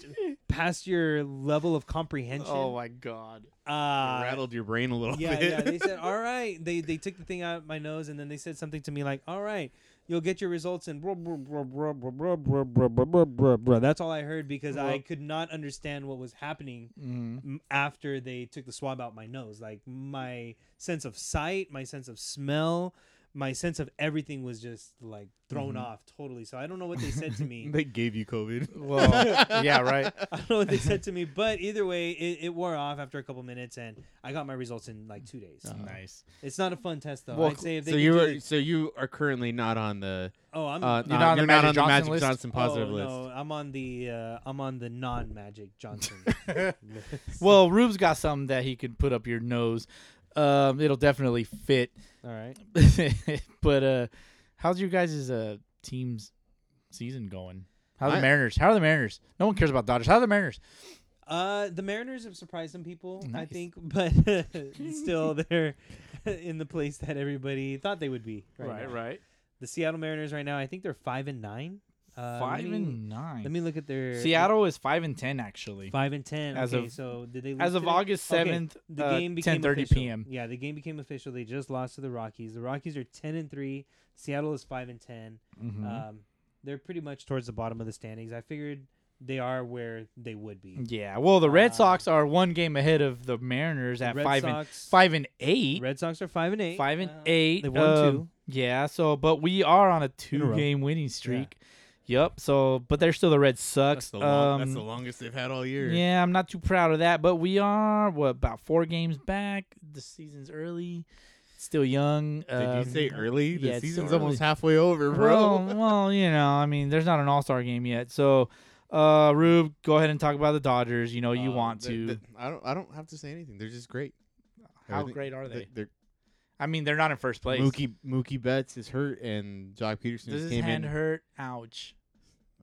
Speaker 3: past your level of comprehension,
Speaker 2: Oh my God.
Speaker 3: uh,
Speaker 4: rattled your brain a little
Speaker 3: yeah,
Speaker 4: bit.
Speaker 3: yeah. They said, all right. They they took the thing out of my nose, and then they said something to me like, all right, you'll get your results in. blah, blah, blah, blah, blah, blah, blah, blah, blah, blah, blah, blah." That's all I heard because I
Speaker 2: Well-
Speaker 3: could not understand what was happening
Speaker 2: Mm.
Speaker 3: m- after they took the swab out my nose. Like my sense of sight, my sense of smell, my sense of everything was just like thrown off totally. So I don't know what they said to me.
Speaker 4: they gave you COVID.
Speaker 2: Well, yeah, right.
Speaker 3: I don't know what they said to me, but either way, it, it wore off after a couple minutes, and I got my results in like two days.
Speaker 2: Nice.
Speaker 3: It's not a fun test though.
Speaker 2: Well,
Speaker 3: I'd say if they
Speaker 4: So
Speaker 3: could
Speaker 4: you
Speaker 3: do
Speaker 4: are
Speaker 3: it-
Speaker 4: so you are currently not on the
Speaker 3: oh I'm
Speaker 4: uh,
Speaker 2: You're
Speaker 4: not,
Speaker 2: not on the
Speaker 4: you're not
Speaker 2: Magic
Speaker 4: on the
Speaker 2: Johnson
Speaker 4: Magic
Speaker 2: list?
Speaker 4: Johnson positive
Speaker 3: oh,
Speaker 4: list.
Speaker 3: No, I'm on the uh, I'm on the non Magic Johnson. list.
Speaker 2: Well, Rube's got something that he could put up your nose. Um, it'll definitely fit.
Speaker 3: all right.
Speaker 2: but uh, how's your guys' uh team's season going? How are the
Speaker 4: I-
Speaker 2: Mariners? How are the Mariners? No one cares about Dodgers. How are the Mariners?
Speaker 3: Uh, the Mariners have surprised some people, I
Speaker 2: Nice.
Speaker 3: think, but still they're in the place that everybody thought they would be. Right, now.
Speaker 2: right.
Speaker 3: The Seattle Mariners right now, I think they're five and nine. Uh, let
Speaker 2: Five
Speaker 3: me-
Speaker 2: and nine.
Speaker 3: Let me look at their
Speaker 2: Seattle is five and ten actually.
Speaker 3: Five and ten.
Speaker 2: As
Speaker 3: okay,
Speaker 2: of-
Speaker 3: so did they lose
Speaker 2: As of
Speaker 3: today?
Speaker 2: August
Speaker 3: Okay,
Speaker 2: seventh, uh,
Speaker 3: the game became
Speaker 2: ten thirty
Speaker 3: official.
Speaker 2: p.m.
Speaker 3: Yeah, the game became official. They just lost to the Rockies. The Rockies are ten and three. Seattle is five and 10
Speaker 2: Mm-hmm.
Speaker 3: Um, they're pretty much towards the bottom of the standings. I figured they are where they would be.
Speaker 2: yeah, well, the Red
Speaker 3: uh,
Speaker 2: Sox are one game ahead of the Mariners at
Speaker 3: Red
Speaker 2: five and
Speaker 3: Sox,
Speaker 2: five and eight.
Speaker 3: Red Sox are five and eight.
Speaker 2: Five and
Speaker 3: Uh,
Speaker 2: eight.
Speaker 3: They won
Speaker 2: um,
Speaker 3: two.
Speaker 2: Yeah, so but we are on a
Speaker 3: row.
Speaker 2: two-game winning streak. Yep. So, but they're still the Red Sox.
Speaker 4: That's the, long,
Speaker 2: Um,
Speaker 4: that's the longest they've had all year.
Speaker 2: Yeah, I'm not too proud of that, but we are what about four games back? The season's early, still young.
Speaker 4: Did
Speaker 2: um,
Speaker 4: you say early? The
Speaker 2: yeah, it's
Speaker 4: season's
Speaker 2: early.
Speaker 4: almost halfway over, bro.
Speaker 2: Well, well, you know, I mean, there's not an All Star game yet, so uh, Rube, go ahead and talk about the Dodgers. You know, you
Speaker 4: Uh,
Speaker 2: want
Speaker 4: th-
Speaker 2: to.
Speaker 4: th- I don't. I don't have to say anything. They're just great.
Speaker 2: How
Speaker 4: Everything-
Speaker 2: great are
Speaker 4: th-
Speaker 2: they?
Speaker 4: They're
Speaker 2: I mean, they're not in first place.
Speaker 4: Mookie Mookie Betts is hurt, and Jock Peterson
Speaker 2: Does
Speaker 4: just
Speaker 2: his
Speaker 4: came
Speaker 2: hand
Speaker 4: in.
Speaker 2: hurt? Ouch.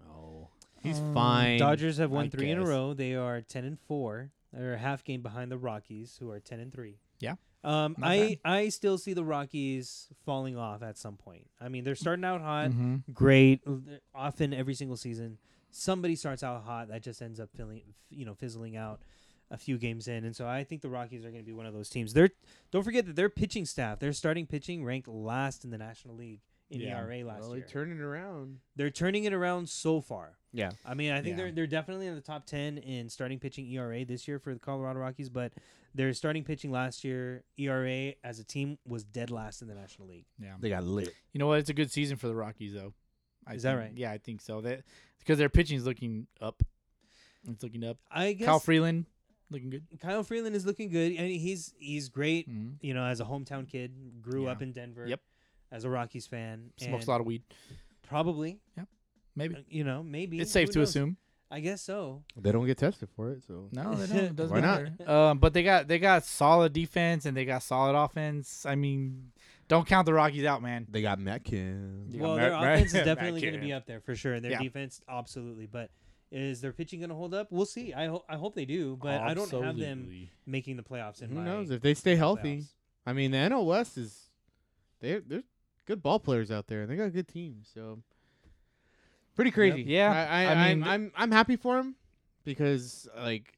Speaker 4: Oh, he's
Speaker 2: Um,
Speaker 4: fine.
Speaker 3: Dodgers have won
Speaker 4: I
Speaker 3: three in a
Speaker 4: guess.
Speaker 3: row. They are ten and four. They're a half game behind the Rockies, who are ten and three.
Speaker 2: Yeah.
Speaker 3: Um,
Speaker 2: Not
Speaker 3: I I still see the Rockies falling off at some point. I mean, they're starting out hot,
Speaker 4: Mm-hmm.
Speaker 2: Mhm.
Speaker 3: great. uh, Often every single season, somebody starts out hot that just ends up filling, you know, fizzling out a few games in. And so I think the Rockies are going to be one of those teams. They're don't forget that their pitching staff, their starting pitching, ranked last in the National League in
Speaker 2: Yeah.
Speaker 3: ERA last
Speaker 4: Well,
Speaker 3: year.
Speaker 4: they're turning around.
Speaker 3: they're turning it around so far.
Speaker 4: Yeah,
Speaker 3: I mean, I think
Speaker 2: Yeah.
Speaker 3: they're they're definitely in the top ten in starting pitching ERA this year for the Colorado Rockies, but their starting pitching last year ERA as a team was dead last in the National League.
Speaker 4: they got lit.
Speaker 2: You know what? It's a good season for the Rockies, though. I
Speaker 3: Is that
Speaker 2: think-
Speaker 3: right?
Speaker 2: Yeah, I think so. That because their pitching's looking up. It's looking up.
Speaker 3: I guess
Speaker 2: Kyle
Speaker 3: Kyle,
Speaker 2: Freeland looking good.
Speaker 3: Freeland is looking good, and he's he's great.
Speaker 2: Mm-hmm.
Speaker 3: You know, as a hometown kid, grew up in Denver.
Speaker 2: Yep.
Speaker 3: As a Rockies fan,
Speaker 2: Smokes
Speaker 3: and
Speaker 2: a lot of weed.
Speaker 3: Probably,
Speaker 2: Maybe
Speaker 3: uh, you know, maybe
Speaker 2: it's safe
Speaker 3: who
Speaker 2: to
Speaker 3: knows?
Speaker 2: assume.
Speaker 3: I guess so.
Speaker 4: They don't get tested for it, so
Speaker 2: No, they don't. It doesn't
Speaker 4: Why not?
Speaker 2: matter. Um, but they got they got solid defense and they got solid offense. I mean, Don't count the Rockies out, man.
Speaker 5: They got Metcalf.
Speaker 2: You got
Speaker 3: Well,
Speaker 2: Mer-
Speaker 3: their
Speaker 2: Mer-
Speaker 3: offense is
Speaker 2: Matt
Speaker 3: definitely going to
Speaker 2: Kemp.
Speaker 3: be up there for sure. Their
Speaker 2: Yeah.
Speaker 3: defense, absolutely. But is their pitching going to hold up? We'll see. I hope. I hope they do. But I don't have them
Speaker 4: Absolutely.
Speaker 3: making the playoffs. In
Speaker 4: Who
Speaker 3: my
Speaker 4: knows if they stay healthy?
Speaker 3: playoffs.
Speaker 4: I mean, the NL West is they they're good ball players out there, and they got good teams. So pretty crazy.
Speaker 2: Yeah,
Speaker 4: I, I,
Speaker 2: I
Speaker 4: I
Speaker 2: mean,
Speaker 4: am
Speaker 2: th-
Speaker 4: I'm I'm happy for them because like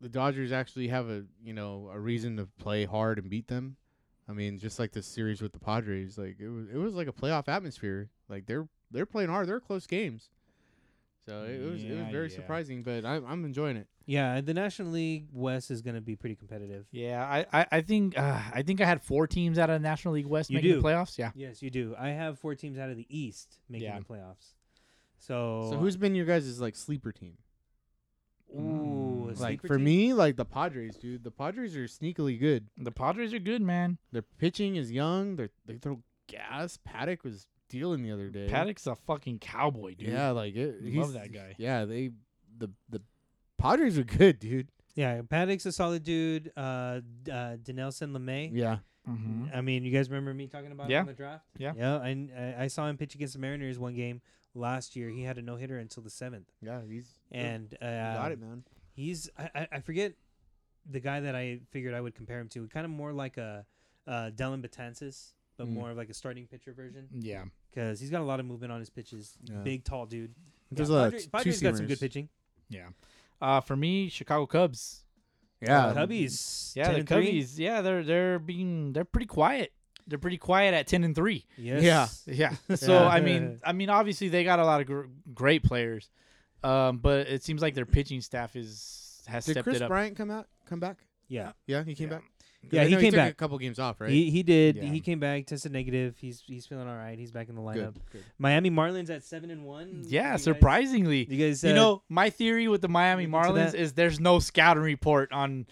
Speaker 4: the Dodgers actually have a you know a reason to play hard and beat them. I mean, just like this series with the Padres, like it was it was like a playoff atmosphere. Like they're they're playing hard. They're close games. So it, was it was
Speaker 2: Yeah,
Speaker 4: very
Speaker 2: yeah.
Speaker 4: surprising, but I'm I'm enjoying it.
Speaker 3: Yeah, the National League West is going to be pretty competitive.
Speaker 2: Yeah, I, I, I think uh, I think I had four teams out of the National League West
Speaker 3: You
Speaker 2: making
Speaker 3: do.
Speaker 2: the playoffs. Yeah.
Speaker 3: Yes, you do. I have four teams out of the East making
Speaker 2: Yeah.
Speaker 3: the playoffs. So,
Speaker 4: So who's been your guys' like sleeper team?
Speaker 3: ooh, a
Speaker 4: Like
Speaker 3: sleeper
Speaker 4: for
Speaker 3: team?
Speaker 4: me, like the Padres, dude. The Padres are sneakily good.
Speaker 2: The Padres are good, man.
Speaker 4: Their pitching is young. They they throw gas. Paddock was dealing the other day.
Speaker 2: Paddock's a fucking cowboy, dude.
Speaker 4: yeah, like it,
Speaker 2: Love
Speaker 4: he's-
Speaker 2: that guy.
Speaker 4: Yeah, they the the Padres are good, dude.
Speaker 3: Yeah, Paddock's a solid dude. Uh, d- uh Denelson LeMay.
Speaker 4: Yeah, Mm-hmm.
Speaker 2: Mhm.
Speaker 3: I mean, you guys remember me talking about
Speaker 2: Yeah.
Speaker 3: him in the draft?
Speaker 2: Yeah.
Speaker 3: Yeah, and I, I saw him pitch against the Mariners one game last year. He had a no hitter until the seventh,
Speaker 4: yeah, he's
Speaker 3: and uh,
Speaker 4: he got it, man.
Speaker 3: he's I, I- I forget the guy that I figured I would compare him to. Kind of more like a uh, Dylan Betances, but
Speaker 4: Mm.
Speaker 3: more of like a starting pitcher version
Speaker 2: Yeah.
Speaker 3: because he's got a lot of movement on his pitches.
Speaker 4: Yeah.
Speaker 3: Big, tall dude.
Speaker 4: There's
Speaker 3: yeah,
Speaker 4: a lot of
Speaker 3: Padre-
Speaker 4: two
Speaker 3: Padres got some
Speaker 4: seamers.
Speaker 3: good pitching.
Speaker 2: Uh, for me, Chicago Cubs.
Speaker 3: uh,
Speaker 4: Yeah,
Speaker 3: Cubbies.
Speaker 2: Yeah,
Speaker 3: 10
Speaker 2: the
Speaker 3: and three.
Speaker 2: Cubbies. Yeah, they're they're being they're pretty quiet. They're pretty quiet at ten and three.
Speaker 3: Yes.
Speaker 2: Yeah. So I mean, I mean, obviously they got a lot of gr- great players, um, but it seems like their pitching staff is has
Speaker 4: Did
Speaker 2: stepped
Speaker 4: Chris
Speaker 2: it up.
Speaker 4: Bryant come out? Come back?
Speaker 3: Yeah.
Speaker 4: Yeah, he came
Speaker 2: Yeah.
Speaker 4: back. 'Cause
Speaker 3: Yeah,
Speaker 4: I
Speaker 3: he
Speaker 4: know
Speaker 3: came
Speaker 4: took
Speaker 3: back.
Speaker 4: A couple games off, right?
Speaker 3: He he did.
Speaker 4: Yeah.
Speaker 3: He came back, tested negative. He's he's feeling all right. He's back in the lineup.
Speaker 4: good. good.
Speaker 3: Miami Marlins at seven and one. You
Speaker 2: yeah,
Speaker 3: guys-
Speaker 2: surprisingly.
Speaker 3: You guys, uh,
Speaker 2: you know, my theory with the Miami
Speaker 3: look into
Speaker 2: Marlins
Speaker 3: that?
Speaker 2: is there's no scouting report on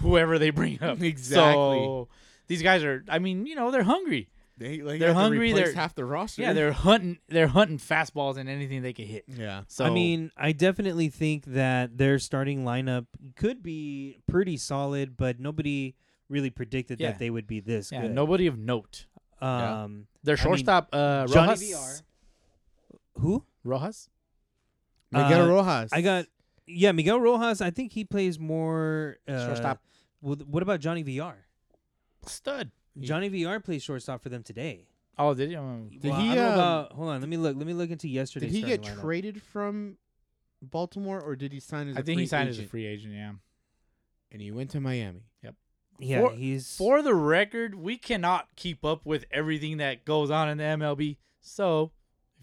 Speaker 2: whoever they bring up.
Speaker 4: Exactly.
Speaker 2: So these guys are. I mean, you know, they're hungry.
Speaker 4: They, like,
Speaker 2: They're
Speaker 4: had to
Speaker 2: hungry,
Speaker 4: replace
Speaker 2: they're-
Speaker 4: half the roster.
Speaker 2: Yeah, they're hunting. They're hunting fastballs and anything they can hit.
Speaker 4: yeah.
Speaker 2: So
Speaker 3: I mean, I definitely think that their starting lineup could be pretty solid, but nobody really predicted
Speaker 2: Yeah.
Speaker 3: that they would be this
Speaker 2: yeah,
Speaker 3: good.
Speaker 2: nobody of note.
Speaker 3: Um,
Speaker 2: Their
Speaker 3: mean,
Speaker 2: shortstop, uh,
Speaker 3: Johnny
Speaker 2: Rojas.
Speaker 3: VR. Who?
Speaker 2: Rojas.
Speaker 4: Miguel
Speaker 3: Uh,
Speaker 4: Rojas.
Speaker 3: I got. Yeah, Miguel Rojas. I think he plays more. Uh,
Speaker 2: Shortstop.
Speaker 3: Well, what about Johnny VR?
Speaker 2: Stud.
Speaker 3: Johnny VR plays shortstop for them today.
Speaker 2: Oh, did you? um,
Speaker 4: Did
Speaker 3: Well,
Speaker 4: he,
Speaker 3: I don't know
Speaker 4: um,
Speaker 3: about- hold on. Let me look. Let me look into yesterday.
Speaker 4: Did he get traded from Baltimore, or did he sign as? a
Speaker 2: I think he
Speaker 4: free
Speaker 2: signed as a
Speaker 4: agent?
Speaker 2: free agent. Yeah.
Speaker 4: and he went to Miami.
Speaker 3: Yeah,
Speaker 2: For-
Speaker 3: he's
Speaker 2: For the record, we cannot keep up with everything that goes on in the MLB. So,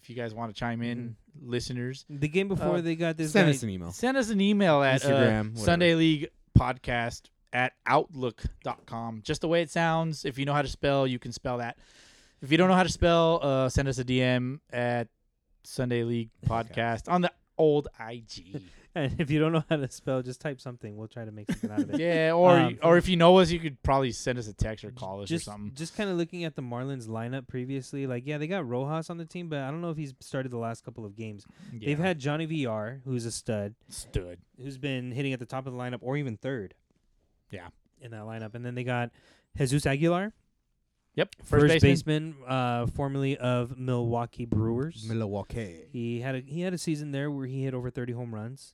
Speaker 2: if you guys want to chime in, listeners,
Speaker 3: the game before
Speaker 2: uh,
Speaker 3: they got this.
Speaker 4: Send
Speaker 3: guy-
Speaker 4: us an email.
Speaker 2: send us an email at
Speaker 4: Instagram,
Speaker 2: uh,
Speaker 4: whatever.
Speaker 2: Sunday League Podcast at outlook.com. Just the way it sounds. If you know how to spell, you can spell that. If you don't know how to spell, uh, send us a DM at Sunday League Podcast on the old IG.
Speaker 3: And if you don't know how to spell, just type something. We'll try to make something out of it.
Speaker 2: Yeah, or
Speaker 3: Um,
Speaker 2: or if you know us, you could probably send us a text or call us
Speaker 3: just,
Speaker 2: or something.
Speaker 3: Just kind of looking at the Marlins lineup previously, like yeah, they got Rojas on the team, but I don't know if he's started the last couple of games. They've
Speaker 2: Yeah.
Speaker 3: had Johnny VR, who's a stud,
Speaker 2: stood.
Speaker 3: who's been hitting at the top of the lineup or even third.
Speaker 2: Yeah.
Speaker 3: in that lineup, and then they got Jesus Aguilar,
Speaker 2: Yep,
Speaker 3: first,
Speaker 2: first, baseman.
Speaker 3: baseman, uh, formerly of Milwaukee Brewers.
Speaker 4: Milwaukee.
Speaker 3: He had a he had a season there where he hit over 30 home runs.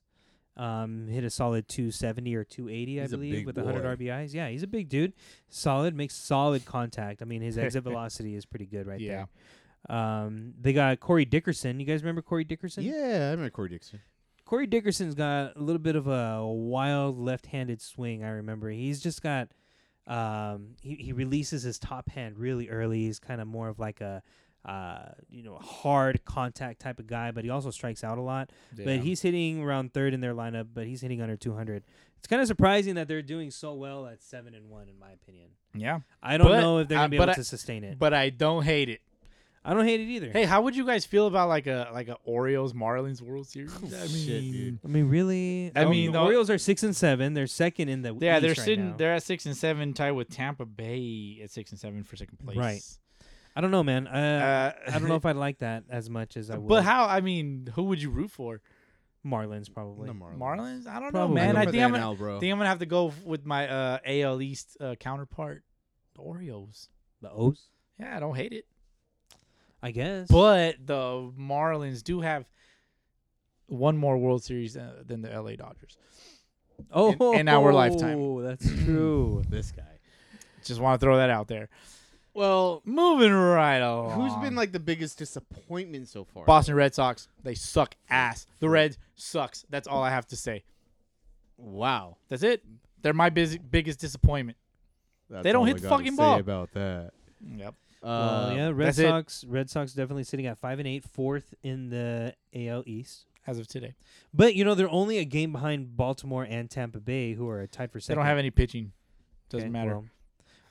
Speaker 3: Um, hit a solid 270 or 280, I
Speaker 4: He's a
Speaker 3: believe,
Speaker 4: big
Speaker 3: with 100
Speaker 4: boy.
Speaker 3: RBIs. Yeah, he's a big dude. Solid, makes solid contact. I mean, his exit velocity is pretty good right
Speaker 2: Yeah.
Speaker 3: there. Um, they got Corey Dickerson. You guys remember Corey Dickerson?
Speaker 4: Yeah, I remember Corey Dixon.
Speaker 3: Corey Dickerson's got a little bit of a wild left-handed swing. I remember he's just got um, he he releases his top hand really early. He's kind of more of like a uh, you know hard contact type of guy, but he also strikes out a lot. But he's hitting around third in their lineup, but he's hitting under 200. It's kind of surprising that they're doing so well at seven and one, in my opinion.
Speaker 2: Yeah,
Speaker 3: I don't
Speaker 2: But
Speaker 3: know if they're
Speaker 2: I-
Speaker 3: gonna be
Speaker 2: but
Speaker 3: able
Speaker 2: I-
Speaker 3: to sustain it.
Speaker 2: but I don't hate it.
Speaker 3: I don't hate it either.
Speaker 2: Hey, how would you guys feel about like a like a Orioles Marlins World Series? I mean,
Speaker 4: Shit, dude.
Speaker 3: I mean, really? um,
Speaker 2: I mean,
Speaker 3: the
Speaker 2: the-
Speaker 3: Orioles are six and seven. They're second in the
Speaker 2: yeah, they're
Speaker 3: East right
Speaker 2: sitting.
Speaker 3: now.
Speaker 2: They're at six and seven, tied with Tampa Bay at six and seven for second place.
Speaker 3: Right. I don't know, man. Uh,
Speaker 2: Uh,
Speaker 3: I don't know if I like that as much as I would.
Speaker 2: But how? I mean, who would you root for?
Speaker 3: Marlins probably.
Speaker 2: Marlins? I don't
Speaker 3: Probably.
Speaker 2: know, man.
Speaker 3: Go
Speaker 2: I
Speaker 3: for
Speaker 2: think I'm gonna,
Speaker 4: NL, bro.
Speaker 2: think I'm gonna have to go f- with my uh, AL East uh, counterpart, the Orioles.
Speaker 3: The O's.
Speaker 2: Yeah, I don't hate it.
Speaker 3: I guess.
Speaker 2: But the Marlins do have one more World Series than, than the LA Dodgers.
Speaker 3: oh,
Speaker 2: in our lifetime.
Speaker 3: that's true.
Speaker 4: This guy.
Speaker 2: Just want to throw that out there.
Speaker 4: Well,
Speaker 2: Moving right along.
Speaker 4: who's been like the biggest disappointment so far?
Speaker 2: Boston Red Sox? They suck ass. The Reds sucks. That's all I have to say.
Speaker 4: Wow.
Speaker 2: That's it. They're my busy, biggest disappointment. They don't all hit I the gotta fucking say ball.
Speaker 4: about that. Uh,
Speaker 2: Yep.
Speaker 3: well, yeah, Red
Speaker 2: uh, that's it.
Speaker 3: Sox. Red Sox definitely sitting at five and eight, fourth in the AL East.
Speaker 2: As of today,
Speaker 3: But you know they're only a game behind Baltimore and Tampa Bay, who are tied for
Speaker 2: they
Speaker 3: second.
Speaker 2: don't have any pitching. Doesn't
Speaker 3: Okay,
Speaker 2: matter.
Speaker 3: well.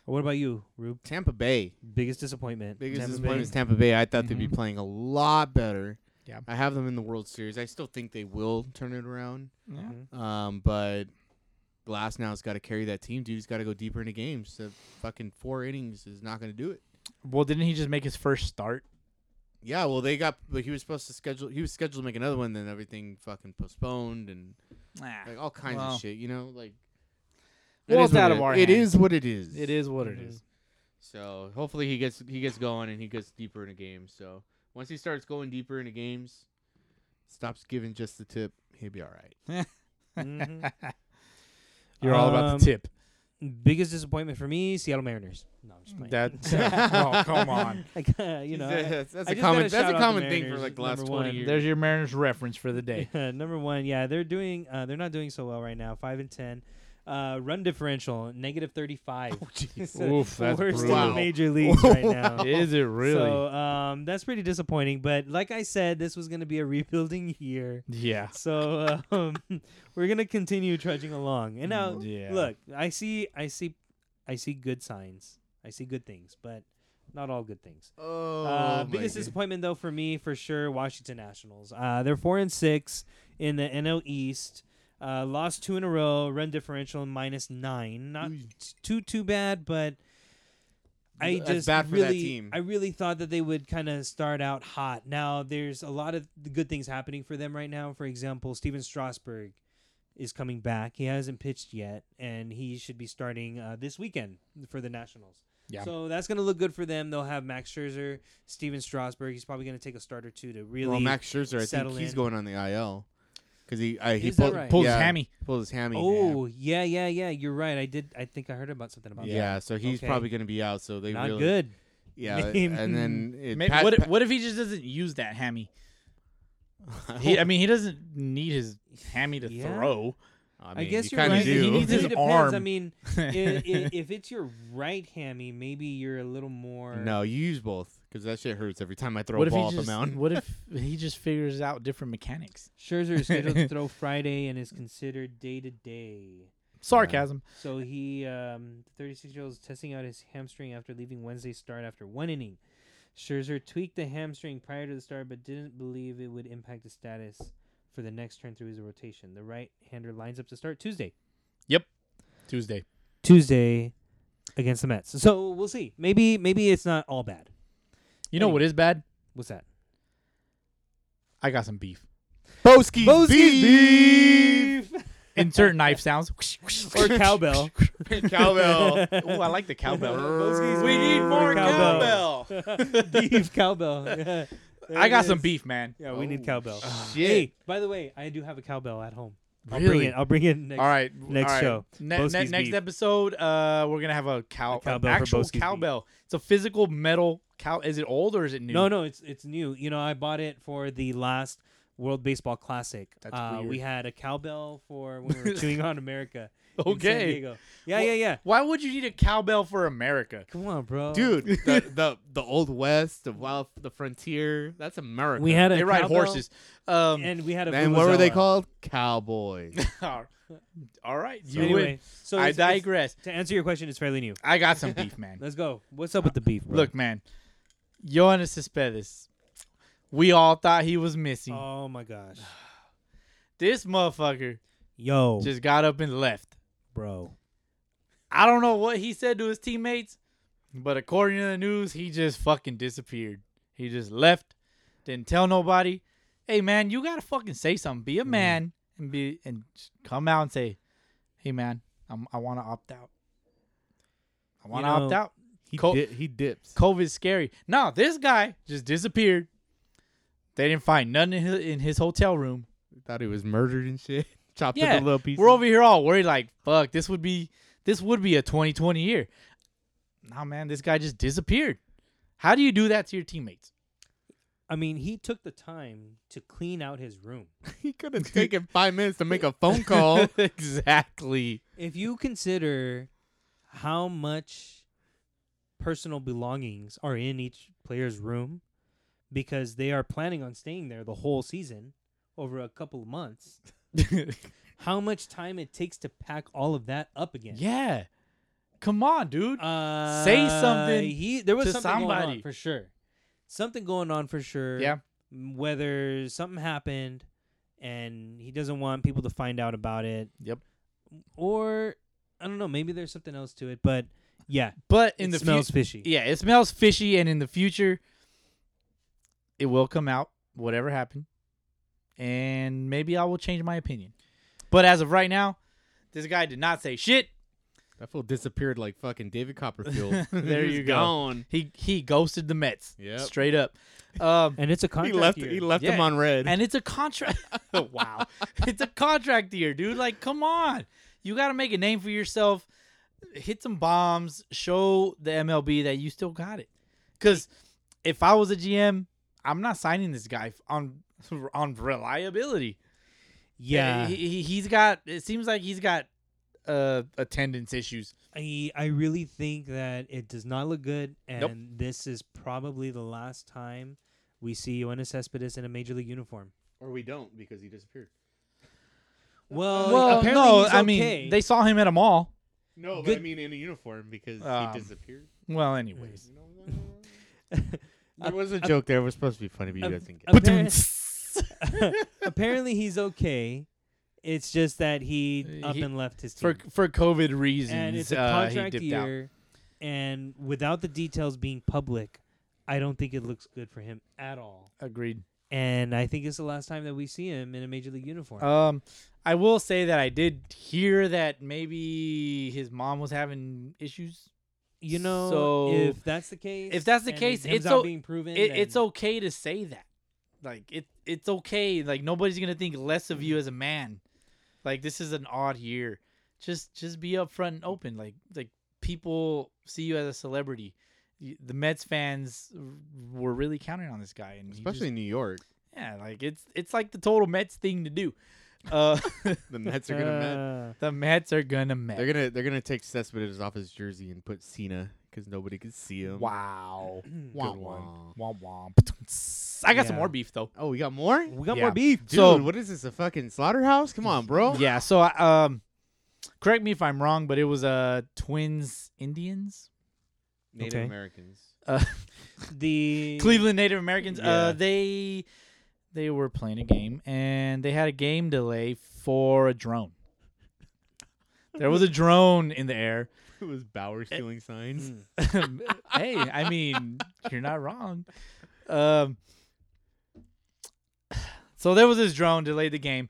Speaker 3: what about you, Rube?
Speaker 4: Tampa Bay.
Speaker 3: Biggest disappointment.
Speaker 4: Biggest
Speaker 2: Tampa
Speaker 4: disappointment
Speaker 2: Bay. Mm-hmm.
Speaker 4: is Tampa Bay. I thought they'd be playing a lot better.
Speaker 2: Yeah.
Speaker 4: I have them in the World Series. I still think they will turn it around.
Speaker 2: Yeah.
Speaker 3: Mm-hmm.
Speaker 4: Um, but Glass now's got to carry that team. Dude's got to go deeper into games. The fucking four innings is not going to do it.
Speaker 2: Well, didn't he just make his first start?
Speaker 4: Yeah, well, they got. But he was supposed to schedule. He was scheduled to make another one, then everything fucking postponed and like all kinds
Speaker 2: Well.
Speaker 4: of shit. You know, like.
Speaker 2: Well,
Speaker 4: is
Speaker 2: it's
Speaker 4: what
Speaker 2: out
Speaker 4: it
Speaker 2: of
Speaker 4: is.
Speaker 2: our
Speaker 4: It
Speaker 2: hands.
Speaker 4: is what it is.
Speaker 2: It is what
Speaker 3: Mm-hmm.
Speaker 4: Mm-hmm.
Speaker 2: it is.
Speaker 4: So hopefully he gets he gets going and he gets deeper into games. So once he starts going deeper into games, stops giving just the tip, he'll be all right.
Speaker 3: Mhm.
Speaker 2: You're all about the
Speaker 3: Um,
Speaker 2: tip.
Speaker 3: Biggest disappointment for me, Seattle Mariners. No, I'm just playing.
Speaker 2: That. oh, come on.
Speaker 3: Like, uh, you know, I-
Speaker 4: that's, that's
Speaker 3: I
Speaker 4: a
Speaker 3: just
Speaker 4: common
Speaker 3: gotta
Speaker 4: that's
Speaker 3: shout
Speaker 4: a
Speaker 3: out
Speaker 4: common
Speaker 3: the
Speaker 4: thing for
Speaker 3: Mariners,
Speaker 4: like the last
Speaker 3: number
Speaker 4: twenty
Speaker 3: one.
Speaker 4: years.
Speaker 2: There's your Mariners reference for the day.
Speaker 3: Yeah, number one, yeah, they're doing. Uh, they're not doing so well right now. Five and ten. Uh, run differential negative thirty five.
Speaker 2: Oof, Oh, that's
Speaker 3: worst in
Speaker 2: brutal.
Speaker 3: the major leagues right now.
Speaker 2: Is it really?
Speaker 3: So um, that's pretty disappointing. But like I said, this was going to be a rebuilding year.
Speaker 2: yeah.
Speaker 3: So um, we're gonna continue trudging along. And now,
Speaker 2: Mm, Yeah.
Speaker 3: look, I see, I see, I see good signs. I see good things, but not all good things.
Speaker 4: Oh,
Speaker 3: Uh,
Speaker 4: my
Speaker 3: biggest
Speaker 4: God.
Speaker 3: disappointment though for me, for sure, Washington Nationals. Uh, they're four and six in the NL East. Uh, lost two in a row. Run differential minus nine. Not
Speaker 4: Ooh.
Speaker 3: too too bad, but I
Speaker 4: That's
Speaker 3: just
Speaker 4: bad for that
Speaker 3: really
Speaker 4: team.
Speaker 3: I really thought that they would kind of start out hot. Now there's a lot of good things happening for them right now. For example, Steven Strasburg is coming back. He hasn't pitched yet, and he should be starting uh, this weekend for the Nationals.
Speaker 2: Yeah.
Speaker 3: So that's going to look good for them. They'll have Max Scherzer, Steven Strasburg. He's probably going to take a start or two to really.
Speaker 4: Well, Max Scherzer, I think
Speaker 3: settle
Speaker 4: he's
Speaker 3: in.
Speaker 4: going on the IL because he I, he
Speaker 3: Is that
Speaker 4: pulled,
Speaker 3: right?
Speaker 2: Pulled
Speaker 4: yeah,
Speaker 2: his hammy.
Speaker 4: Pulled his hammy.
Speaker 3: oh yeah, yeah, yeah. You're right. I did. I think I heard about something
Speaker 4: yeah.
Speaker 3: about that.
Speaker 4: Yeah, so he's
Speaker 3: Okay.
Speaker 4: probably going to be out. So they
Speaker 3: Not
Speaker 4: really,
Speaker 3: good.
Speaker 4: Yeah, and then it,
Speaker 2: Ma-
Speaker 4: Pat-
Speaker 2: what, if,
Speaker 4: Pat-
Speaker 2: what if he just doesn't use that hammy? He, I mean, he doesn't need his hammy to
Speaker 3: Yeah.
Speaker 2: throw.
Speaker 4: I,
Speaker 3: I,
Speaker 4: mean,
Speaker 3: guess
Speaker 4: you
Speaker 3: you're
Speaker 4: kinda
Speaker 3: right.
Speaker 2: do.
Speaker 3: It-
Speaker 2: He
Speaker 3: it
Speaker 2: needs
Speaker 3: really
Speaker 2: his
Speaker 3: depends. I
Speaker 2: arm.
Speaker 3: mean, i- i- if it's your right hammy, maybe you're a little more.
Speaker 4: No, you use both because that shit hurts every time I throw
Speaker 2: What
Speaker 4: a
Speaker 2: if
Speaker 4: ball
Speaker 2: he
Speaker 4: up
Speaker 2: just?
Speaker 4: a mountain.
Speaker 2: What if he just figures out different mechanics?
Speaker 3: Scherzer is scheduled to throw Friday and is considered day to day.
Speaker 2: Sarcasm.
Speaker 3: So he, um, the 36 year old, is testing out his hamstring after leaving Wednesday's start after one inning. Scherzer tweaked the hamstring prior to the start, but didn't believe it would impact his status for the next turn through his rotation. The right hander lines up to start Tuesday.
Speaker 2: Tuesday.
Speaker 3: Tuesday against the Mets. So we'll see. Maybe maybe it's not all bad.
Speaker 2: You know what is bad?
Speaker 3: What's that?
Speaker 2: I got some beef.
Speaker 4: Boski,
Speaker 2: Insert knife sounds.
Speaker 3: or cowbell.
Speaker 4: cowbell.
Speaker 2: Oh, I like the
Speaker 3: Boski's
Speaker 2: cowbell.
Speaker 3: We need more cowbell. beef cowbell. Yeah. There
Speaker 2: I
Speaker 3: it
Speaker 2: got some
Speaker 3: is.
Speaker 2: beef, Ah. man.
Speaker 3: Yeah, we need
Speaker 4: Oh,
Speaker 3: cowbell.
Speaker 4: shit.
Speaker 3: Hey, by the way, I do have a cowbell at home. I'll bring
Speaker 2: Really?
Speaker 3: it. I'll bring it next.
Speaker 2: all right.
Speaker 3: next
Speaker 2: all right.
Speaker 3: show,
Speaker 2: Ne-
Speaker 3: Boski's
Speaker 2: ne- next
Speaker 3: beef.
Speaker 2: episode, uh, we're gonna have a cow,
Speaker 3: A cowbell
Speaker 2: an
Speaker 3: for
Speaker 2: actual
Speaker 3: Boski's beef.
Speaker 2: cowbell. It's a physical metal cow. Is it old or is it new?
Speaker 3: No, no, it's it's new. You know, I bought it for the last World Baseball Classic.
Speaker 2: That's
Speaker 3: uh, We
Speaker 2: weird.
Speaker 3: had a cowbell for when we were chewing on America. In San
Speaker 2: Okay.
Speaker 3: Diego. Yeah,
Speaker 2: Wha-
Speaker 3: yeah, yeah.
Speaker 2: Why would you need a cowbell for America?
Speaker 3: Come on, bro.
Speaker 4: dude. The, the the old west, the wild, the frontier. That's America.
Speaker 3: we had a
Speaker 2: They ride
Speaker 3: cowbell
Speaker 2: horses. Um,
Speaker 3: and we had a.
Speaker 4: And what were they
Speaker 3: vuvuzela.
Speaker 4: called? Cowboys.
Speaker 2: all right, you
Speaker 3: So anyway,
Speaker 2: win.
Speaker 3: so
Speaker 2: I
Speaker 3: it's- it's-
Speaker 2: digress.
Speaker 3: To answer your question, it's fairly new.
Speaker 2: I got some beef, man.
Speaker 3: Let's go. What's up with the beef? Bro?
Speaker 2: Look, man, Johannes Cespedes. We all thought he was missing.
Speaker 3: Oh my gosh.
Speaker 2: this motherfucker
Speaker 3: Yo,
Speaker 2: just got up and left.
Speaker 3: bro.
Speaker 2: I don't know what he said to his teammates, but according to the news, he just fucking disappeared. He just left, didn't tell nobody. Hey man, you gotta fucking say something. Be a man and be and just come out and say, "Hey man, I'm, I want to opt out. I want to
Speaker 3: know,
Speaker 2: opt out."
Speaker 4: He
Speaker 2: Col-
Speaker 4: di- he dips.
Speaker 2: COVID's scary. No, this guy just disappeared. They didn't find nothing in his, in his hotel room.
Speaker 4: Thought he was murdered and shit. Chopped up
Speaker 2: Yeah,
Speaker 4: in little pieces.
Speaker 2: we're over here all worried, like, fuck, this would be this would be a 2020 year. Nah, man, this guy just disappeared. How do you do that to your teammates?
Speaker 3: I mean, he took the time to clean out his room.
Speaker 4: he could have taken five minutes to make a phone call.
Speaker 2: exactly.
Speaker 3: If you consider how much personal belongings are in each player's room because they are planning on staying there the whole season over a couple of months, how much time it takes to pack all of that up again.
Speaker 2: yeah. Come on, dude.
Speaker 3: Uh,
Speaker 2: Say something
Speaker 3: He, there was
Speaker 2: to
Speaker 3: something going
Speaker 2: somebody.
Speaker 3: on for sure. Something going on for sure.
Speaker 2: yeah.
Speaker 3: m- whether something happened and he doesn't want people to find out about it.
Speaker 2: Yep.
Speaker 3: Or I don't know, maybe there's something else to it, but yeah,
Speaker 2: But in the
Speaker 3: it smells
Speaker 2: future,
Speaker 3: fishy.
Speaker 2: yeah, it smells fishy, and in the future, it will come out whatever happened, and maybe I will change my opinion. But as of right now, this guy did not say shit.
Speaker 4: that fool disappeared like fucking David Copperfield.
Speaker 2: There
Speaker 4: He was
Speaker 2: you go.
Speaker 4: Gone.
Speaker 2: He he ghosted the Mets
Speaker 4: Yep.
Speaker 2: straight up, um,
Speaker 3: And it's a
Speaker 4: He
Speaker 3: contract.
Speaker 4: left.
Speaker 3: year.
Speaker 4: He left
Speaker 2: Yeah.
Speaker 4: him on red.
Speaker 2: and it's a contract.
Speaker 3: Oh,
Speaker 2: wow, it's a contract year, dude. Like, come on, you got to make a name for yourself. Hit some bombs. Show the MLB that you still got it. Because if I was a GM, I'm not signing this guy on on reliability.
Speaker 3: Yeah.
Speaker 2: he, he, he's got. It seems like he's got uh attendance issues.
Speaker 3: I I really think that it does not look good and
Speaker 2: Nope.
Speaker 3: this is probably the last time we see Ioannis Cespedes in a major league uniform.
Speaker 4: or we don't because he disappeared.
Speaker 3: Well,
Speaker 2: well,
Speaker 3: apparently
Speaker 2: no,
Speaker 3: he's
Speaker 2: I mean
Speaker 3: okay.
Speaker 2: they saw him at a mall.
Speaker 4: No,
Speaker 3: Good-
Speaker 4: but I mean in a uniform because
Speaker 2: Um,
Speaker 4: he disappeared.
Speaker 2: Well, anyways,
Speaker 4: You know what I'm saying?
Speaker 2: Uh,
Speaker 4: There was a joke there. It was supposed to be funny, but you
Speaker 3: um,
Speaker 4: guys didn't get
Speaker 3: um,
Speaker 4: it.
Speaker 3: apparently he's okay. It's just that he
Speaker 2: Uh,
Speaker 3: up
Speaker 2: he-
Speaker 3: and left his team.
Speaker 2: for for COVID reasons,
Speaker 3: and it's a
Speaker 2: uh, he
Speaker 3: contract
Speaker 2: dipped out.
Speaker 3: year, and without the details being public, I don't think it looks good for him at all.
Speaker 2: Agreed.
Speaker 3: And I think it's the last time that we see him in a major league uniform.
Speaker 2: Um, I will say that I did hear that maybe his mom was having issues.
Speaker 3: you know,
Speaker 2: so-
Speaker 3: if that's the case,
Speaker 2: if that's the
Speaker 3: and
Speaker 2: case,
Speaker 3: it comes
Speaker 2: it's
Speaker 3: out
Speaker 2: o-
Speaker 3: being proven.
Speaker 2: It, it's
Speaker 3: then- uh,
Speaker 2: okay to say that. Like it, it's okay. Like nobody's gonna think less of you as a man. Like this is an odd year. Just, just be upfront and open. Like, like people see you as a celebrity. Y- The Mets fans were really counting on this guy, and he just-
Speaker 4: Especially in New York,
Speaker 2: yeah, like it's it's like the total Mets thing to do. Uh,
Speaker 4: the Mets are gonna. Met.
Speaker 3: Uh,
Speaker 2: the Mets are gonna Mets.
Speaker 4: They're gonna they're gonna take Cespedes off his jersey and put Cena because nobody could see him.
Speaker 2: Wow.
Speaker 4: Good
Speaker 2: Womp
Speaker 4: one.
Speaker 2: womp. Womp womp. I got some
Speaker 3: Yeah.
Speaker 2: more beef though.
Speaker 4: Oh, we got more. Dude,
Speaker 3: we got
Speaker 2: Yeah.
Speaker 3: more beef.
Speaker 2: So-
Speaker 4: what is this? A fucking slaughterhouse? Come on, bro.
Speaker 2: Yeah, so I, um correct me if I'm wrong, but it was uh Twins Indians.
Speaker 4: Native
Speaker 3: Okay.
Speaker 4: Americans.
Speaker 2: Uh,
Speaker 3: The
Speaker 2: Cleveland Native Americans.
Speaker 4: Yeah.
Speaker 2: Uh they they were playing a game and they had a game delay for a drone. There was a drone in the air.
Speaker 4: It was Bauer
Speaker 2: Eh.
Speaker 4: stealing signs.
Speaker 3: Mm.
Speaker 2: hey, I mean, you're not wrong. Um, so there was this drone delayed the game.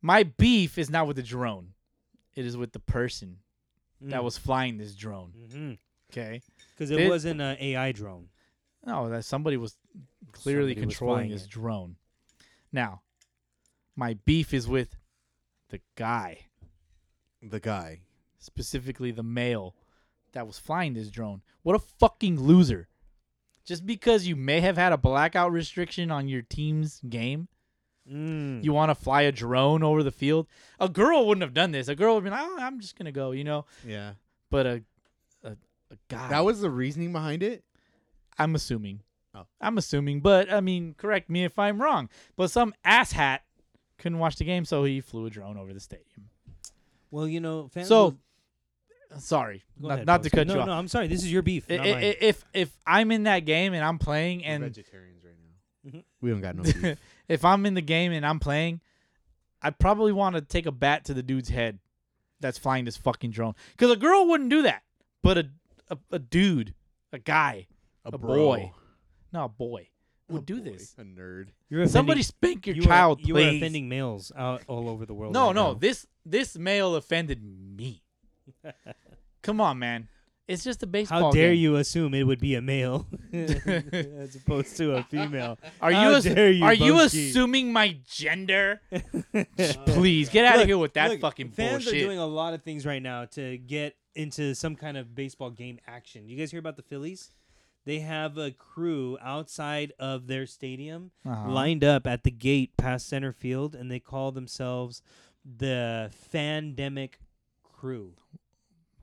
Speaker 2: My beef is not with the drone; it is with the person that
Speaker 3: Mm.
Speaker 2: was flying this drone.
Speaker 3: Mhm.
Speaker 2: Okay,
Speaker 3: Cuz it
Speaker 2: This-
Speaker 3: wasn't an AI drone.
Speaker 2: no, that somebody was clearly
Speaker 3: Somebody was
Speaker 2: controlling
Speaker 3: flying
Speaker 2: this
Speaker 3: it.
Speaker 2: drone. Now, my beef is with the guy,
Speaker 4: The guy.
Speaker 2: specifically the male that was flying this drone. What a fucking loser! Just because you may have had a blackout restriction on your team's game
Speaker 3: Mm.
Speaker 2: you want to fly a drone over the field. A girl wouldn't have done this. A girl would be like, oh, I'm just gonna go, you know.
Speaker 4: Yeah.
Speaker 2: But a a, a guy.
Speaker 4: That was the reasoning behind it.
Speaker 2: I'm assuming.
Speaker 4: Oh.
Speaker 2: I'm assuming, but I mean, correct me if I'm wrong. But some asshat couldn't watch the game, so he flew a drone over the stadium.
Speaker 3: well, you know, fans
Speaker 2: So,
Speaker 3: will-
Speaker 2: sorry,
Speaker 3: Go
Speaker 2: not,
Speaker 3: ahead,
Speaker 2: not to
Speaker 3: Bosco.
Speaker 2: cut
Speaker 3: no,
Speaker 2: you
Speaker 3: No,
Speaker 2: off.
Speaker 3: I'm sorry. This is your beef.
Speaker 2: I-
Speaker 3: not
Speaker 2: I-
Speaker 3: mine.
Speaker 2: if if I'm in that game and I'm playing,
Speaker 4: We're
Speaker 2: and Mm-hmm.
Speaker 4: vegetarians right now.
Speaker 3: Mhm.
Speaker 4: We don't got no beef.
Speaker 2: if I'm in the game and I'm playing, I probably want to take a bat to the dude's head that's flying this fucking drone. Because a girl wouldn't do that, but a a, a dude, a guy, a, boy, no, a boy would
Speaker 4: A
Speaker 2: do
Speaker 4: boy.
Speaker 2: this.
Speaker 4: A nerd.
Speaker 3: You're offending-
Speaker 2: Somebody spank your
Speaker 3: you
Speaker 2: child,
Speaker 3: Are, you are
Speaker 2: please.
Speaker 3: offending males out all over the world.
Speaker 2: no,
Speaker 3: right
Speaker 2: no,
Speaker 3: now.
Speaker 2: this this male offended me. Come on, man. It's just a baseball.
Speaker 3: How dare
Speaker 2: game.
Speaker 3: you assume it would be a male as opposed to a female?
Speaker 2: Are
Speaker 3: How
Speaker 2: you? ass-
Speaker 3: dare you,
Speaker 2: are you
Speaker 3: Boski.
Speaker 2: assuming my gender? Please get out
Speaker 3: Look,
Speaker 2: of here with that
Speaker 3: look,
Speaker 2: fucking
Speaker 3: fans
Speaker 2: bullshit.
Speaker 3: are doing a lot of things right now to get into some kind of baseball game action. You guys hear about the Phillies? They have a crew outside of their stadium
Speaker 2: Uh-huh.
Speaker 3: lined up at the gate past center field, and they call themselves the Fandemic Crew.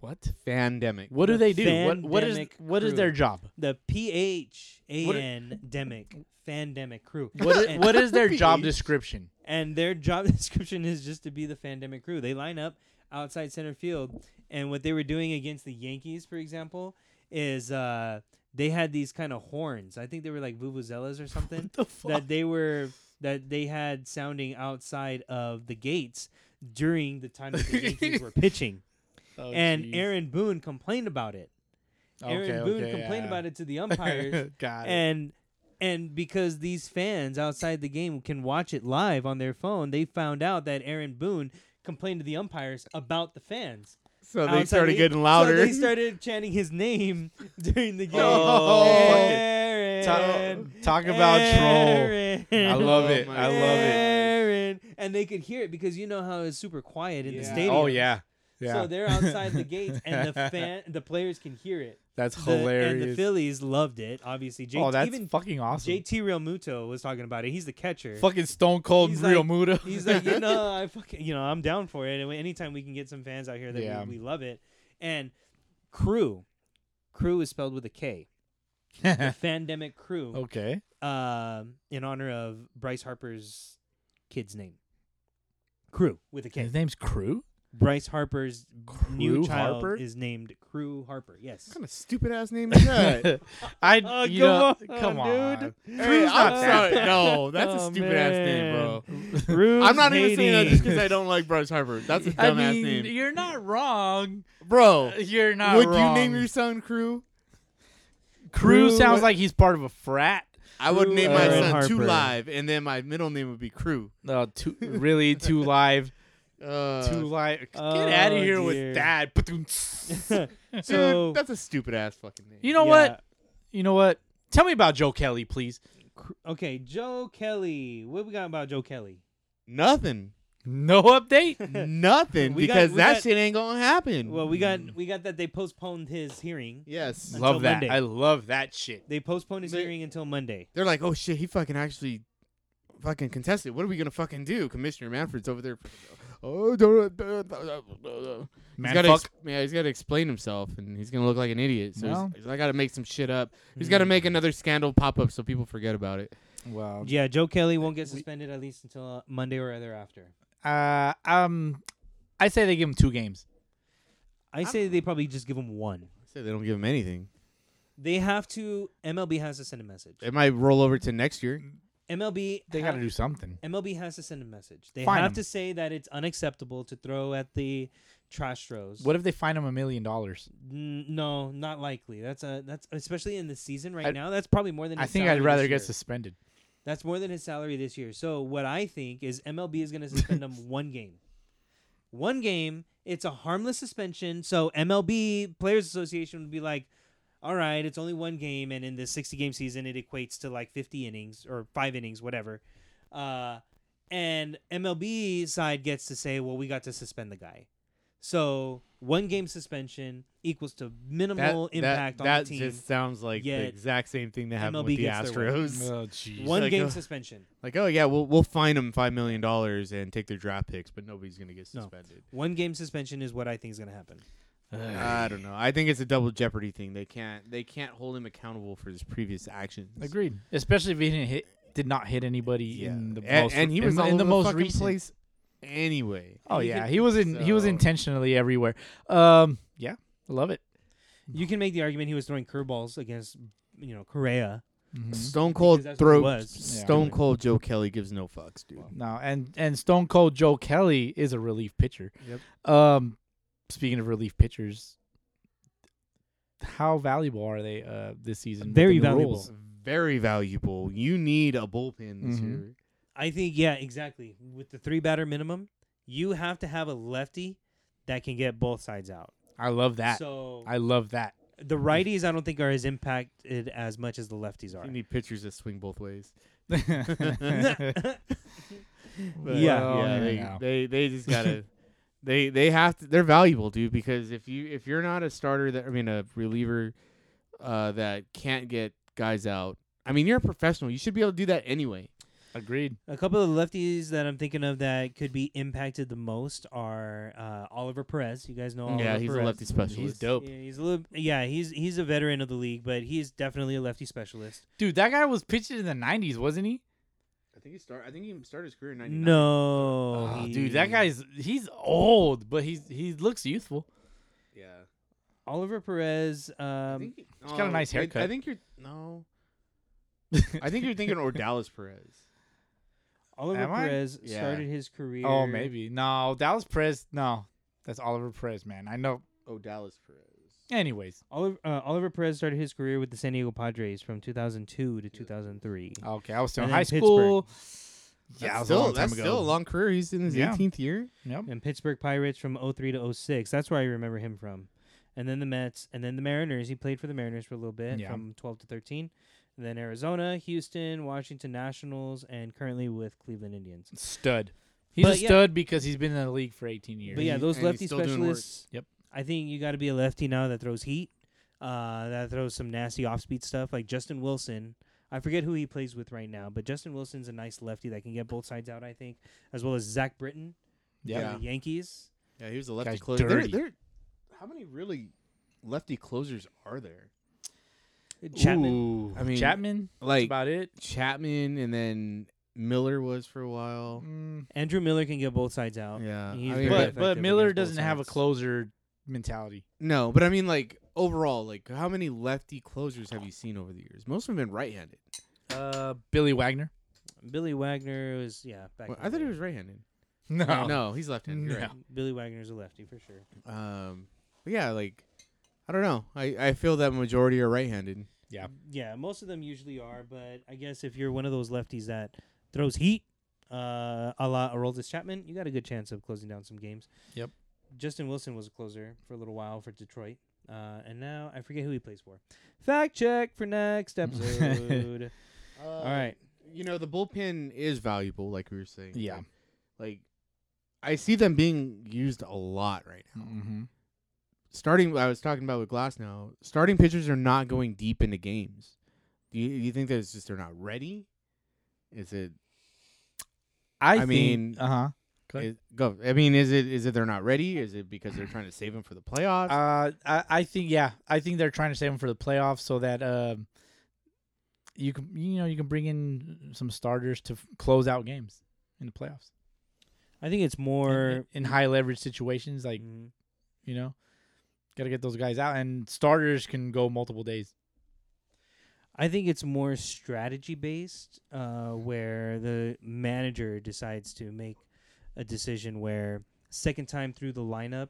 Speaker 2: what?
Speaker 4: Pandemic.
Speaker 2: What do they do? What, what is
Speaker 3: Fandemic
Speaker 2: what is their
Speaker 3: crew.
Speaker 2: job?
Speaker 3: The P H A
Speaker 2: What i-
Speaker 3: N Demic Fandemic Crew.
Speaker 2: What is,
Speaker 3: And-
Speaker 2: what is their job
Speaker 4: Jeez.
Speaker 2: description?
Speaker 3: and their job description is just to be the pandemic crew. They line up outside center field, and what they were doing against the Yankees, for example, is uh, they had these kind of horns. I think they were like vuvuzelas or something
Speaker 2: The
Speaker 3: that they were that they had sounding outside of the gates during the time that the Yankees were pitching.
Speaker 2: Oh,
Speaker 3: and Aaron Boone complained about it. Aaron Boone complained about it to the umpires,
Speaker 2: Got it.
Speaker 3: and and because these fans outside the game can watch it live on their phone, they found out that Aaron Boone complained to the umpires about the fans.
Speaker 4: So
Speaker 3: outside
Speaker 4: they started
Speaker 3: the-
Speaker 4: getting louder.
Speaker 3: So they started chanting his name during the game.
Speaker 2: Oh, fuck it.
Speaker 3: Aaron,
Speaker 2: Ta- talk about troll.
Speaker 3: Aaron,
Speaker 2: I love it.
Speaker 4: Oh
Speaker 2: I
Speaker 4: my
Speaker 2: love it.
Speaker 3: Aaron. And they could hear it because you know how it's super quiet in the
Speaker 4: Yeah.
Speaker 3: stadium.
Speaker 2: Oh yeah, yeah.
Speaker 3: So they're outside the gates, and the fan, the players can hear it.
Speaker 2: that's
Speaker 3: The- and the
Speaker 2: hilarious.
Speaker 3: Phillies loved it. Obviously, JT,
Speaker 2: oh, that's
Speaker 3: even
Speaker 2: fucking awesome.
Speaker 3: JT Realmuto was talking about it. He's the catcher.
Speaker 2: fucking Stone Cold
Speaker 3: He's
Speaker 2: Real
Speaker 3: like-
Speaker 2: Muda.
Speaker 3: He's like, you know, I fucking, you know, I'm down for it. And anytime we can get some fans out here that
Speaker 2: Yeah.
Speaker 3: we, we love it. And crew, crew is spelled with a K. The Fandemic crew,
Speaker 2: okay.
Speaker 3: um, in honor of Bryce Harper's kid's name. Crew with a K.
Speaker 2: His name's Crew.
Speaker 3: Bryce Harper's new
Speaker 2: Crew
Speaker 3: child
Speaker 2: Harper?
Speaker 3: is named Crew Harper. Yes.
Speaker 4: kind of stupid ass name is that?
Speaker 2: I
Speaker 3: Oh,
Speaker 4: Uh,
Speaker 2: you
Speaker 3: come
Speaker 2: know,
Speaker 3: on,
Speaker 2: come on,
Speaker 3: dude.
Speaker 4: Hey,
Speaker 2: Crew's not
Speaker 4: I'm
Speaker 2: that
Speaker 4: sorry. No, that's
Speaker 3: Oh,
Speaker 4: a stupid ass name, bro.
Speaker 3: Crew's
Speaker 4: I'm not even saying that just
Speaker 3: hating.
Speaker 4: because I don't like Bryce Harper. That's a
Speaker 2: I
Speaker 4: dumbass
Speaker 2: mean,
Speaker 4: name,
Speaker 2: you're not wrong.
Speaker 4: bro.
Speaker 2: You're not
Speaker 4: would
Speaker 2: wrong.
Speaker 4: you name your son Crew?
Speaker 2: Crew
Speaker 4: Crew-
Speaker 2: sounds like he's part of a frat.
Speaker 4: I would
Speaker 3: Crew
Speaker 4: name my
Speaker 3: Aaron
Speaker 4: son Two
Speaker 3: Harper.
Speaker 4: Live, and then my middle name would be Crew.
Speaker 2: No, too really too live,
Speaker 4: Uh,
Speaker 2: too live. Get
Speaker 3: oh,
Speaker 2: out of here
Speaker 3: dear.
Speaker 2: with that.
Speaker 4: dude,
Speaker 3: so
Speaker 4: eh, that's a stupid ass fucking name.
Speaker 2: You know
Speaker 3: yeah.
Speaker 2: what? You know what? Tell me about Joe Kelly, please.
Speaker 3: Cr- Okay, Joe Kelly. What we got about Joe Kelly?
Speaker 4: Nothing,
Speaker 2: No update.
Speaker 4: nothing,
Speaker 3: We got-
Speaker 4: because
Speaker 3: we
Speaker 4: that
Speaker 3: got-
Speaker 4: shit ain't gonna happen.
Speaker 3: Well, we got we got that they postponed his hearing.
Speaker 4: yes,
Speaker 3: Until
Speaker 2: love that.
Speaker 3: Monday.
Speaker 2: I love that shit.
Speaker 3: They postponed his
Speaker 4: They-
Speaker 3: hearing until Monday.
Speaker 4: they're like, oh shit, he fucking actually fucking contested. What are we gonna fucking do? Commissioner Manfred's over there. Oh, don't. don't- don't- don't- He's
Speaker 2: Man,
Speaker 4: gotta
Speaker 2: fuck.
Speaker 4: ex- yeah, he's got to explain himself, and he's gonna look like an idiot. So
Speaker 2: Well.
Speaker 4: he's, he's- I got to make some shit up. He's got to make another scandal pop up so people forget about it.
Speaker 2: wow.
Speaker 3: Yeah, Joe Kelly won't get suspended at least until uh, Monday or other after.
Speaker 2: Uh, um, I say they give him two games.
Speaker 3: I say they probably just give him one.
Speaker 4: I said they don't give him anything.
Speaker 3: They have to. MLB has to send a message.
Speaker 4: It might roll over to next year.
Speaker 3: MLB.
Speaker 2: They
Speaker 3: ha-
Speaker 2: got to do something.
Speaker 3: MLB has to send a message. They
Speaker 2: Fine
Speaker 3: have
Speaker 2: 'em.
Speaker 3: to say that it's unacceptable to throw at the trash throws.
Speaker 2: What if they find him a million dollars?
Speaker 3: N- no, not likely. That's a that's especially in the season right
Speaker 2: I-
Speaker 3: now. That's probably more than
Speaker 2: I
Speaker 3: his
Speaker 2: think
Speaker 3: salary
Speaker 2: I'd
Speaker 3: this
Speaker 2: rather get
Speaker 3: year.
Speaker 2: suspended.
Speaker 3: That's more than his salary this year. So what I think is MLB is going to suspend him one game. One game. It's a harmless suspension. So MLB Players Association would be like, all right, it's only one game, and in this 60 game season, it equates to like 50 innings or five innings, whatever. Uh, and MLB side gets to say, well, we got to suspend the guy. So one game suspension equals to minimal impact on the team.
Speaker 4: just sounds like
Speaker 3: the
Speaker 4: the
Speaker 3: Yet
Speaker 4: exact same thing that happened
Speaker 3: happened MLB
Speaker 4: with
Speaker 3: with the
Speaker 4: the
Speaker 3: gets their way.
Speaker 4: Astros.
Speaker 2: jeez.
Speaker 3: one
Speaker 4: like,
Speaker 3: game
Speaker 4: uh,
Speaker 3: suspension.
Speaker 4: like, oh yeah, we'll we'll fine him five million dollars and take their draft picks, but nobody's gonna get
Speaker 3: No.
Speaker 4: suspended.
Speaker 3: One game suspension is what I think is going to happen.
Speaker 4: I don't know. I think it's a double jeopardy thing. They can't they can't hold him accountable for his previous actions.
Speaker 2: Agreed. Especially if he didn't hit, did not hit anybody
Speaker 4: Yeah,
Speaker 2: in the
Speaker 4: and,
Speaker 2: most,
Speaker 4: and he
Speaker 2: in
Speaker 4: was
Speaker 2: the-
Speaker 4: all
Speaker 2: in, the
Speaker 4: over
Speaker 2: most
Speaker 4: fucking
Speaker 2: recent.
Speaker 4: place anyway.
Speaker 2: Oh
Speaker 3: You
Speaker 2: yeah,
Speaker 3: can-
Speaker 2: he was in. He was
Speaker 4: So-
Speaker 2: intentionally everywhere. Um, yeah, I love it.
Speaker 3: You can make the argument he was throwing curveballs against, you know, Correa.
Speaker 2: Mhm.
Speaker 4: Stone Cold
Speaker 3: that's what it
Speaker 4: throat.
Speaker 3: was.
Speaker 4: Stone
Speaker 2: Yeah.
Speaker 4: Cold Joe Kelly gives no fucks, dude.
Speaker 2: No, and and Stone Cold Joe Kelly is a relief pitcher.
Speaker 4: Yep.
Speaker 2: Um, speaking of relief pitchers, how valuable are they uh this season? with
Speaker 3: Very
Speaker 2: the new
Speaker 3: valuable.
Speaker 2: rules?
Speaker 4: Very valuable. You need a bullpen this
Speaker 2: Mhm.
Speaker 4: year.
Speaker 3: I think, yeah, exactly. With the three batter minimum, you have to have a lefty that can get both sides out.
Speaker 2: I love that.
Speaker 3: So
Speaker 2: I love that.
Speaker 3: the righties, I don't think, are as impacted as much as the lefties are.
Speaker 4: You need pitchers that swing both ways.
Speaker 3: But- Yeah.
Speaker 4: Well,
Speaker 2: Well,
Speaker 4: they,
Speaker 2: you know.
Speaker 4: they they just gotta they they have to they're valuable, dude. Because if you if you're not a starter that I mean a reliever uh, that can't get guys out, I mean you're a professional. You should be able to do that anyway.
Speaker 2: Agreed.
Speaker 3: A couple of lefties that I'm thinking of that could be impacted the most are uh, Oliver Perez. You guys know Oliver
Speaker 4: yeah, he's
Speaker 3: Perez.
Speaker 4: a lefty specialist.
Speaker 2: He's dope.
Speaker 3: Yeah, he's a little. Yeah, he's he's a veteran of the league, but he's definitely a lefty specialist.
Speaker 2: Dude, that guy was pitching in the 90s, wasn't he?
Speaker 4: I think he start. I think he started his career in
Speaker 3: No,
Speaker 2: Oh,
Speaker 3: he-
Speaker 2: dude, that guy's he's old, but he's he looks youthful.
Speaker 4: Yeah.
Speaker 3: Oliver Perez. Um,
Speaker 4: he's
Speaker 2: got a nice haircut.
Speaker 4: oh, I think you're no. I think you're thinking Ordalis Perez.
Speaker 3: Oliver
Speaker 2: Am I?
Speaker 3: Perez
Speaker 4: Yeah.
Speaker 3: started his career.
Speaker 2: Oh, maybe. No, that was Perez. No, that's Oliver Perez, man. I know.
Speaker 4: Ordalis Perez.
Speaker 2: Anyways.
Speaker 3: Oliver, uh, Oliver Perez started his career with the San Diego Padres from 2002 to 2003.
Speaker 2: Okay, I was still in
Speaker 3: And
Speaker 2: high
Speaker 3: then
Speaker 2: school. Yeah, that was
Speaker 4: that's
Speaker 2: a
Speaker 4: still
Speaker 2: long time
Speaker 4: that's
Speaker 2: ago.
Speaker 4: still a long career. He's in his
Speaker 2: Yeah.
Speaker 4: 18th year.
Speaker 2: Yep.
Speaker 3: and Pittsburgh Pirates from 03 to 06. That's where I remember him from. And then the Mets, and then the Mariners. He played for the Mariners for a little bit
Speaker 2: Yeah.
Speaker 3: from 12 to 13. And then Arizona, Houston, Washington Nationals, and currently with Cleveland Indians.
Speaker 2: Stud. He's a
Speaker 3: But yeah.
Speaker 2: stud because he's been in the league for 18 years.
Speaker 3: But yeah,
Speaker 4: he-
Speaker 3: those
Speaker 4: and he's
Speaker 3: lefty
Speaker 4: still doing work.
Speaker 3: specialists.
Speaker 2: Yep.
Speaker 3: I think you got to be a lefty now that throws heat, uh, that throws some nasty off-speed stuff like Justin Wilson. I forget who he plays with right now, but Justin Wilson's a nice lefty that can get both sides out. I think, as well as Zach Britton,
Speaker 2: Yeah.
Speaker 3: from the Yankees.
Speaker 4: Yeah, he was a lefty
Speaker 2: Guy's
Speaker 4: closer. There-
Speaker 2: dirty.
Speaker 4: there- how many really lefty closers are there?
Speaker 3: Chapman.
Speaker 4: I mean,
Speaker 2: Chapman, that's
Speaker 4: like
Speaker 2: about it.
Speaker 4: Chapman, and then Miller was for a while.
Speaker 2: Mm,
Speaker 3: Andrew Miller can get both sides out.
Speaker 4: Yeah, I
Speaker 3: He's
Speaker 4: mean,
Speaker 3: very
Speaker 2: but
Speaker 4: but,
Speaker 3: effective
Speaker 2: but Miller
Speaker 3: against both
Speaker 2: doesn't have a
Speaker 3: sides.
Speaker 2: closer mentality.
Speaker 4: no, but I mean, like overall, like how many lefty closers have you seen over the years? Most of them have been right-handed.
Speaker 2: Uh, Billy Wagner.
Speaker 3: Billy Wagner was yeah. Back
Speaker 4: Well,
Speaker 3: in
Speaker 4: I
Speaker 3: the
Speaker 4: thought he
Speaker 3: day.
Speaker 4: was right-handed.
Speaker 2: No,
Speaker 4: No, he's left-handed. You're
Speaker 2: No.
Speaker 3: Billy Wagner's a lefty for sure.
Speaker 4: right. Um, but yeah, like I don't know. I I feel that majority are right-handed.
Speaker 2: Yeah.
Speaker 3: Yeah, most of them usually are, but I guess if you're one of those lefties that throws heat, uh, a la Aroldis Chapman, you got a good chance of closing down some games.
Speaker 2: Yep.
Speaker 3: Justin Wilson was a closer for a little while for Detroit, uh, and now I forget who he plays for. Fact check for next episode.
Speaker 4: Uh,
Speaker 3: All right.
Speaker 4: you know the bullpen is valuable, like we were saying.
Speaker 2: Yeah.
Speaker 4: Like, like, I see them being used a lot right now.
Speaker 2: Mm-hmm.
Speaker 4: Starting, I was talking about with Glass now. Starting pitchers are not going deep into games. Do you, you think that it's just they're not ready? Is it?
Speaker 2: I,
Speaker 4: mean,
Speaker 2: uh Go ahead.
Speaker 4: is- go. I mean, is it? Is it they're not ready? Is it because they're trying to save them for the playoffs?
Speaker 2: huh. Uh, I, I think yeah, I think they're trying to save him for the playoffs so that um, you can you know you can bring in some starters to f- close out games in the playoffs
Speaker 3: I think it's
Speaker 2: In-
Speaker 3: more.
Speaker 2: in, in high leverage situations like
Speaker 3: Mhm.
Speaker 2: you know got to get those guys out and starters can go multiple days.
Speaker 3: I think it's more strategy based, uh, where the manager decides to make a decision where second time through the lineup,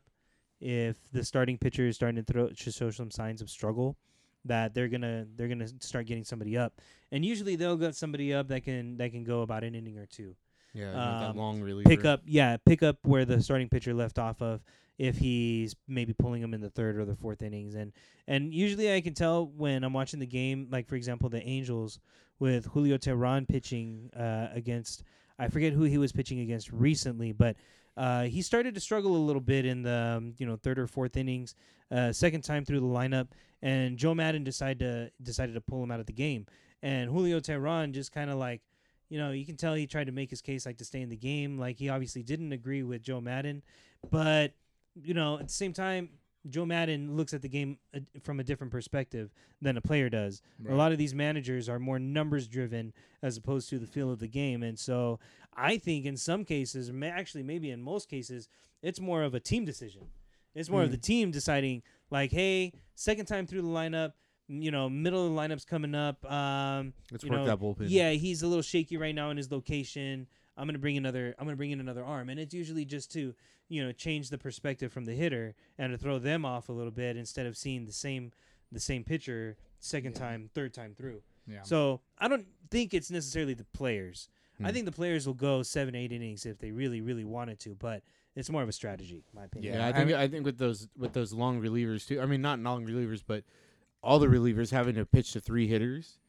Speaker 3: if the starting pitcher is starting to throw to show some signs of struggle, that they're gonna they're gonna start getting somebody up, and usually they'll get somebody up that can that can go about an inning or two
Speaker 4: yeah, with that
Speaker 3: um,
Speaker 4: long reliever.
Speaker 3: pick up yeah pick up where the starting pitcher left off of if he's maybe pulling him in the third or the fourth innings and and usually i can tell when i'm watching the game like for example the angels with julio tehran pitching uh, against i forget who he was pitching against recently but uh, he started to struggle a little bit in the um, you know third or fourth innings uh, second time through the lineup and joe madden decided to decided to pull him out of the game and julio tehran just kind of like you know, you can tell he tried to make his case like to stay in the game. Like he obviously didn't agree with Joe Madden, but you know, at the same time, Joe Madden looks at the game uh, from a different perspective than a player does. A lot of these managers are more numbers driven as opposed to the feel of the game, and so I think in some cases, ma- actually maybe in most cases, it's more of a team decision. It's more of
Speaker 4: Mm.
Speaker 3: the team deciding, like, hey, second time through the lineup, you know, middle of the lineup's coming up. Um,
Speaker 4: Let's
Speaker 3: you
Speaker 4: work
Speaker 3: know,
Speaker 4: that bullpen.
Speaker 3: Yeah, he's a little shaky right now in his location. I'm gonna bring another. I'm gonna bring in another arm, and it's usually just to you know change the perspective from the hitter and to throw them off a little bit instead of seeing the same the same pitcher second time, third time through.
Speaker 2: Yeah.
Speaker 3: So I don't think it's
Speaker 2: Hmm.
Speaker 3: necessarily the players. I think the players will go seven, eight innings if they really, really wanted to. But It's more of a strategy, in my opinion.
Speaker 4: Yeah,
Speaker 2: Yeah,
Speaker 4: I
Speaker 2: I
Speaker 4: think
Speaker 2: mean-
Speaker 4: I, think with those with those long relievers too. I mean, not long relievers, but all the relievers having to pitch to three hitters,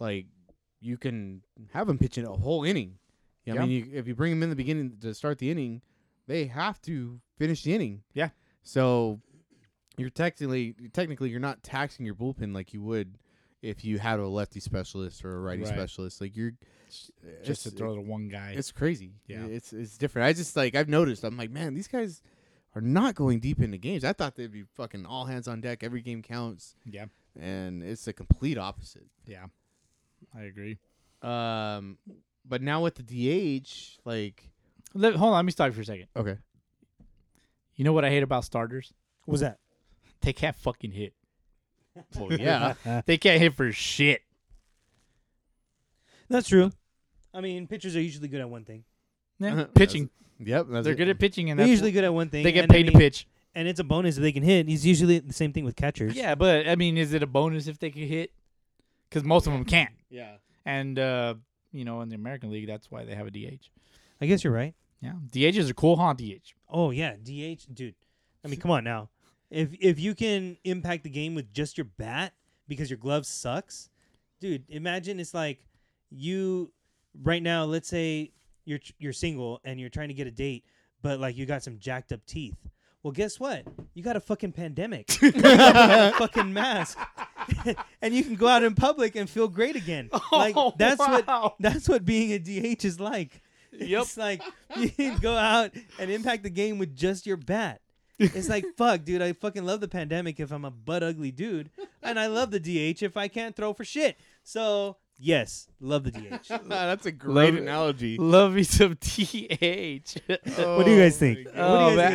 Speaker 4: like you can have them pitching a whole inning. Yeah, I
Speaker 2: Yeah.
Speaker 4: mean, you, if you bring them in the beginning to start the inning, they have to finish the inning.
Speaker 2: Yeah.
Speaker 4: So you're technically technically you're not taxing your bullpen like you would if you had a lefty specialist or a righty
Speaker 2: Right.
Speaker 4: specialist. Like you're
Speaker 2: just to
Speaker 4: it's-
Speaker 2: throw to one guy.
Speaker 4: it's crazy.
Speaker 2: Yeah.
Speaker 4: It's it's different. I just like I've noticed. I'm like, man, these guys are not going deep into games. I thought they'd be fucking all hands on deck. Every game counts,
Speaker 2: Yeah,
Speaker 4: and it's the complete opposite.
Speaker 2: yeah, I agree.
Speaker 4: Um, but now with the DH, like
Speaker 2: Let, hold on, let me stop you for a second.
Speaker 4: okay,
Speaker 2: You know what I hate about starters?
Speaker 3: Was that?
Speaker 2: They can't fucking hit.
Speaker 4: well, yeah,
Speaker 2: They can't hit for shit.
Speaker 3: That's true. I mean, pitchers are usually good at one thing.
Speaker 2: Yeah.
Speaker 4: That's-
Speaker 2: pitching.
Speaker 4: yep, that's
Speaker 2: They're
Speaker 4: it.
Speaker 2: good at pitching, and
Speaker 3: They're
Speaker 2: that's
Speaker 3: usually good at one thing.
Speaker 2: they get
Speaker 3: and I
Speaker 2: paid to
Speaker 3: mean-
Speaker 2: pitch.
Speaker 3: and it's a bonus if they can hit. He's usually the same thing with catchers.
Speaker 2: Yeah, but I mean, is it a bonus if they can hit? Because most of them can't.
Speaker 4: Yeah,
Speaker 2: And uh, you know, in the American League, that's why they have a DH.
Speaker 3: I guess you're right.
Speaker 2: Yeah, DHs are cool, huh? DH.
Speaker 3: Oh yeah, DH, dude. I mean, come on now. If if you can impact the game with just your bat because your glove sucks, dude. Imagine it's like you right now. Let's say you're you're single and you're trying to get a date, but like you got some jacked up teeth. Well, guess what? You got a fucking pandemic. you got a fucking mask. and you can go out in public and feel great again. like
Speaker 2: Oh,
Speaker 3: that's
Speaker 2: wow.
Speaker 3: what that's what being a DH is like. It's like you can go out and impact the game with just your bat. It's like fuck, dude. I fucking love the pandemic if I'm a butt ugly dude, and I love the DH if I can't throw for shit. So yes, love the DH.
Speaker 4: that's a great
Speaker 2: Love it.
Speaker 4: analogy.
Speaker 2: Love me some DH.
Speaker 3: do you guys think?
Speaker 4: my God.
Speaker 3: What do you
Speaker 2: Oh,
Speaker 3: guys
Speaker 2: man.
Speaker 3: think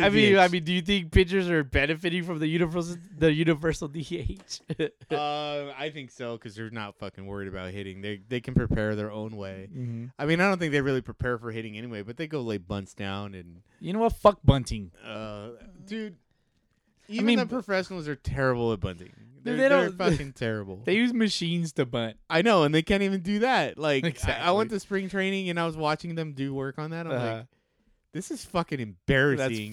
Speaker 2: I
Speaker 3: of
Speaker 2: mean,
Speaker 3: DH?
Speaker 2: I mean, do you think pitchers are benefiting from the universal the universal DH?
Speaker 4: Uh, I think so because they're not fucking worried about hitting. They they can prepare their own way.
Speaker 2: Mm-hmm.
Speaker 4: I mean, I don't think they really prepare for hitting anyway, but they go lay bunts down and
Speaker 2: You know what? Fuck bunting.
Speaker 4: Uh, dude. Even
Speaker 2: mean,
Speaker 4: the
Speaker 2: bu-
Speaker 4: professionals are terrible at bunting. They're,
Speaker 2: they
Speaker 4: they're
Speaker 2: don't-
Speaker 4: fucking terrible.
Speaker 2: They use machines to bunt.
Speaker 4: I know, and they can't even do that. Like, I- I,
Speaker 2: Exactly.
Speaker 4: went to spring training and I was watching them do work on that. I'm
Speaker 2: Uh,
Speaker 4: like, this is fucking
Speaker 2: that's
Speaker 4: embarrassing.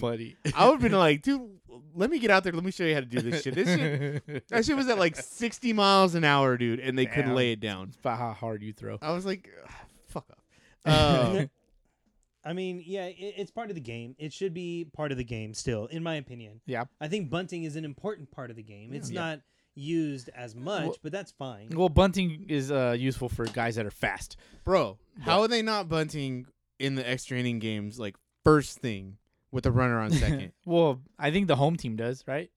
Speaker 2: funny.
Speaker 4: I would have been like, dude, let me get out there. Let me show you how to do this shit. This shit, that shit was at like 60 miles an hour, dude, and they couldn't
Speaker 2: Damn.
Speaker 4: lay it down.
Speaker 2: About how hard you throw.
Speaker 4: I was like, "Ugh, fuck up. Uh,
Speaker 3: I mean, yeah, it, it's part of the game. It should be part of the game still, in my opinion.
Speaker 2: Yeah.
Speaker 3: I think bunting is an important part of the game. It's
Speaker 2: Yeah.
Speaker 3: not used as much,
Speaker 2: Well-
Speaker 3: but that's fine.
Speaker 2: Well, bunting is uh, useful for guys that are fast.
Speaker 4: Bro, how are they not bunting in the extra inning games like first thing with a runner on second?
Speaker 2: Well, I think the home team does, right?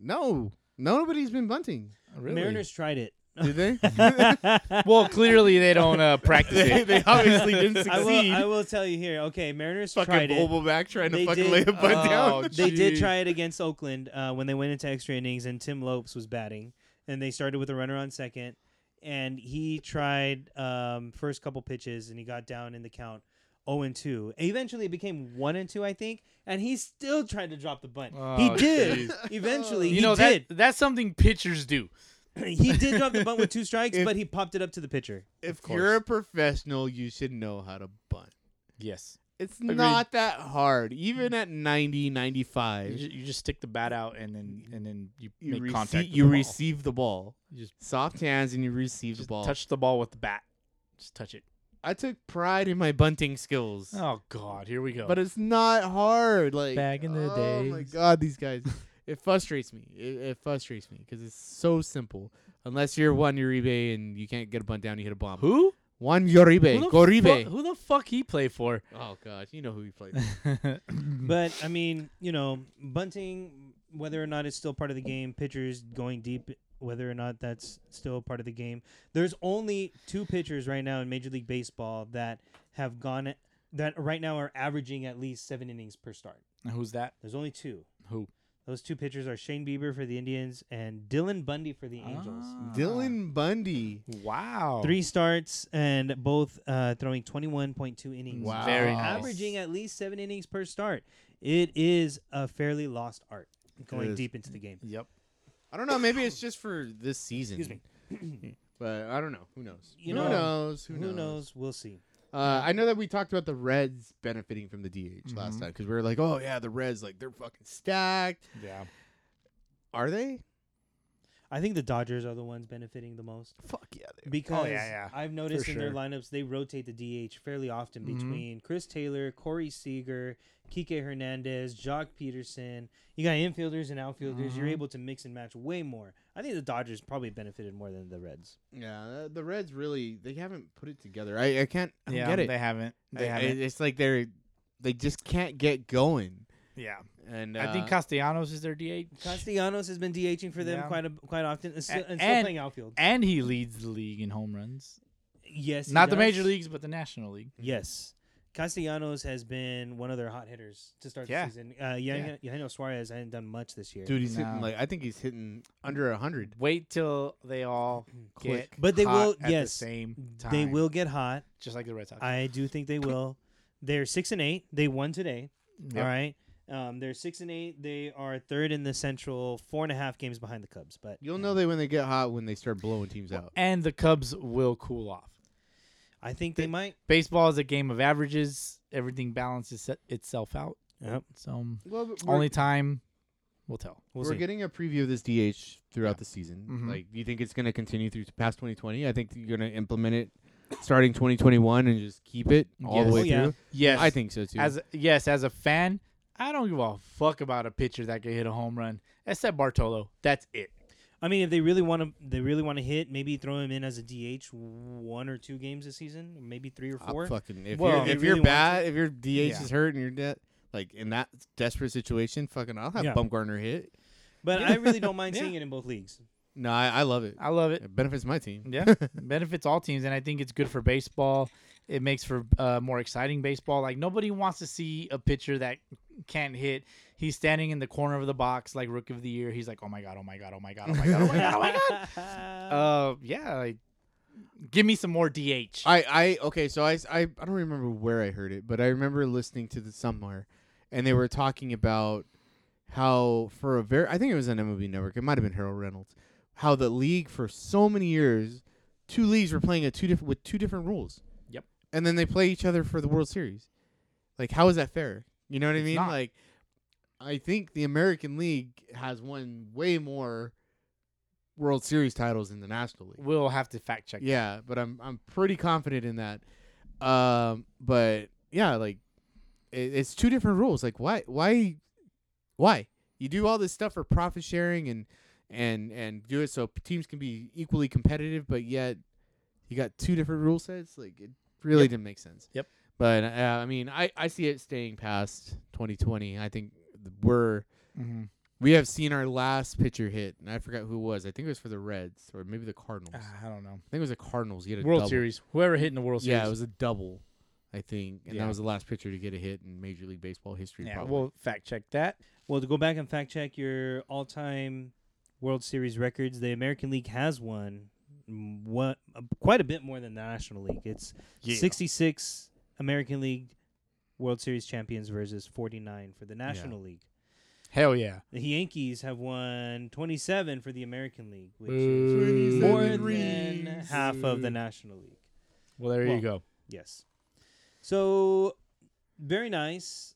Speaker 4: no. Nobody's been bunting.
Speaker 2: Really?
Speaker 3: Mariners tried it.
Speaker 4: Did they?
Speaker 2: Well, clearly they don't uh, practice
Speaker 4: they,
Speaker 2: it.
Speaker 4: they obviously didn't
Speaker 3: I
Speaker 4: succeed.
Speaker 3: will, I will tell you here. Okay, Mariners
Speaker 4: fucking
Speaker 3: tried it.
Speaker 4: bobble back trying to
Speaker 3: They
Speaker 4: fucking
Speaker 3: did-
Speaker 4: lay a bunt
Speaker 2: Oh,
Speaker 4: down.
Speaker 3: They did
Speaker 2: Gee.
Speaker 3: try it against Oakland uh, when they went into extra innings, and Tim Lopes was batting, and they started with a runner on second, and he tried um, first couple pitches, and he got down in the count. 0 and 2. Eventually it became 1 and 2, I think, and he still tried to drop the bunt. he
Speaker 2: Oh,
Speaker 3: did. Eventually,
Speaker 2: You
Speaker 3: he
Speaker 2: know
Speaker 3: did.
Speaker 2: that that's something pitchers do.
Speaker 3: he did drop the bunt with two strikes,
Speaker 4: If-
Speaker 3: but he popped it up to the pitcher.
Speaker 4: If
Speaker 2: course.
Speaker 4: you're a professional, you should know how to bunt.
Speaker 2: Yes.
Speaker 4: It's
Speaker 2: Agreed.
Speaker 4: not that hard. Even at 90,
Speaker 2: You
Speaker 4: 95,
Speaker 2: just, you just stick the bat out and then and then you,
Speaker 4: you,
Speaker 2: make
Speaker 4: receive,
Speaker 2: contact. with
Speaker 4: you
Speaker 2: the ball.
Speaker 4: receive the ball.
Speaker 2: You just,
Speaker 4: Soft hands and you receive
Speaker 2: just
Speaker 4: the ball.
Speaker 2: touch the ball with the bat. Just touch it.
Speaker 4: I took pride in my bunting skills.
Speaker 2: Oh God, here we go.
Speaker 4: but it's not hard. Like
Speaker 2: Back in the
Speaker 4: oh my
Speaker 2: days.
Speaker 4: god, these guys. It frustrates me. It, it frustrates me because it's so simple. Unless you're Juan Uribe and you can't get a bunt down, you hit a bomb.
Speaker 2: who?
Speaker 4: Juan
Speaker 2: Who
Speaker 4: Uribe,
Speaker 2: the
Speaker 4: Goribe.
Speaker 2: fu- who the fuck he play for?
Speaker 4: oh gosh, you know who he played.
Speaker 3: But I mean, you know, bunting, whether or not it's still part of the game, pitchers going deep, whether or not that's still part of the game. There's only two pitchers right now in Major League Baseball that have gone that right now are averaging at least seven innings per start.
Speaker 2: Who's that?
Speaker 3: There's only two.
Speaker 2: Who?
Speaker 3: Those two pitchers are Shane Bieber for the Indians and Dylan Bundy for the Angels.
Speaker 2: Ah.
Speaker 4: Dylan Bundy. Oh.
Speaker 2: Wow.
Speaker 3: Three starts and both uh, throwing 21.2 innings.
Speaker 4: Wow.
Speaker 2: Very nice.
Speaker 3: averaging at least seven innings per start. It is a fairly lost art going
Speaker 4: is.
Speaker 3: deep into the game.
Speaker 2: Yep.
Speaker 4: I don't know. Maybe it's just for this season.
Speaker 3: Excuse
Speaker 4: but I don't know. Who knows?
Speaker 3: You
Speaker 4: who
Speaker 3: know,
Speaker 4: knows? Who,
Speaker 3: Who knows? We'll see.
Speaker 4: Uh, I know that we talked about the Reds benefiting from the DH
Speaker 2: Mm-hmm.
Speaker 4: last time because we were like, oh yeah, the Reds like they're fucking stacked.
Speaker 2: Yeah.
Speaker 4: Are they?
Speaker 3: I think the Dodgers are the ones benefiting the most
Speaker 4: Fuck yeah, they.
Speaker 3: because
Speaker 2: yeah.
Speaker 3: I've noticed in their
Speaker 2: sure.
Speaker 3: lineups they rotate the DH fairly often
Speaker 4: Mm-hmm.
Speaker 2: Mhm.
Speaker 3: between Chris Taylor, Corey Seager, Kike Hernandez, Jock Peterson. You got infielders and outfielders. You're
Speaker 4: Mm-hmm.
Speaker 2: Mhm.
Speaker 3: able to mix and match way more. I think the Dodgers probably benefited more than the Reds.
Speaker 4: yeah, the- the Reds really they haven't put it together. I, I can't I don't
Speaker 2: yeah,
Speaker 4: get it.
Speaker 2: They haven't. They
Speaker 4: I- I-
Speaker 2: haven't.
Speaker 4: it's like they're they just can't get going.
Speaker 2: yeah.
Speaker 4: And
Speaker 2: I think
Speaker 4: uh,
Speaker 2: Castellanos is their DH.
Speaker 3: Castellanos has been DHing for them
Speaker 2: Yeah.
Speaker 3: quite a, quite often and, still,
Speaker 2: A-
Speaker 3: and still
Speaker 2: and-
Speaker 3: playing outfield.
Speaker 2: and he leads the league in home runs.
Speaker 3: yes, he
Speaker 2: Not the
Speaker 3: does.
Speaker 2: major leagues, but the National League.
Speaker 3: Yes. Castellanos has been one of their hot hitters to start
Speaker 2: Yeah.
Speaker 3: the season. Uh, yeah, Eugenio Suarez hasn't done much this year.
Speaker 4: dude, he's
Speaker 2: No.
Speaker 4: hitting like I think he's hitting under hundred.
Speaker 2: Wait till they all
Speaker 4: Click.
Speaker 2: get
Speaker 3: Hmm. But they will-
Speaker 2: hot at the
Speaker 3: yes,
Speaker 2: same time.
Speaker 3: They will get hot.
Speaker 2: just like the Red Sox.
Speaker 3: I do think they will. They're six and eight. They won today.
Speaker 2: Yep.
Speaker 3: All right. Um, they're six and eight. They are third in the Central, four and a half games behind the Cubs. But
Speaker 4: You'll know they when they get hot when they start blowing teams out.
Speaker 2: And the Cubs will cool off.
Speaker 3: I think they
Speaker 2: They-
Speaker 3: might.
Speaker 2: Baseball is a game of averages. Everything balances se- itself out.
Speaker 3: Yep.
Speaker 2: So
Speaker 4: Well, but we're,
Speaker 2: only time will tell.
Speaker 3: We'll
Speaker 4: we're
Speaker 3: see.
Speaker 4: getting a preview of this DH throughout the season.
Speaker 2: Mhm.
Speaker 4: Like, do you think it's going to continue through past 2020? I think you're going to implement it starting 2021 and just keep it all
Speaker 2: Yes.
Speaker 4: the way
Speaker 3: Oh, yeah.
Speaker 4: through.
Speaker 2: Yes,
Speaker 4: I think so too.
Speaker 2: As yes, as a fan, I don't give a fuck about a pitcher that could hit a home run, except Bartolo. That's it.
Speaker 3: I mean, if they really want to, they really want to hit. Maybe throw him in as a DH one or two games this season. Maybe three or
Speaker 4: Ah,
Speaker 3: four.
Speaker 4: fucking, if
Speaker 2: Well,
Speaker 4: you're,
Speaker 2: they
Speaker 4: if
Speaker 3: really
Speaker 4: you're
Speaker 3: want to.
Speaker 4: bad, if your DH
Speaker 2: Yeah.
Speaker 4: is hurt and you're dead, like in that desperate situation, fucking, I'll have
Speaker 3: Yeah.
Speaker 4: Bumgarner hit.
Speaker 3: But I really don't mind
Speaker 2: Yeah.
Speaker 3: seeing it in both leagues.
Speaker 4: No, I, I love it.
Speaker 2: I love it.
Speaker 4: It benefits my team.
Speaker 2: Yeah, benefits all teams, and I think it's good for baseball. It makes for uh, more exciting baseball. Like nobody wants to see a pitcher that can't hit. He's standing in the corner of the box, like rookie of the year. He's like, oh my god, oh my god, oh my god, oh my god, oh my god, oh my god. Uh, yeah, like, give me some more DH.
Speaker 4: I, I okay, so I, s- I- I don't remember where I heard it, but I remember listening to the somewhere, and they were talking about how for a very I think it was on MLB Network, it might have been Harold Reynolds, how the league for so many years, two leagues were playing at two different with two different rules.
Speaker 2: Yep.
Speaker 4: And then they play each other for the World Series. Like, how is that fair? You know what I
Speaker 2: It's
Speaker 4: mean?
Speaker 2: not.
Speaker 4: Like, I think the American League has won way more World Series titles than the National League.
Speaker 2: we'll have to fact check.
Speaker 4: Yeah, but I'm I'm pretty confident in that. Um, but yeah, like it, it's two different rules. Like why why why you do all this stuff for profit sharing and and and do it so p- teams can be equally competitive, but yet you got two different rule sets. Like it really didn't make sense.
Speaker 2: Yep.
Speaker 4: But uh, I mean, I I see it staying past 2020. I think th- we're
Speaker 2: hmm
Speaker 4: we have seen our last pitcher hit, and I forgot who it was. I think it was for the Reds or maybe the Cardinals.
Speaker 2: Ah, I don't know.
Speaker 4: I think it was the Cardinals. He had a
Speaker 2: World
Speaker 4: double.
Speaker 2: Series. Whoever hit in the World Series.
Speaker 4: Yeah, it was a double, I think, and
Speaker 2: Yeah.
Speaker 4: that was the last pitcher to get a hit in Major League Baseball history.
Speaker 2: Yeah,
Speaker 4: probably.
Speaker 2: we'll fact check that.
Speaker 3: Well, to go back and fact check your all-time World Series records, the American League has won mm, what uh, quite a bit more than the National League. It's 66 American League World Series champions versus 49 for the National League.
Speaker 2: Hell yeah.
Speaker 3: The Yankees have won 27 for the American League, which is
Speaker 2: Boo.
Speaker 3: more
Speaker 4: 27
Speaker 3: than
Speaker 4: rings.
Speaker 3: half of the National League.
Speaker 2: Well, there
Speaker 3: Well,
Speaker 2: you go.
Speaker 3: Yes. So very nice.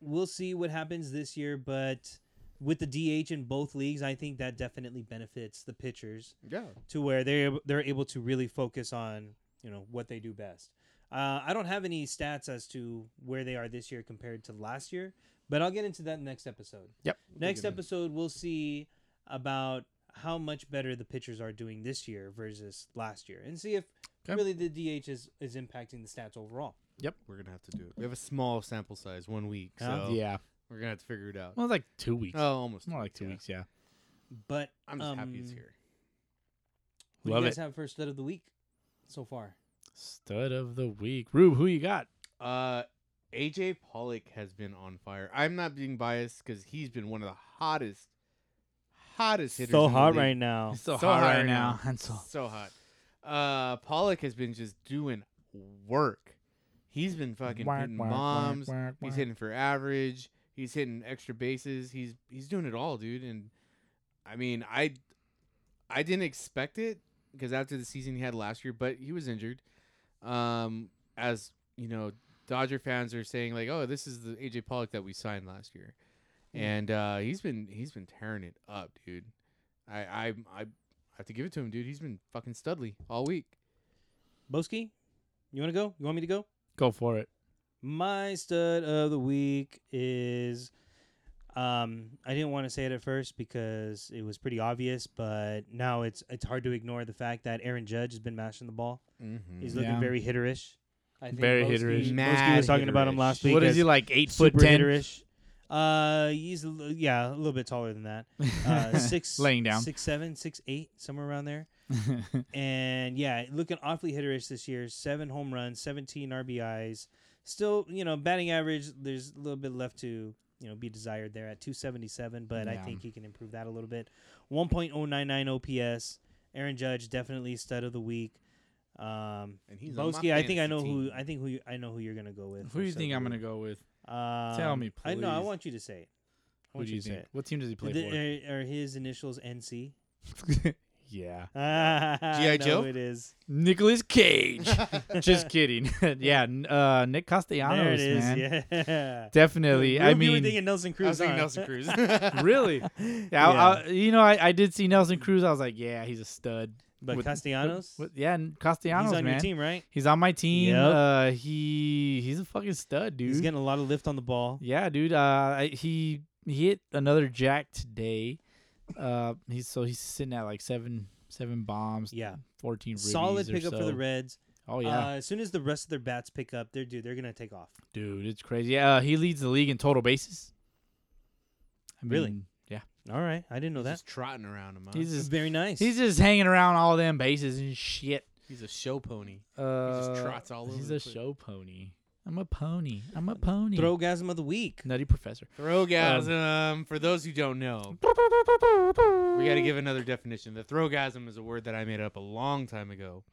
Speaker 3: We'll see what happens this year, but with the DH in both leagues, I think that definitely benefits the pitchers
Speaker 4: yeah.
Speaker 3: to where they they're able to really focus on you know what they do best. Uh, I don't have any stats as to where they are this year compared to last year, but I'll get into that next episode.
Speaker 2: Yep.
Speaker 3: Next
Speaker 4: Good.
Speaker 3: episode, we'll see about how much better the pitchers are doing this year versus last year, and see if
Speaker 2: Okay.
Speaker 3: really the DH is is impacting the stats overall.
Speaker 4: We're gonna have to do it. We have a small sample size, one week,
Speaker 3: Huh?
Speaker 4: so
Speaker 2: yeah.
Speaker 4: we're gonna have to figure it out.
Speaker 2: Well, it's like two weeks.
Speaker 4: oh, almost.
Speaker 2: More like two
Speaker 4: yeah.
Speaker 2: weeks, yeah.
Speaker 3: But
Speaker 4: I'm just happy it's
Speaker 3: um,
Speaker 4: here.
Speaker 3: What
Speaker 2: Love
Speaker 3: do you guys
Speaker 2: it.
Speaker 3: have for stud of the week so far?
Speaker 2: Stud of the week. Rube, who you got?
Speaker 4: Uh, AJ Pollock has been on fire. I'm not being biased because he's been one of the hottest, hottest hitters. in the league.
Speaker 3: now.
Speaker 2: so,
Speaker 4: So
Speaker 2: hot
Speaker 4: hot
Speaker 2: right
Speaker 4: right
Speaker 2: now.
Speaker 4: so hot. Uh, Pollock has been just doing work. He's been fucking hitting bombs. He's hitting for average. He's hitting extra bases. He's he's doing it all, dude. And I mean, I I didn't expect it because after the season he had last year, but he was injured. Um, as you know, Dodger fans are saying like, "Oh, this is the AJ Pollock that we signed last year," and uh, he's been he's been tearing it up, dude. I I I have to give it to him, dude. He's been fucking studly all week.
Speaker 3: Boski, you want to go? You want me to go?
Speaker 2: Go for it.
Speaker 3: My stud of the week is um I didn't want to say it at first because it was pretty obvious, but now it's it's hard to ignore the fact that Aaron Judge has been mashing the ball.
Speaker 4: Mm-hmm.
Speaker 3: He's looking
Speaker 2: Yeah.
Speaker 3: very hitterish. I think
Speaker 2: Very
Speaker 3: Boski-
Speaker 2: hitterish.
Speaker 3: Boski
Speaker 4: Mad
Speaker 3: was talking about him
Speaker 4: hitterish.
Speaker 3: last week.
Speaker 2: What is
Speaker 3: as
Speaker 2: he like? Eight foot
Speaker 3: super
Speaker 2: ten.
Speaker 3: hitterish. Uh, he's a li- yeah, a little bit taller than that. Uh, six
Speaker 2: Laying down.
Speaker 3: six seven, six eight, somewhere around there. and yeah, looking awfully hitterish this year. Seven home runs, seventeen RBIs. Still, you know, batting average. There's a little bit left to you know be desired there at 277, but I
Speaker 2: Yeah.
Speaker 3: think he can improve that a little bit. 1.099 OPS. Aaron Judge definitely stud of the week. Um,
Speaker 4: And he's on my
Speaker 3: Boski, I think I know
Speaker 4: fantasy
Speaker 3: who
Speaker 4: team.
Speaker 3: I think who you, I know who you're gonna go with.
Speaker 2: Who do you
Speaker 3: for stud
Speaker 2: think
Speaker 3: of
Speaker 2: I'm
Speaker 3: the
Speaker 2: gonna
Speaker 3: week.
Speaker 2: go with?
Speaker 3: Um,
Speaker 2: me,
Speaker 3: I know. I
Speaker 2: please.
Speaker 3: want you to say it. I
Speaker 2: Who
Speaker 3: want
Speaker 2: do
Speaker 3: you
Speaker 2: you
Speaker 3: to say
Speaker 2: think?
Speaker 3: it.
Speaker 2: What team does he play for?
Speaker 3: Th- are, are his initials NC?
Speaker 2: yeah.
Speaker 3: G.I.
Speaker 4: Joe?
Speaker 3: It is.
Speaker 2: Nicholas Cage. Just kidding. yeah. n- Uh, Nick Castellanos,
Speaker 3: there it is.
Speaker 2: man.
Speaker 3: Yeah.
Speaker 2: Definitely. I
Speaker 3: Rube, you were
Speaker 2: mean,
Speaker 3: thinking Nelson
Speaker 4: I was
Speaker 3: Cruz.
Speaker 4: thinking
Speaker 3: huh?
Speaker 4: Nelson Cruz.
Speaker 2: really. Yeah. I, I, you know, I, I did see Nelson Cruz. I was like, yeah, he's a stud.
Speaker 3: but
Speaker 2: With-
Speaker 3: Castellanos.
Speaker 2: What- yeah, and
Speaker 3: he's
Speaker 2: Castellanos,
Speaker 3: on
Speaker 2: man.
Speaker 3: your team, right?
Speaker 2: He's on my team.
Speaker 3: Yep.
Speaker 2: Uh, he he's a fucking stud, dude.
Speaker 3: He's getting a lot of lift on the ball.
Speaker 2: Yeah, dude. Uh, I- he he hit another jack today. Uh, he's so he's sitting at like seven seven bombs,
Speaker 3: Yeah.
Speaker 2: fourteen. ribbies
Speaker 3: Solid
Speaker 2: or
Speaker 3: pickup for the
Speaker 2: so.
Speaker 3: Reds.
Speaker 2: Oh yeah,
Speaker 3: Uh, as soon as the rest of their bats pick up, they're dude, they're gonna take off.
Speaker 2: dude, it's crazy. Yeah, uh, he leads the league in total bases. I
Speaker 3: Really?
Speaker 2: mean, Yeah,
Speaker 3: All right, I didn't know that.
Speaker 4: Just trotting around him. Huh?
Speaker 2: he's just
Speaker 3: very nice.
Speaker 2: he's just hanging around all them bases and shit.
Speaker 4: He's a show pony.
Speaker 2: Uh,
Speaker 4: trots all
Speaker 2: He's
Speaker 4: over
Speaker 2: a
Speaker 4: the place.
Speaker 2: show pony. I'm a pony. I'm a pony.
Speaker 3: Throwgasm of the week.
Speaker 2: Nutty professor. Um,
Speaker 4: Throwgasm. um, for those who don't know, we got to give another definition. The throwgasm is a word that I made up a long time ago.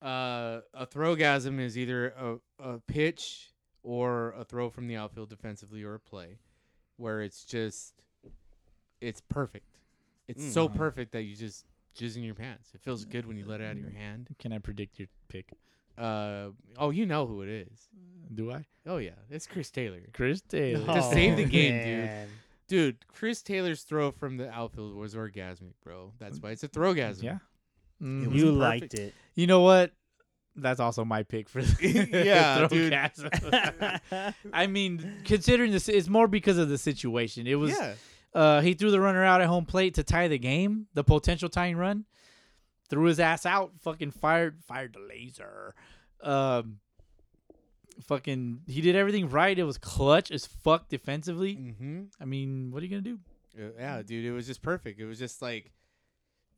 Speaker 4: Uh, a throwgasm is either a, a pitch or a throw from the outfield defensively or a play where it's just, it's perfect. It's so perfect that you just jizz in your pants. It feels good when you let it out of your hand.
Speaker 2: Can I predict your pick?
Speaker 4: Uh, oh, you know who it is.
Speaker 2: Do I?
Speaker 4: Oh, yeah. It's Chris Taylor.
Speaker 2: Chris Taylor.
Speaker 4: To save the game, dude.
Speaker 3: Oh, man.
Speaker 4: Dude, Chris Taylor's throw from the outfield was orgasmic, bro. That's why it's a throwgasm.
Speaker 2: Yeah. Mm,
Speaker 4: It was
Speaker 3: You
Speaker 4: perfect.
Speaker 3: liked it.
Speaker 2: You know what? That's also my pick for the
Speaker 4: Yeah, dude.
Speaker 2: throwgasm. I mean, considering this, it's more because of the situation. It was
Speaker 4: yeah.
Speaker 2: uh, he threw the runner out at home plate to tie the game, the potential tying run. Threw his ass out, fucking fired, fired the laser. Um, fucking, he did everything right. It was clutch as fuck defensively.
Speaker 4: Mm-hmm. Uh,
Speaker 2: I mean, what are you gonna do?
Speaker 4: Yeah, dude, it was just perfect. It was just like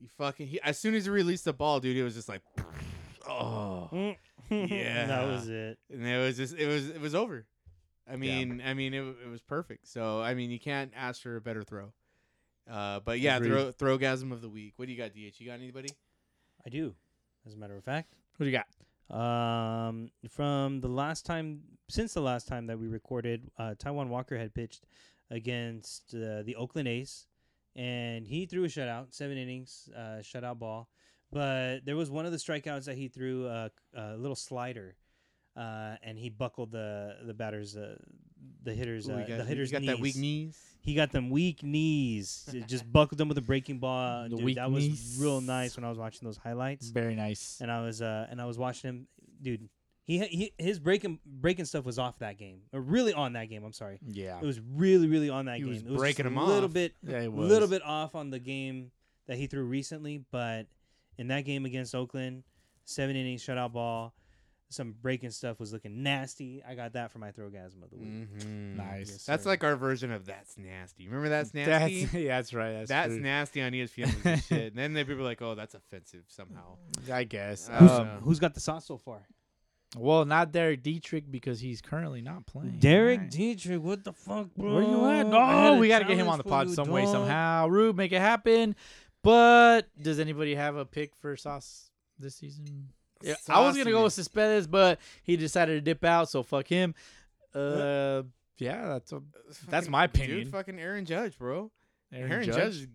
Speaker 4: you fucking. He, as soon as he released the ball, dude, it was just like, oh,
Speaker 3: Mm. that
Speaker 4: Yeah.
Speaker 3: was it.
Speaker 4: and it was just it was it was over. I mean, I mean, it, w- it was perfect. So I mean, you can't ask for a better throw. Uh, but yeah, throw,
Speaker 2: Agreed.
Speaker 4: throwgasm of the week. What do you got, DH? You got anybody?
Speaker 3: I do, as a matter of fact.
Speaker 2: What do you got?
Speaker 3: Um, from the last time, since the last time that we recorded, uh, Taiwan Walker had pitched against uh, the Oakland A's, and he threw a shutout, seven innings, uh, shutout ball. But there was one of the strikeouts that he threw uh, a little slider, uh, and he buckled the the batter's uh, the hitter's
Speaker 4: Ooh,
Speaker 3: uh,
Speaker 4: you got,
Speaker 3: the hitter's
Speaker 4: you got that weak
Speaker 3: knees.
Speaker 4: knees.
Speaker 3: He got them weak knees. It Just buckled them with a breaking ball.
Speaker 2: The
Speaker 3: Dude,
Speaker 2: weak
Speaker 3: that was
Speaker 2: knees.
Speaker 3: real nice when I was watching those highlights.
Speaker 2: Very nice.
Speaker 3: And I was uh and I was watching him, dude. He, he his breaking breaking stuff was off that game, or really on that game. I'm sorry,
Speaker 2: Yeah,
Speaker 3: it was really really on that
Speaker 4: He
Speaker 3: game.
Speaker 4: was
Speaker 3: it was
Speaker 4: breaking
Speaker 3: just
Speaker 4: him
Speaker 3: a little
Speaker 4: off.
Speaker 3: bit,
Speaker 2: yeah, it
Speaker 3: a
Speaker 2: was.
Speaker 3: little bit off on the game that he threw recently, but in that game against Oakland, seven innings shutout ball, some breaking stuff was looking nasty. I got that for my throwgasm of the week.
Speaker 4: Mhm.
Speaker 2: Nice.
Speaker 3: Yes,
Speaker 4: That's
Speaker 3: sir.
Speaker 4: like our version of that's nasty. Remember that's nasty?
Speaker 2: That's, yeah, that's right. That's,
Speaker 4: That's
Speaker 2: true.
Speaker 4: nasty on E ESPN was the shit. And then they people were like, oh, that's offensive somehow.
Speaker 2: I guess.
Speaker 4: Who's-
Speaker 2: Um,
Speaker 3: Who's got the sauce so far?
Speaker 2: well, not Derek Dietrich because he's currently not playing.
Speaker 3: Derek
Speaker 2: Right.
Speaker 3: Dietrich, what the fuck, bro?
Speaker 2: Where you at?
Speaker 3: I had
Speaker 2: Oh,
Speaker 3: a
Speaker 2: we got to get him
Speaker 3: challenge
Speaker 2: on the
Speaker 3: for
Speaker 2: pod
Speaker 3: you,
Speaker 2: some way,
Speaker 3: dog.
Speaker 2: somehow. Rube, make it happen. But does anybody have a pick for Sauce this season? Yeah, I was gonna go with Cespedes, but he decided to dip out, so fuck him. Uh, yeah, that's a, that's my opinion.
Speaker 4: Dude, fucking Aaron Judge, bro.
Speaker 2: Aaron,
Speaker 4: Aaron, Judge.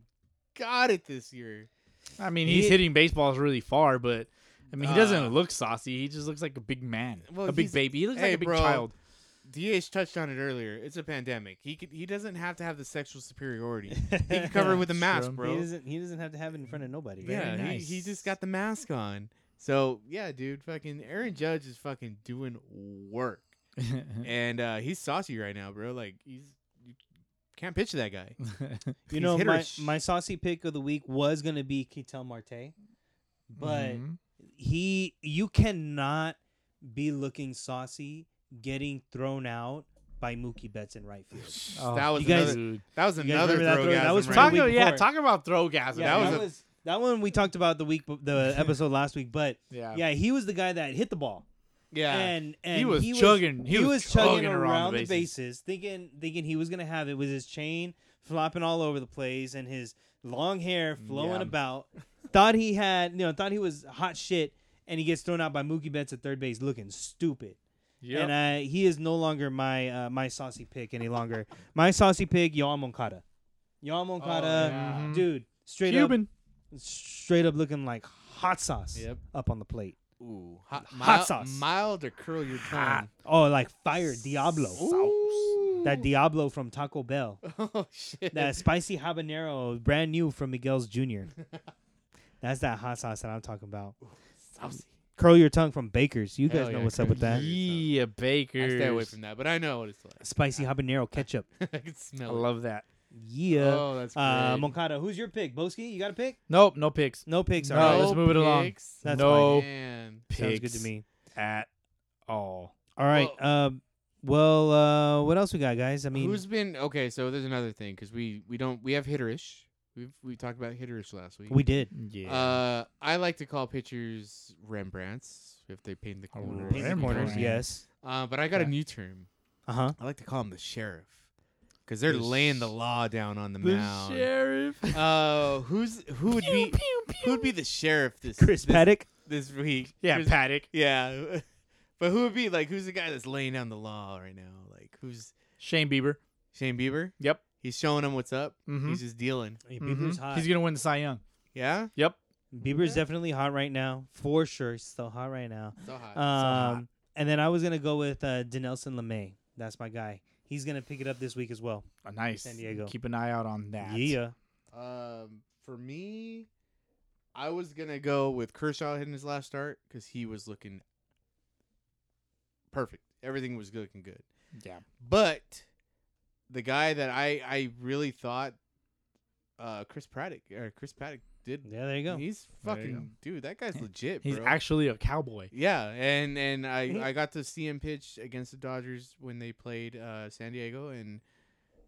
Speaker 4: got it this year.
Speaker 2: I mean,
Speaker 3: He-
Speaker 2: he's hitting baseballs really far, but I mean, he
Speaker 4: Uh,
Speaker 2: doesn't look saucy. He just looks like a big man,
Speaker 4: Well,
Speaker 2: a big
Speaker 4: he's-
Speaker 2: baby. He looks
Speaker 4: hey,
Speaker 2: like a big
Speaker 4: bro.
Speaker 2: child.
Speaker 4: DH touched on it earlier. It's a pandemic. He could, he doesn't have to have the sexual superiority. He can cover it with a
Speaker 2: That's
Speaker 4: mask,
Speaker 2: true.
Speaker 4: bro.
Speaker 3: He doesn't. He doesn't have to have it in front of nobody. Right?
Speaker 4: yeah,
Speaker 2: Very
Speaker 4: he, he
Speaker 2: nice.
Speaker 4: just got the mask on. So yeah, dude, fucking Aaron Judge is fucking doing work, and uh, he's saucy right now, bro. Like he's you can't pitch that guy.
Speaker 3: You know,
Speaker 4: hit or
Speaker 3: my,
Speaker 4: sh-
Speaker 3: my saucy pick of the week was gonna be Ketel Marte, but
Speaker 2: Mhm.
Speaker 3: he you cannot be looking saucy getting thrown out by Mookie Betts in right field.
Speaker 2: Oh,
Speaker 4: that was
Speaker 3: you guys-
Speaker 4: another,
Speaker 2: dude.
Speaker 4: that was
Speaker 3: you guys
Speaker 4: another
Speaker 3: remember that
Speaker 4: throw.
Speaker 3: throw? That was
Speaker 2: Talk
Speaker 3: the week
Speaker 2: about, yeah,
Speaker 3: before.
Speaker 2: talk about throwgasm.
Speaker 3: Yeah,
Speaker 2: that was,
Speaker 4: a-
Speaker 3: was that one we talked about the week b- the episode last week, but
Speaker 2: yeah.
Speaker 3: yeah, he was the guy that hit the ball.
Speaker 4: yeah.
Speaker 3: And, and
Speaker 2: He was chugging- he
Speaker 3: He,
Speaker 2: was
Speaker 3: was, chugging,
Speaker 2: chugging
Speaker 3: around, the bases.
Speaker 2: bases.
Speaker 3: thinking thinking he was gonna have it with his chain flopping all over the place and his long hair flowing
Speaker 2: Mm, Yeah.
Speaker 3: about. thought he had, you know, thought he was hot shit, and he gets thrown out by Mookie Betts at third base, looking stupid.
Speaker 2: Yep.
Speaker 3: And I, he is no longer my uh, my saucy pick any longer. my saucy pick, Yoan Moncada. Yoan Moncada,
Speaker 2: Oh, yeah.
Speaker 3: dude, straight
Speaker 2: Cuban.
Speaker 3: up, straight up looking like hot sauce
Speaker 4: Yep.
Speaker 3: up on the plate.
Speaker 4: Ooh, hot,
Speaker 3: Hot
Speaker 4: mild,
Speaker 3: sauce.
Speaker 4: Mild or curl your
Speaker 3: Ah,
Speaker 4: tongue.
Speaker 3: oh, like fire Diablo.
Speaker 4: Ooh.
Speaker 3: That Diablo from Taco Bell.
Speaker 4: oh shit.
Speaker 3: That spicy habanero, brand new from Miguel's Jr. That's that hot sauce that I'm talking about.
Speaker 4: saucy.
Speaker 3: Curl your tongue from Bakers. You guys
Speaker 4: Hell
Speaker 3: know
Speaker 4: yeah,
Speaker 3: what's up with that.
Speaker 2: Yeah, Baker.
Speaker 4: I stay away from that, but I know what it's
Speaker 3: Spicy habanero ketchup.
Speaker 4: like. I can
Speaker 2: I
Speaker 4: smell it.
Speaker 2: love that.
Speaker 3: Yeah.
Speaker 4: Oh, that's great.
Speaker 3: uh, Moncada, who's your pick? Boski, you got a pick?
Speaker 2: Nope, no picks.
Speaker 3: No picks.
Speaker 2: No.
Speaker 3: All right.
Speaker 2: let's move it along.
Speaker 4: picks.
Speaker 3: That's
Speaker 2: no
Speaker 4: Man.
Speaker 2: picks
Speaker 3: Sounds good to me.
Speaker 2: at all.
Speaker 3: All right.
Speaker 4: Well-
Speaker 3: um, well, uh, what else we got, guys? I mean,
Speaker 4: Who's been okay? So there's another thing because we we don't we have hitterish. We've we talked about hitterish last week.
Speaker 3: we did.
Speaker 2: Yeah.
Speaker 4: Uh, I like to call pictures Rembrandts if they paint the
Speaker 2: Oh,
Speaker 4: corners.
Speaker 3: Paint the corners,
Speaker 2: Rembrandt.
Speaker 3: yes.
Speaker 4: Uh, but I got
Speaker 2: Okay.
Speaker 4: a new term.
Speaker 3: Uh huh.
Speaker 4: I like to call them the sheriff because they're
Speaker 2: The
Speaker 4: laying the
Speaker 2: sh-
Speaker 4: law down on the,
Speaker 2: the
Speaker 4: mound.
Speaker 2: sheriff.
Speaker 4: Uh, who's who would be who would be the sheriff this
Speaker 3: Chris
Speaker 4: this,
Speaker 3: Paddock.
Speaker 4: this week?
Speaker 2: Yeah,
Speaker 4: Chris-
Speaker 2: Paddock.
Speaker 4: yeah. but who would be like who's the guy that's laying down the law right now? Like who's
Speaker 2: Shane Bieber.
Speaker 4: Shane Bieber?
Speaker 2: Yep.
Speaker 4: He's showing him what's up.
Speaker 2: Mhm.
Speaker 4: He's just dealing.
Speaker 3: Hey, Bieber's
Speaker 2: Mhm.
Speaker 3: hot.
Speaker 2: He's gonna win the Cy Young.
Speaker 4: Yeah.
Speaker 2: Yep. Mm-hmm.
Speaker 3: Bieber's definitely hot right now, for sure. He's still hot right now.
Speaker 4: So hot.
Speaker 2: Uh, hot.
Speaker 3: Um, and then I was gonna go with uh, Denelson Lemay. That's my guy. He's gonna pick it up this week as well.
Speaker 2: Uh, nice.
Speaker 3: San Diego.
Speaker 2: Keep an eye out on that.
Speaker 3: Yeah.
Speaker 2: Uh,
Speaker 4: Um, for me, I was gonna go with Kershaw in his last start because he was looking perfect. Everything was looking good.
Speaker 2: Yeah.
Speaker 4: But the guy that I I really thought, uh, Chris Paddock or Chris Paddock did.
Speaker 3: Yeah. There you go.
Speaker 4: He's
Speaker 2: There you
Speaker 4: fucking
Speaker 2: go.
Speaker 4: dude. That guy's legit.
Speaker 2: He's
Speaker 4: bro.
Speaker 2: actually a cowboy.
Speaker 4: Yeah, and and I I got to see him pitch against the Dodgers when they played uh, San Diego, and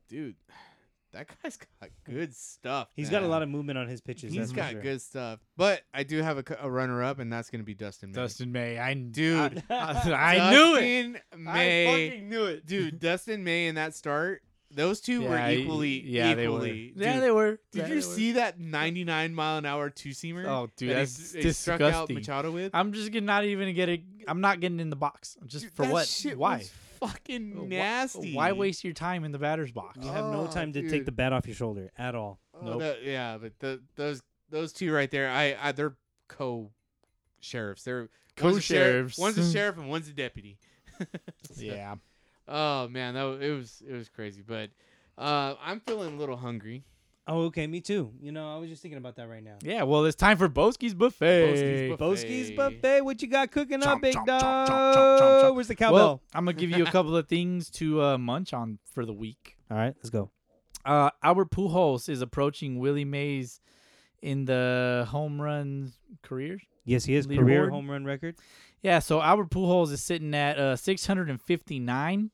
Speaker 4: dude, that guy's got good stuff.
Speaker 3: He's
Speaker 4: He's
Speaker 3: got a lot of movement on his pitches. that's
Speaker 4: He's
Speaker 3: for
Speaker 4: got
Speaker 3: sure.
Speaker 4: good stuff, but I do have a, cu- a runner up, and that's gonna be Dustin. May.
Speaker 2: Dustin May. I
Speaker 4: Dude.
Speaker 2: I, I, I knew it.
Speaker 4: Dustin May,
Speaker 2: knew it.
Speaker 4: dude. Dustin May in that start, those two were equally.
Speaker 2: Yeah,
Speaker 4: equally.
Speaker 2: they were. Yeah,
Speaker 4: Dude,
Speaker 2: they were.
Speaker 4: Did you see that 99 mile an hour two seamer?
Speaker 2: Oh, dude,
Speaker 4: that he
Speaker 2: that's
Speaker 4: s- he struck out
Speaker 2: disgusting.
Speaker 4: Machado with.
Speaker 2: I'm just gonna not even get it. I'm not getting in the box. Just
Speaker 4: Dude,
Speaker 2: for
Speaker 4: that
Speaker 2: what?
Speaker 4: Shit
Speaker 2: Why? Oh,
Speaker 4: was
Speaker 2: Wh-
Speaker 4: fucking
Speaker 2: wh-
Speaker 4: nasty.
Speaker 2: Why waste your time in the batter's box?
Speaker 3: You have no
Speaker 4: Oh,
Speaker 3: time to take
Speaker 4: dude.
Speaker 3: the bat off your shoulder at all.
Speaker 4: Oh,
Speaker 2: Nope.
Speaker 4: that- yeah, but the, those those two right there, I, I they're co sheriffs. They're one's a sheriff-
Speaker 2: Co-sheriffs.
Speaker 4: One's a sheriff and one's a deputy.
Speaker 2: Yeah.
Speaker 4: Oh man, that wa- it was it was crazy. But uh, I'm feeling a little hungry.
Speaker 3: Oh, okay. Me too. You know, I was just thinking about that right now.
Speaker 2: Yeah. Well, it's time for Boski's buffet.
Speaker 4: Boski's buffet.
Speaker 3: Boski's
Speaker 4: Hey.
Speaker 3: buffet. What you got cooking up,
Speaker 2: Chomp,
Speaker 3: big
Speaker 2: chomp,
Speaker 3: dog?
Speaker 2: chomp, chomp, chomp, chomp.
Speaker 3: Where's the
Speaker 2: Well,
Speaker 3: cowbell?
Speaker 2: I'm gonna give you a couple of things to uh, munch on for the week.
Speaker 3: all right, let's go.
Speaker 2: Uh, Albert Pujols is approaching Willie Mays in the home run career.
Speaker 3: Yes, he is
Speaker 2: Leaderboard.
Speaker 3: career home run record.
Speaker 2: Yeah, so Albert Pujols is sitting at uh, 659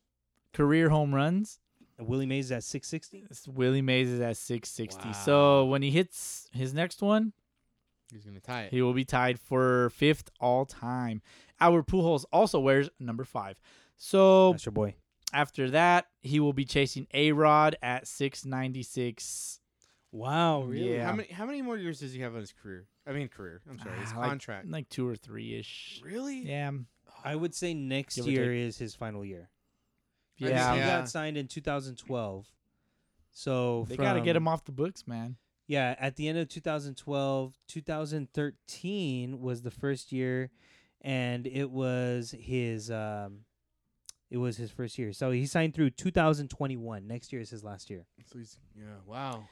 Speaker 2: career home runs.
Speaker 3: And Willie Mays is at 660.
Speaker 2: It's- Willie Mays is at 660.
Speaker 4: Wow.
Speaker 2: So when he hits his next one,
Speaker 4: He's gonna tie it.
Speaker 2: he will be tied for fifth all time. Albert Pujols also wears number five. So
Speaker 3: That's your boy.
Speaker 2: after that, he will be chasing A Rod at 696.
Speaker 3: Wow, really?
Speaker 2: Yeah.
Speaker 4: How many how many more years does he have on his career? I mean career. I'm sorry, his
Speaker 2: Ah, like-
Speaker 4: contract.
Speaker 2: Like two or three ish.
Speaker 4: Really?
Speaker 2: Yeah.
Speaker 3: I would say next
Speaker 2: Give or
Speaker 3: year is his final year.
Speaker 4: I
Speaker 2: Yeah.
Speaker 4: just-
Speaker 3: he
Speaker 4: Yeah.
Speaker 3: got signed in 2012. So
Speaker 2: They got to get
Speaker 3: from-
Speaker 2: him off the books, man.
Speaker 3: yeah, at the end of 2012, 2013 was the first year, and it was his um, it was his first year. So he signed through 2021. Next year is his last year.
Speaker 4: So he's yeah. Wow,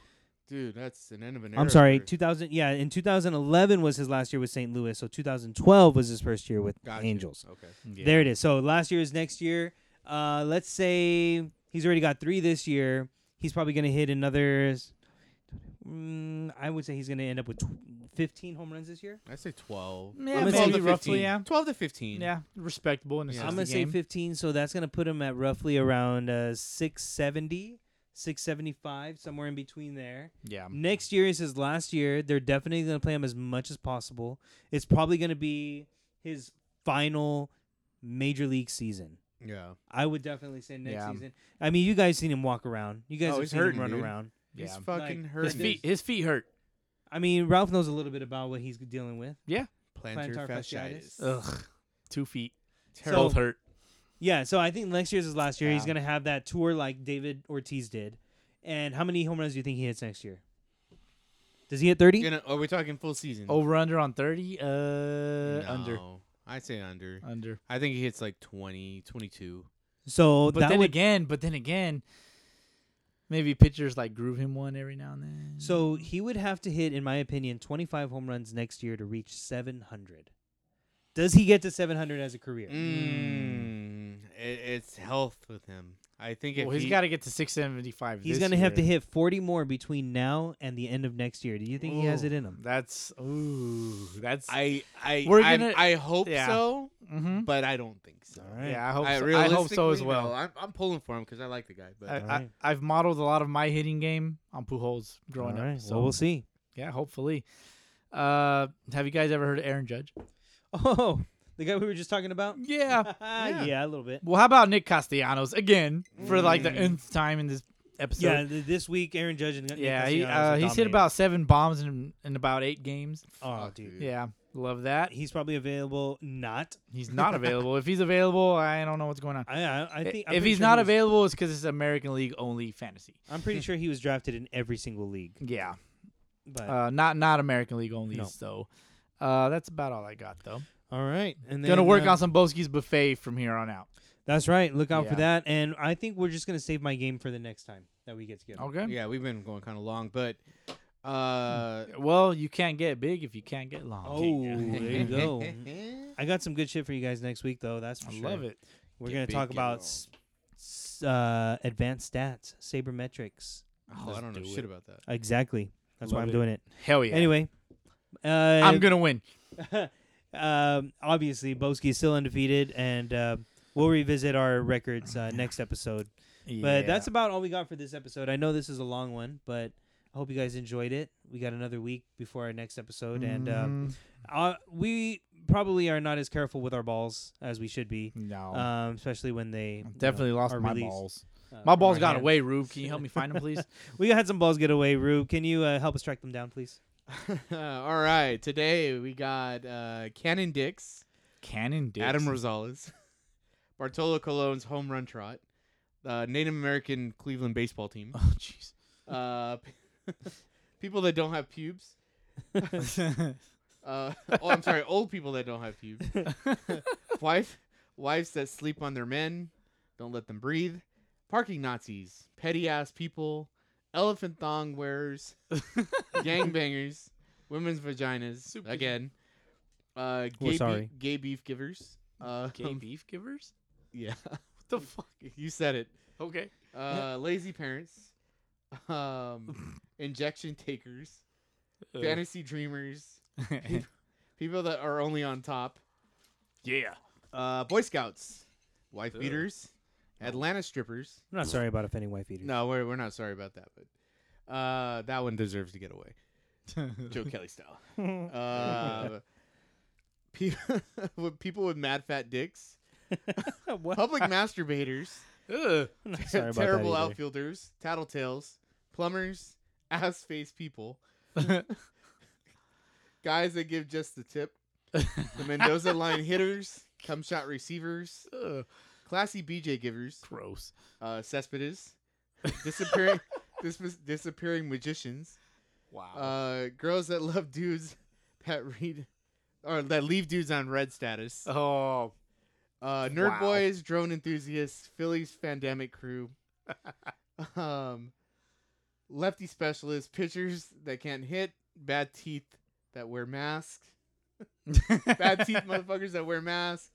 Speaker 4: dude, that's an end of an era.
Speaker 3: I'm sorry,
Speaker 4: for-
Speaker 3: 2000. Yeah, in 2011 was his last year with St. Louis. So 2012 was his first year with
Speaker 4: Gotcha.
Speaker 3: Angels.
Speaker 4: Okay.
Speaker 3: There it is. So last year is next year. Uh, let's say he's already got three this year. He's probably going to hit another. s- Mm, I would say he's going to end up with tw- 15 home runs this year.
Speaker 4: I say twelve.
Speaker 2: Yeah,
Speaker 4: I'm gonna say
Speaker 3: maybe
Speaker 4: 12 to
Speaker 2: roughly,
Speaker 4: 15.
Speaker 2: yeah.
Speaker 4: Twelve to fifteen.
Speaker 2: Yeah, respectable in a
Speaker 4: Yeah.
Speaker 2: yeah.
Speaker 3: I'm going to say 15. So that's going to put him at roughly around uh, 670, 675, somewhere in between there.
Speaker 2: Yeah,
Speaker 3: Next year is his last year. They're definitely going to play him as much as possible. It's probably going to be his final major league season.
Speaker 4: Yeah.
Speaker 3: I would definitely say next
Speaker 2: Yeah.
Speaker 3: season. I mean, you guys seen him walk around. You guys
Speaker 4: Oh,
Speaker 3: have
Speaker 4: he's
Speaker 3: seen
Speaker 4: hurting,
Speaker 3: him run
Speaker 4: dude.
Speaker 3: around.
Speaker 2: yeah.
Speaker 4: He's fucking
Speaker 3: Like,
Speaker 4: hurt.
Speaker 3: his
Speaker 5: His feet, his feet hurt.
Speaker 3: I mean, Ralph knows a little bit about what he's dealing with.
Speaker 4: plantar
Speaker 3: plantar fasciitis.
Speaker 4: fasciitis.
Speaker 5: Ugh, two feet,
Speaker 3: Terrible.
Speaker 5: both hurt.
Speaker 3: Yeah, so I think next year's his last year. He's
Speaker 2: Yeah.
Speaker 3: gonna have that tour like David Ortiz did. And how many home runs do you think he hits next year? Does he hit thirty?
Speaker 4: You know, are we talking full season?
Speaker 2: Over under on thirty. Uh, under
Speaker 4: No, I say under.
Speaker 2: under.
Speaker 4: I think he hits like 20, 22.
Speaker 3: So
Speaker 2: But
Speaker 3: that
Speaker 2: then
Speaker 3: would
Speaker 2: again, but then again, maybe pitchers like groove him one every now and then.
Speaker 3: so he would have to hit, in my opinion, twenty five home runs next year to reach seven hundred. Does he get to seven hundred as a career?
Speaker 4: Mm. It, it's health with him. I think if
Speaker 2: well, he's
Speaker 4: he,
Speaker 2: got to get to six seventy five.
Speaker 3: He's gonna have to hit forty more between now and the end of next year. Do you think he has it in him?
Speaker 2: That's ooh, that's
Speaker 4: I I
Speaker 2: We're
Speaker 4: I'm-
Speaker 2: gonna-
Speaker 4: I hope
Speaker 2: yeah.
Speaker 4: so,
Speaker 2: hmm
Speaker 4: but I don't think so.
Speaker 2: yeah. I hope
Speaker 4: I,
Speaker 2: so. I hope so as
Speaker 4: realistically,
Speaker 2: well.
Speaker 4: no. I'm, I'm pulling for him because I like the guy. But
Speaker 2: I,
Speaker 3: Alright.
Speaker 2: I, I've modeled a lot of my hitting game on Pujols growing
Speaker 3: All right,
Speaker 2: up. So
Speaker 3: well, we'll see.
Speaker 2: yeah, hopefully. Uh, have you guys ever heard of Aaron Judge?
Speaker 3: Oh, the guy we were just talking about? Ah,
Speaker 2: Yeah.
Speaker 3: yeah. a little bit.
Speaker 2: well, how about Nick Castellanos again for like the nth time in this episode?
Speaker 3: Mm. yeah, th- this week Aaron Judge and Nick
Speaker 2: yeah. He,
Speaker 3: Castellanos
Speaker 2: uh,
Speaker 3: are
Speaker 2: he's hit
Speaker 3: dominating.
Speaker 2: about seven bombs in in about eight games.
Speaker 3: Oh,
Speaker 4: Fuck,
Speaker 3: dude.
Speaker 2: Yeah, love that.
Speaker 3: He's probably available. Not.
Speaker 2: He's not available. if he's available, I don't know what's going on.
Speaker 3: I. I, I think. I'm
Speaker 2: if
Speaker 3: pretty
Speaker 2: he's
Speaker 3: sure
Speaker 2: not
Speaker 3: he was-
Speaker 2: available, it's because it's American League only fantasy.
Speaker 3: I'm pretty sure he was drafted in every single league.
Speaker 2: Yeah,
Speaker 3: But
Speaker 2: uh, not not American League only.
Speaker 3: No.
Speaker 2: So uh, that's about all I got though.
Speaker 3: all right, and then,
Speaker 2: Gonna work
Speaker 3: uh,
Speaker 2: on some Boski's buffet from here on out.
Speaker 3: That's right. Look out for
Speaker 2: Yeah.
Speaker 3: that. And I think we're just gonna save my game for the next time that we get together.
Speaker 2: Okay.
Speaker 4: uh, yeah, we've been going kind of long, but uh,
Speaker 2: Well, you can't get big if you can't get long.
Speaker 3: Oh, there you go. I got some good shit for you guys next week, though. That's for
Speaker 2: I
Speaker 3: sure.
Speaker 2: love it.
Speaker 3: We're
Speaker 4: Get
Speaker 3: going to
Speaker 4: big,
Speaker 3: talk
Speaker 4: get
Speaker 3: about
Speaker 4: long.
Speaker 3: s- s- uh, advanced stats, sabermetrics.
Speaker 4: Oh, I don't know
Speaker 2: do
Speaker 4: shit
Speaker 2: it.
Speaker 4: about that.
Speaker 3: Exactly. That's why
Speaker 2: Love
Speaker 3: I'm
Speaker 2: it.
Speaker 3: doing it.
Speaker 2: Hell yeah.
Speaker 3: Anyway, uh,
Speaker 2: I'm gonna win.
Speaker 3: um, obviously, Boski's still undefeated, and uh, we'll revisit our records uh, next episode. But that's about all we got for this episode. I know this is a long one, but I hope you guys enjoyed it. We got another week before our next episode, and
Speaker 2: Mm.
Speaker 3: um,
Speaker 2: Mm-hmm.
Speaker 3: uh, we probably are not as careful with our balls as we should be.
Speaker 2: no.
Speaker 3: um, especially when they
Speaker 2: I
Speaker 3: you
Speaker 2: definitely
Speaker 3: know,
Speaker 2: lost
Speaker 3: are
Speaker 2: my
Speaker 3: released,
Speaker 2: balls.
Speaker 3: uh,
Speaker 2: My
Speaker 3: from
Speaker 2: balls
Speaker 3: our
Speaker 2: got
Speaker 3: hand.
Speaker 2: away, Rube. Can you help me find them, please?
Speaker 3: We had some balls get away, Rube. Can you uh, help us track them down, please?
Speaker 4: All right, today we got uh, Cannon Dix.
Speaker 2: Cannon did.
Speaker 4: Adam Rosales, Bartolo Colon's home run trot, uh, Native American Cleveland baseball team,
Speaker 2: Oh, jeez.
Speaker 4: uh, people that don't have pubes. Uh, oh, I'm sorry, old people that don't have pubes. Wife, wives that sleep on their men, don't let them breathe. Parking Nazis, petty ass people, elephant thong wearers, gangbangers, women's vaginas again. Uh,
Speaker 3: We're
Speaker 4: gay,
Speaker 3: sorry.
Speaker 4: Be- gay beef givers. Uh,
Speaker 5: Gay
Speaker 2: Um,
Speaker 5: beef givers?
Speaker 4: yeah.
Speaker 5: What the fuck?
Speaker 4: You said it.
Speaker 5: Okay.
Speaker 4: Uh, lazy parents, um, injection takers,
Speaker 5: Uh,
Speaker 4: fantasy dreamers, people that are only on top,
Speaker 5: yeah.
Speaker 4: uh, Boy Scouts, wife
Speaker 5: Ugh.
Speaker 4: beaters, Atlanta strippers.
Speaker 3: I'm not sorry about offending wife eaters.
Speaker 4: No, we're, we're not sorry about that, but uh, that one deserves to get away. Joe Kelly style. Uh, pe- with people with mad fat dicks,
Speaker 3: what?
Speaker 4: public masturbators,
Speaker 5: Ugh.
Speaker 3: I'm not sorry about
Speaker 4: terrible
Speaker 3: that either.
Speaker 4: outfielders, tattletales, plumbers, ass face people, guys that give just the tip, the Mendoza line hitters, cum shot receivers,
Speaker 5: Ugh.
Speaker 4: classy BJ givers,
Speaker 5: Gross.
Speaker 4: uh, cespedes, disappearing, dis- disappearing magicians,
Speaker 5: Wow.
Speaker 4: Uh, girls that love dudes that read or that leave dudes on red status.
Speaker 5: oh,
Speaker 4: Uh, nerd
Speaker 5: Wow.
Speaker 4: boys, drone enthusiasts, Phillies fandemic crew, um, lefty specialists, pitchers that can't hit, bad teeth that wear masks, bad teeth motherfuckers that wear masks,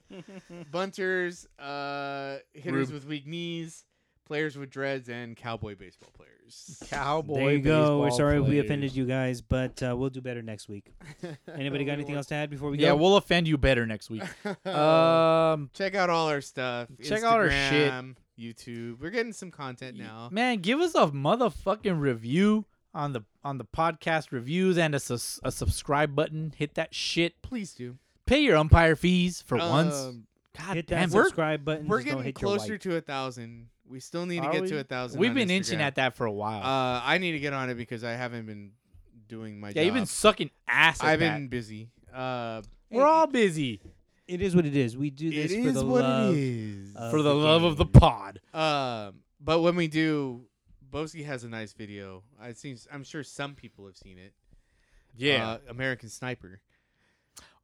Speaker 4: bunters, uh, hitters
Speaker 2: Rube.
Speaker 4: with weak knees, players with dreads, and cowboy baseball players.
Speaker 2: Cowboy.
Speaker 3: there you go. We're
Speaker 2: baseball
Speaker 3: sorry if we
Speaker 2: players.
Speaker 3: offended you guys, but uh, we'll do better next week. Anybody got anything else to add before we
Speaker 2: Yeah,
Speaker 3: go?
Speaker 2: we'll offend you better next week. um,
Speaker 4: check out all our stuff.
Speaker 2: Check out our shit.
Speaker 4: Instagram, YouTube. We're getting some content now.
Speaker 2: man, give us a motherfucking review on the on the podcast reviews and a, sus- a subscribe button. Hit that shit.
Speaker 4: Please do.
Speaker 2: Pay your umpire fees for once.
Speaker 4: Um,
Speaker 2: God
Speaker 3: hit that
Speaker 2: damn, we're,
Speaker 3: subscribe button.
Speaker 4: We're
Speaker 3: just don't
Speaker 4: getting
Speaker 3: hit your
Speaker 4: closer
Speaker 3: like.
Speaker 4: to a thousand. We still need to
Speaker 2: Are
Speaker 4: get
Speaker 2: we?
Speaker 4: to a thousand.
Speaker 2: we've
Speaker 4: on
Speaker 2: been inching
Speaker 4: Instagram.
Speaker 2: at that for a while.
Speaker 4: Uh, I need to get on it because I haven't been doing my
Speaker 2: yeah,
Speaker 4: job.
Speaker 2: you've been sucking ass. At
Speaker 4: I've
Speaker 2: that.
Speaker 4: been busy. Uh,
Speaker 2: We're all busy
Speaker 3: It is what it is. We do
Speaker 4: it
Speaker 3: this for
Speaker 4: is
Speaker 3: the
Speaker 4: what
Speaker 3: love.
Speaker 4: it is.
Speaker 3: of
Speaker 2: for the
Speaker 3: the
Speaker 2: love of the
Speaker 3: game.
Speaker 2: pod.
Speaker 4: Um, but when we do, Boski has a nice video. I seen. I'm sure some people have seen it. uh, American Sniper.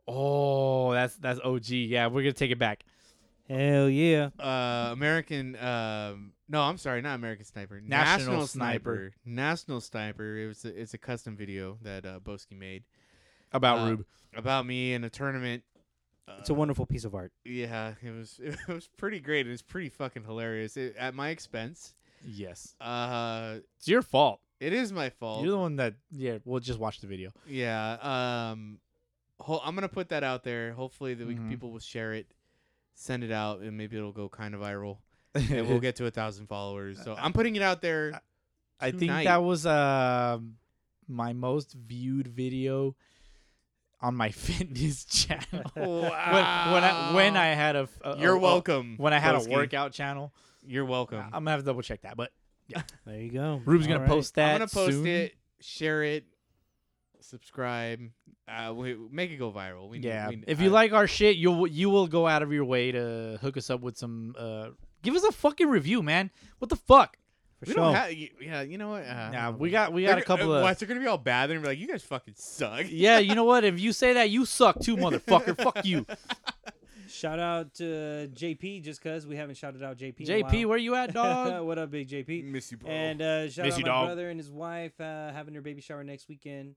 Speaker 2: oh, that's that's OG. Yeah, we're gonna take it back.
Speaker 3: Hell yeah.
Speaker 4: Uh, American. Um, no, I'm sorry, not American Sniper.
Speaker 2: National Sniper.
Speaker 4: Sniper. National Sniper. It was. A, it's a custom video that uh, Boski made
Speaker 2: About
Speaker 4: Uh,
Speaker 2: Rube.
Speaker 4: about me in a tournament. Uh,
Speaker 3: It's a wonderful piece of art.
Speaker 4: Yeah, it was it was pretty great. It was pretty fucking hilarious. It, at my expense.
Speaker 2: Yes,
Speaker 4: Uh
Speaker 2: it's your fault.
Speaker 4: it is my fault.
Speaker 2: You're the one that. Yeah, we'll just watch the video.
Speaker 4: yeah. Um ho- I'm going to put that out there. Hopefully that we
Speaker 2: Mhm.
Speaker 4: people will share it, send it out and maybe it'll go kind of viral and we'll get to a 1000 followers.
Speaker 2: Uh,
Speaker 4: So I'm putting it out there.
Speaker 2: I think that
Speaker 4: tonight.
Speaker 2: was um my most viewed video on my fitness channel. uh, when, when I when I had a, f- a-
Speaker 4: You're
Speaker 2: a- a-
Speaker 4: welcome.
Speaker 2: when I had
Speaker 4: Boski.
Speaker 2: a workout channel,
Speaker 4: You're welcome.
Speaker 2: I'm gonna have to double check that. But
Speaker 3: There you go.
Speaker 2: Rube's
Speaker 3: All
Speaker 2: gonna
Speaker 3: right.
Speaker 2: post that.
Speaker 4: I'm going to post
Speaker 2: soon.
Speaker 4: it, share it, subscribe. Uh, we, make it go viral. We,
Speaker 2: yeah.
Speaker 4: we-
Speaker 2: if you
Speaker 4: I-
Speaker 2: like our shit, you'll you will go out of your way to hook us up with some. uh Give us a fucking review, man. What the fuck?
Speaker 3: For
Speaker 4: we
Speaker 3: sure.
Speaker 4: don't have, yeah, you know what? Uh,
Speaker 2: Nah, we got we got a
Speaker 4: They're-
Speaker 2: couple
Speaker 4: uh,
Speaker 2: of.
Speaker 4: What, they're gonna be all bad. They're gonna be like, "You guys fucking suck."
Speaker 2: Yeah, you know what? If you say that, you suck too, motherfucker. Fuck you,
Speaker 3: Shout out to JP just because we haven't shouted out JP. in a
Speaker 2: JP.
Speaker 3: while.
Speaker 2: Where you at, dog?
Speaker 3: what up, big JP?
Speaker 4: miss you, bro.
Speaker 3: And uh, shout
Speaker 2: Miss
Speaker 3: out
Speaker 2: you,
Speaker 3: my
Speaker 2: dog.
Speaker 3: brother and his wife uh, having their baby shower next weekend.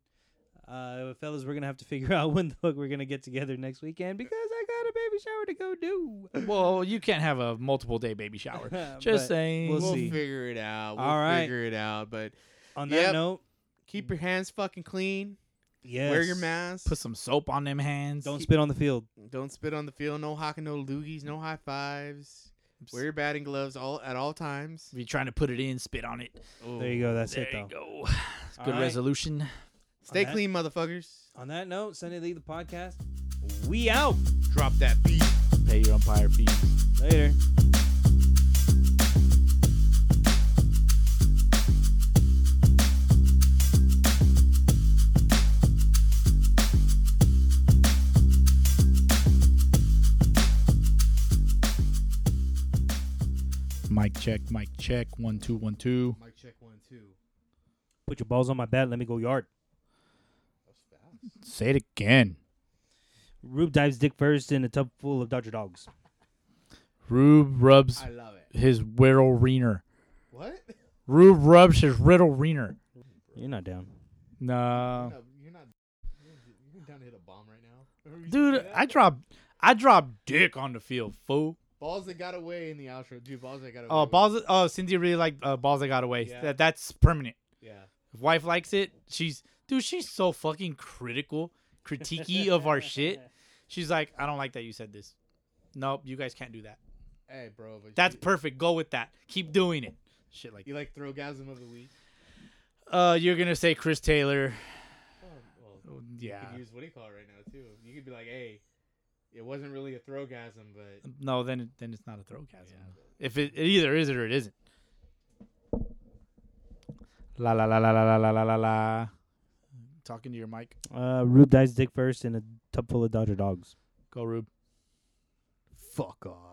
Speaker 3: Uh, fellas, we're gonna have to figure out when the fuck we're gonna get together next weekend because I got a baby shower to go do.
Speaker 2: Well, you can't have a multiple day baby shower. Just
Speaker 3: But
Speaker 2: saying.
Speaker 3: we'll
Speaker 4: we'll
Speaker 3: see.
Speaker 4: figure it out. We'll
Speaker 3: All right.
Speaker 4: figure it out. But
Speaker 3: On that
Speaker 4: Yep.
Speaker 3: note,
Speaker 4: keep your hands fucking clean.
Speaker 3: yes.
Speaker 4: Wear your mask.
Speaker 2: Put some soap on them hands.
Speaker 3: Don't spit on the field.
Speaker 4: Don't spit on the field. No hocking, no loogies, no high fives. Wear your batting gloves all at all times.
Speaker 2: If you're trying to put it in, spit on it.
Speaker 3: There you go. That's
Speaker 2: There
Speaker 3: it
Speaker 2: you
Speaker 3: though.
Speaker 2: go. It's
Speaker 3: All
Speaker 2: good
Speaker 3: right.
Speaker 2: resolution.
Speaker 4: Stay
Speaker 3: On that-
Speaker 4: clean, motherfuckers.
Speaker 3: On that note, Sunday League the podcast. We out.
Speaker 4: Drop that beat.
Speaker 2: Pay your umpire fees.
Speaker 3: Later.
Speaker 2: Mic check, mic check. One, two, one, two.
Speaker 4: Mic check one two.
Speaker 3: Put your balls on my bat. Let me go yard.
Speaker 2: Say it again.
Speaker 3: Rube dives dick first in a tub full of Dodger dogs.
Speaker 2: Rube rubs
Speaker 4: I love it.
Speaker 2: his riddle wiener.
Speaker 4: What?
Speaker 2: Rube rubs his riddle wiener.
Speaker 3: You're not down. Oh.
Speaker 2: No.
Speaker 4: you're not. You're down to hit a bomb right now,
Speaker 2: Dude, I dropped I dropped dick on the field, fool.
Speaker 4: balls that got away in the outro. Dude, balls that got away.
Speaker 2: Oh, balls oh Cindy really liked uh, balls that got away.
Speaker 4: Yeah.
Speaker 2: That that's permanent.
Speaker 4: Yeah.
Speaker 2: If wife likes it, she's dude, she's so fucking critical, critiquey of our shit. She's like, I don't like that you said this. Nope, you guys can't do that.
Speaker 4: Hey, bro. But
Speaker 2: That's
Speaker 4: you,
Speaker 2: perfect. Go with that. Keep doing it. Shit like
Speaker 4: you like throwgasm of the week.
Speaker 2: Uh, you're gonna say Chris Taylor.
Speaker 4: Oh,
Speaker 2: Yeah.
Speaker 4: could use what do you call it right now too. You could be like, hey, it wasn't really a throwgasm, but
Speaker 2: No, then it, then it's not a throw chasm. If it, it either is it or it isn't. La la la la la la la la la la. Talking to your mic.
Speaker 3: Uh, Rube dives dick first in a tub full of Dodger dogs.
Speaker 2: Go Rube.
Speaker 4: fuck off.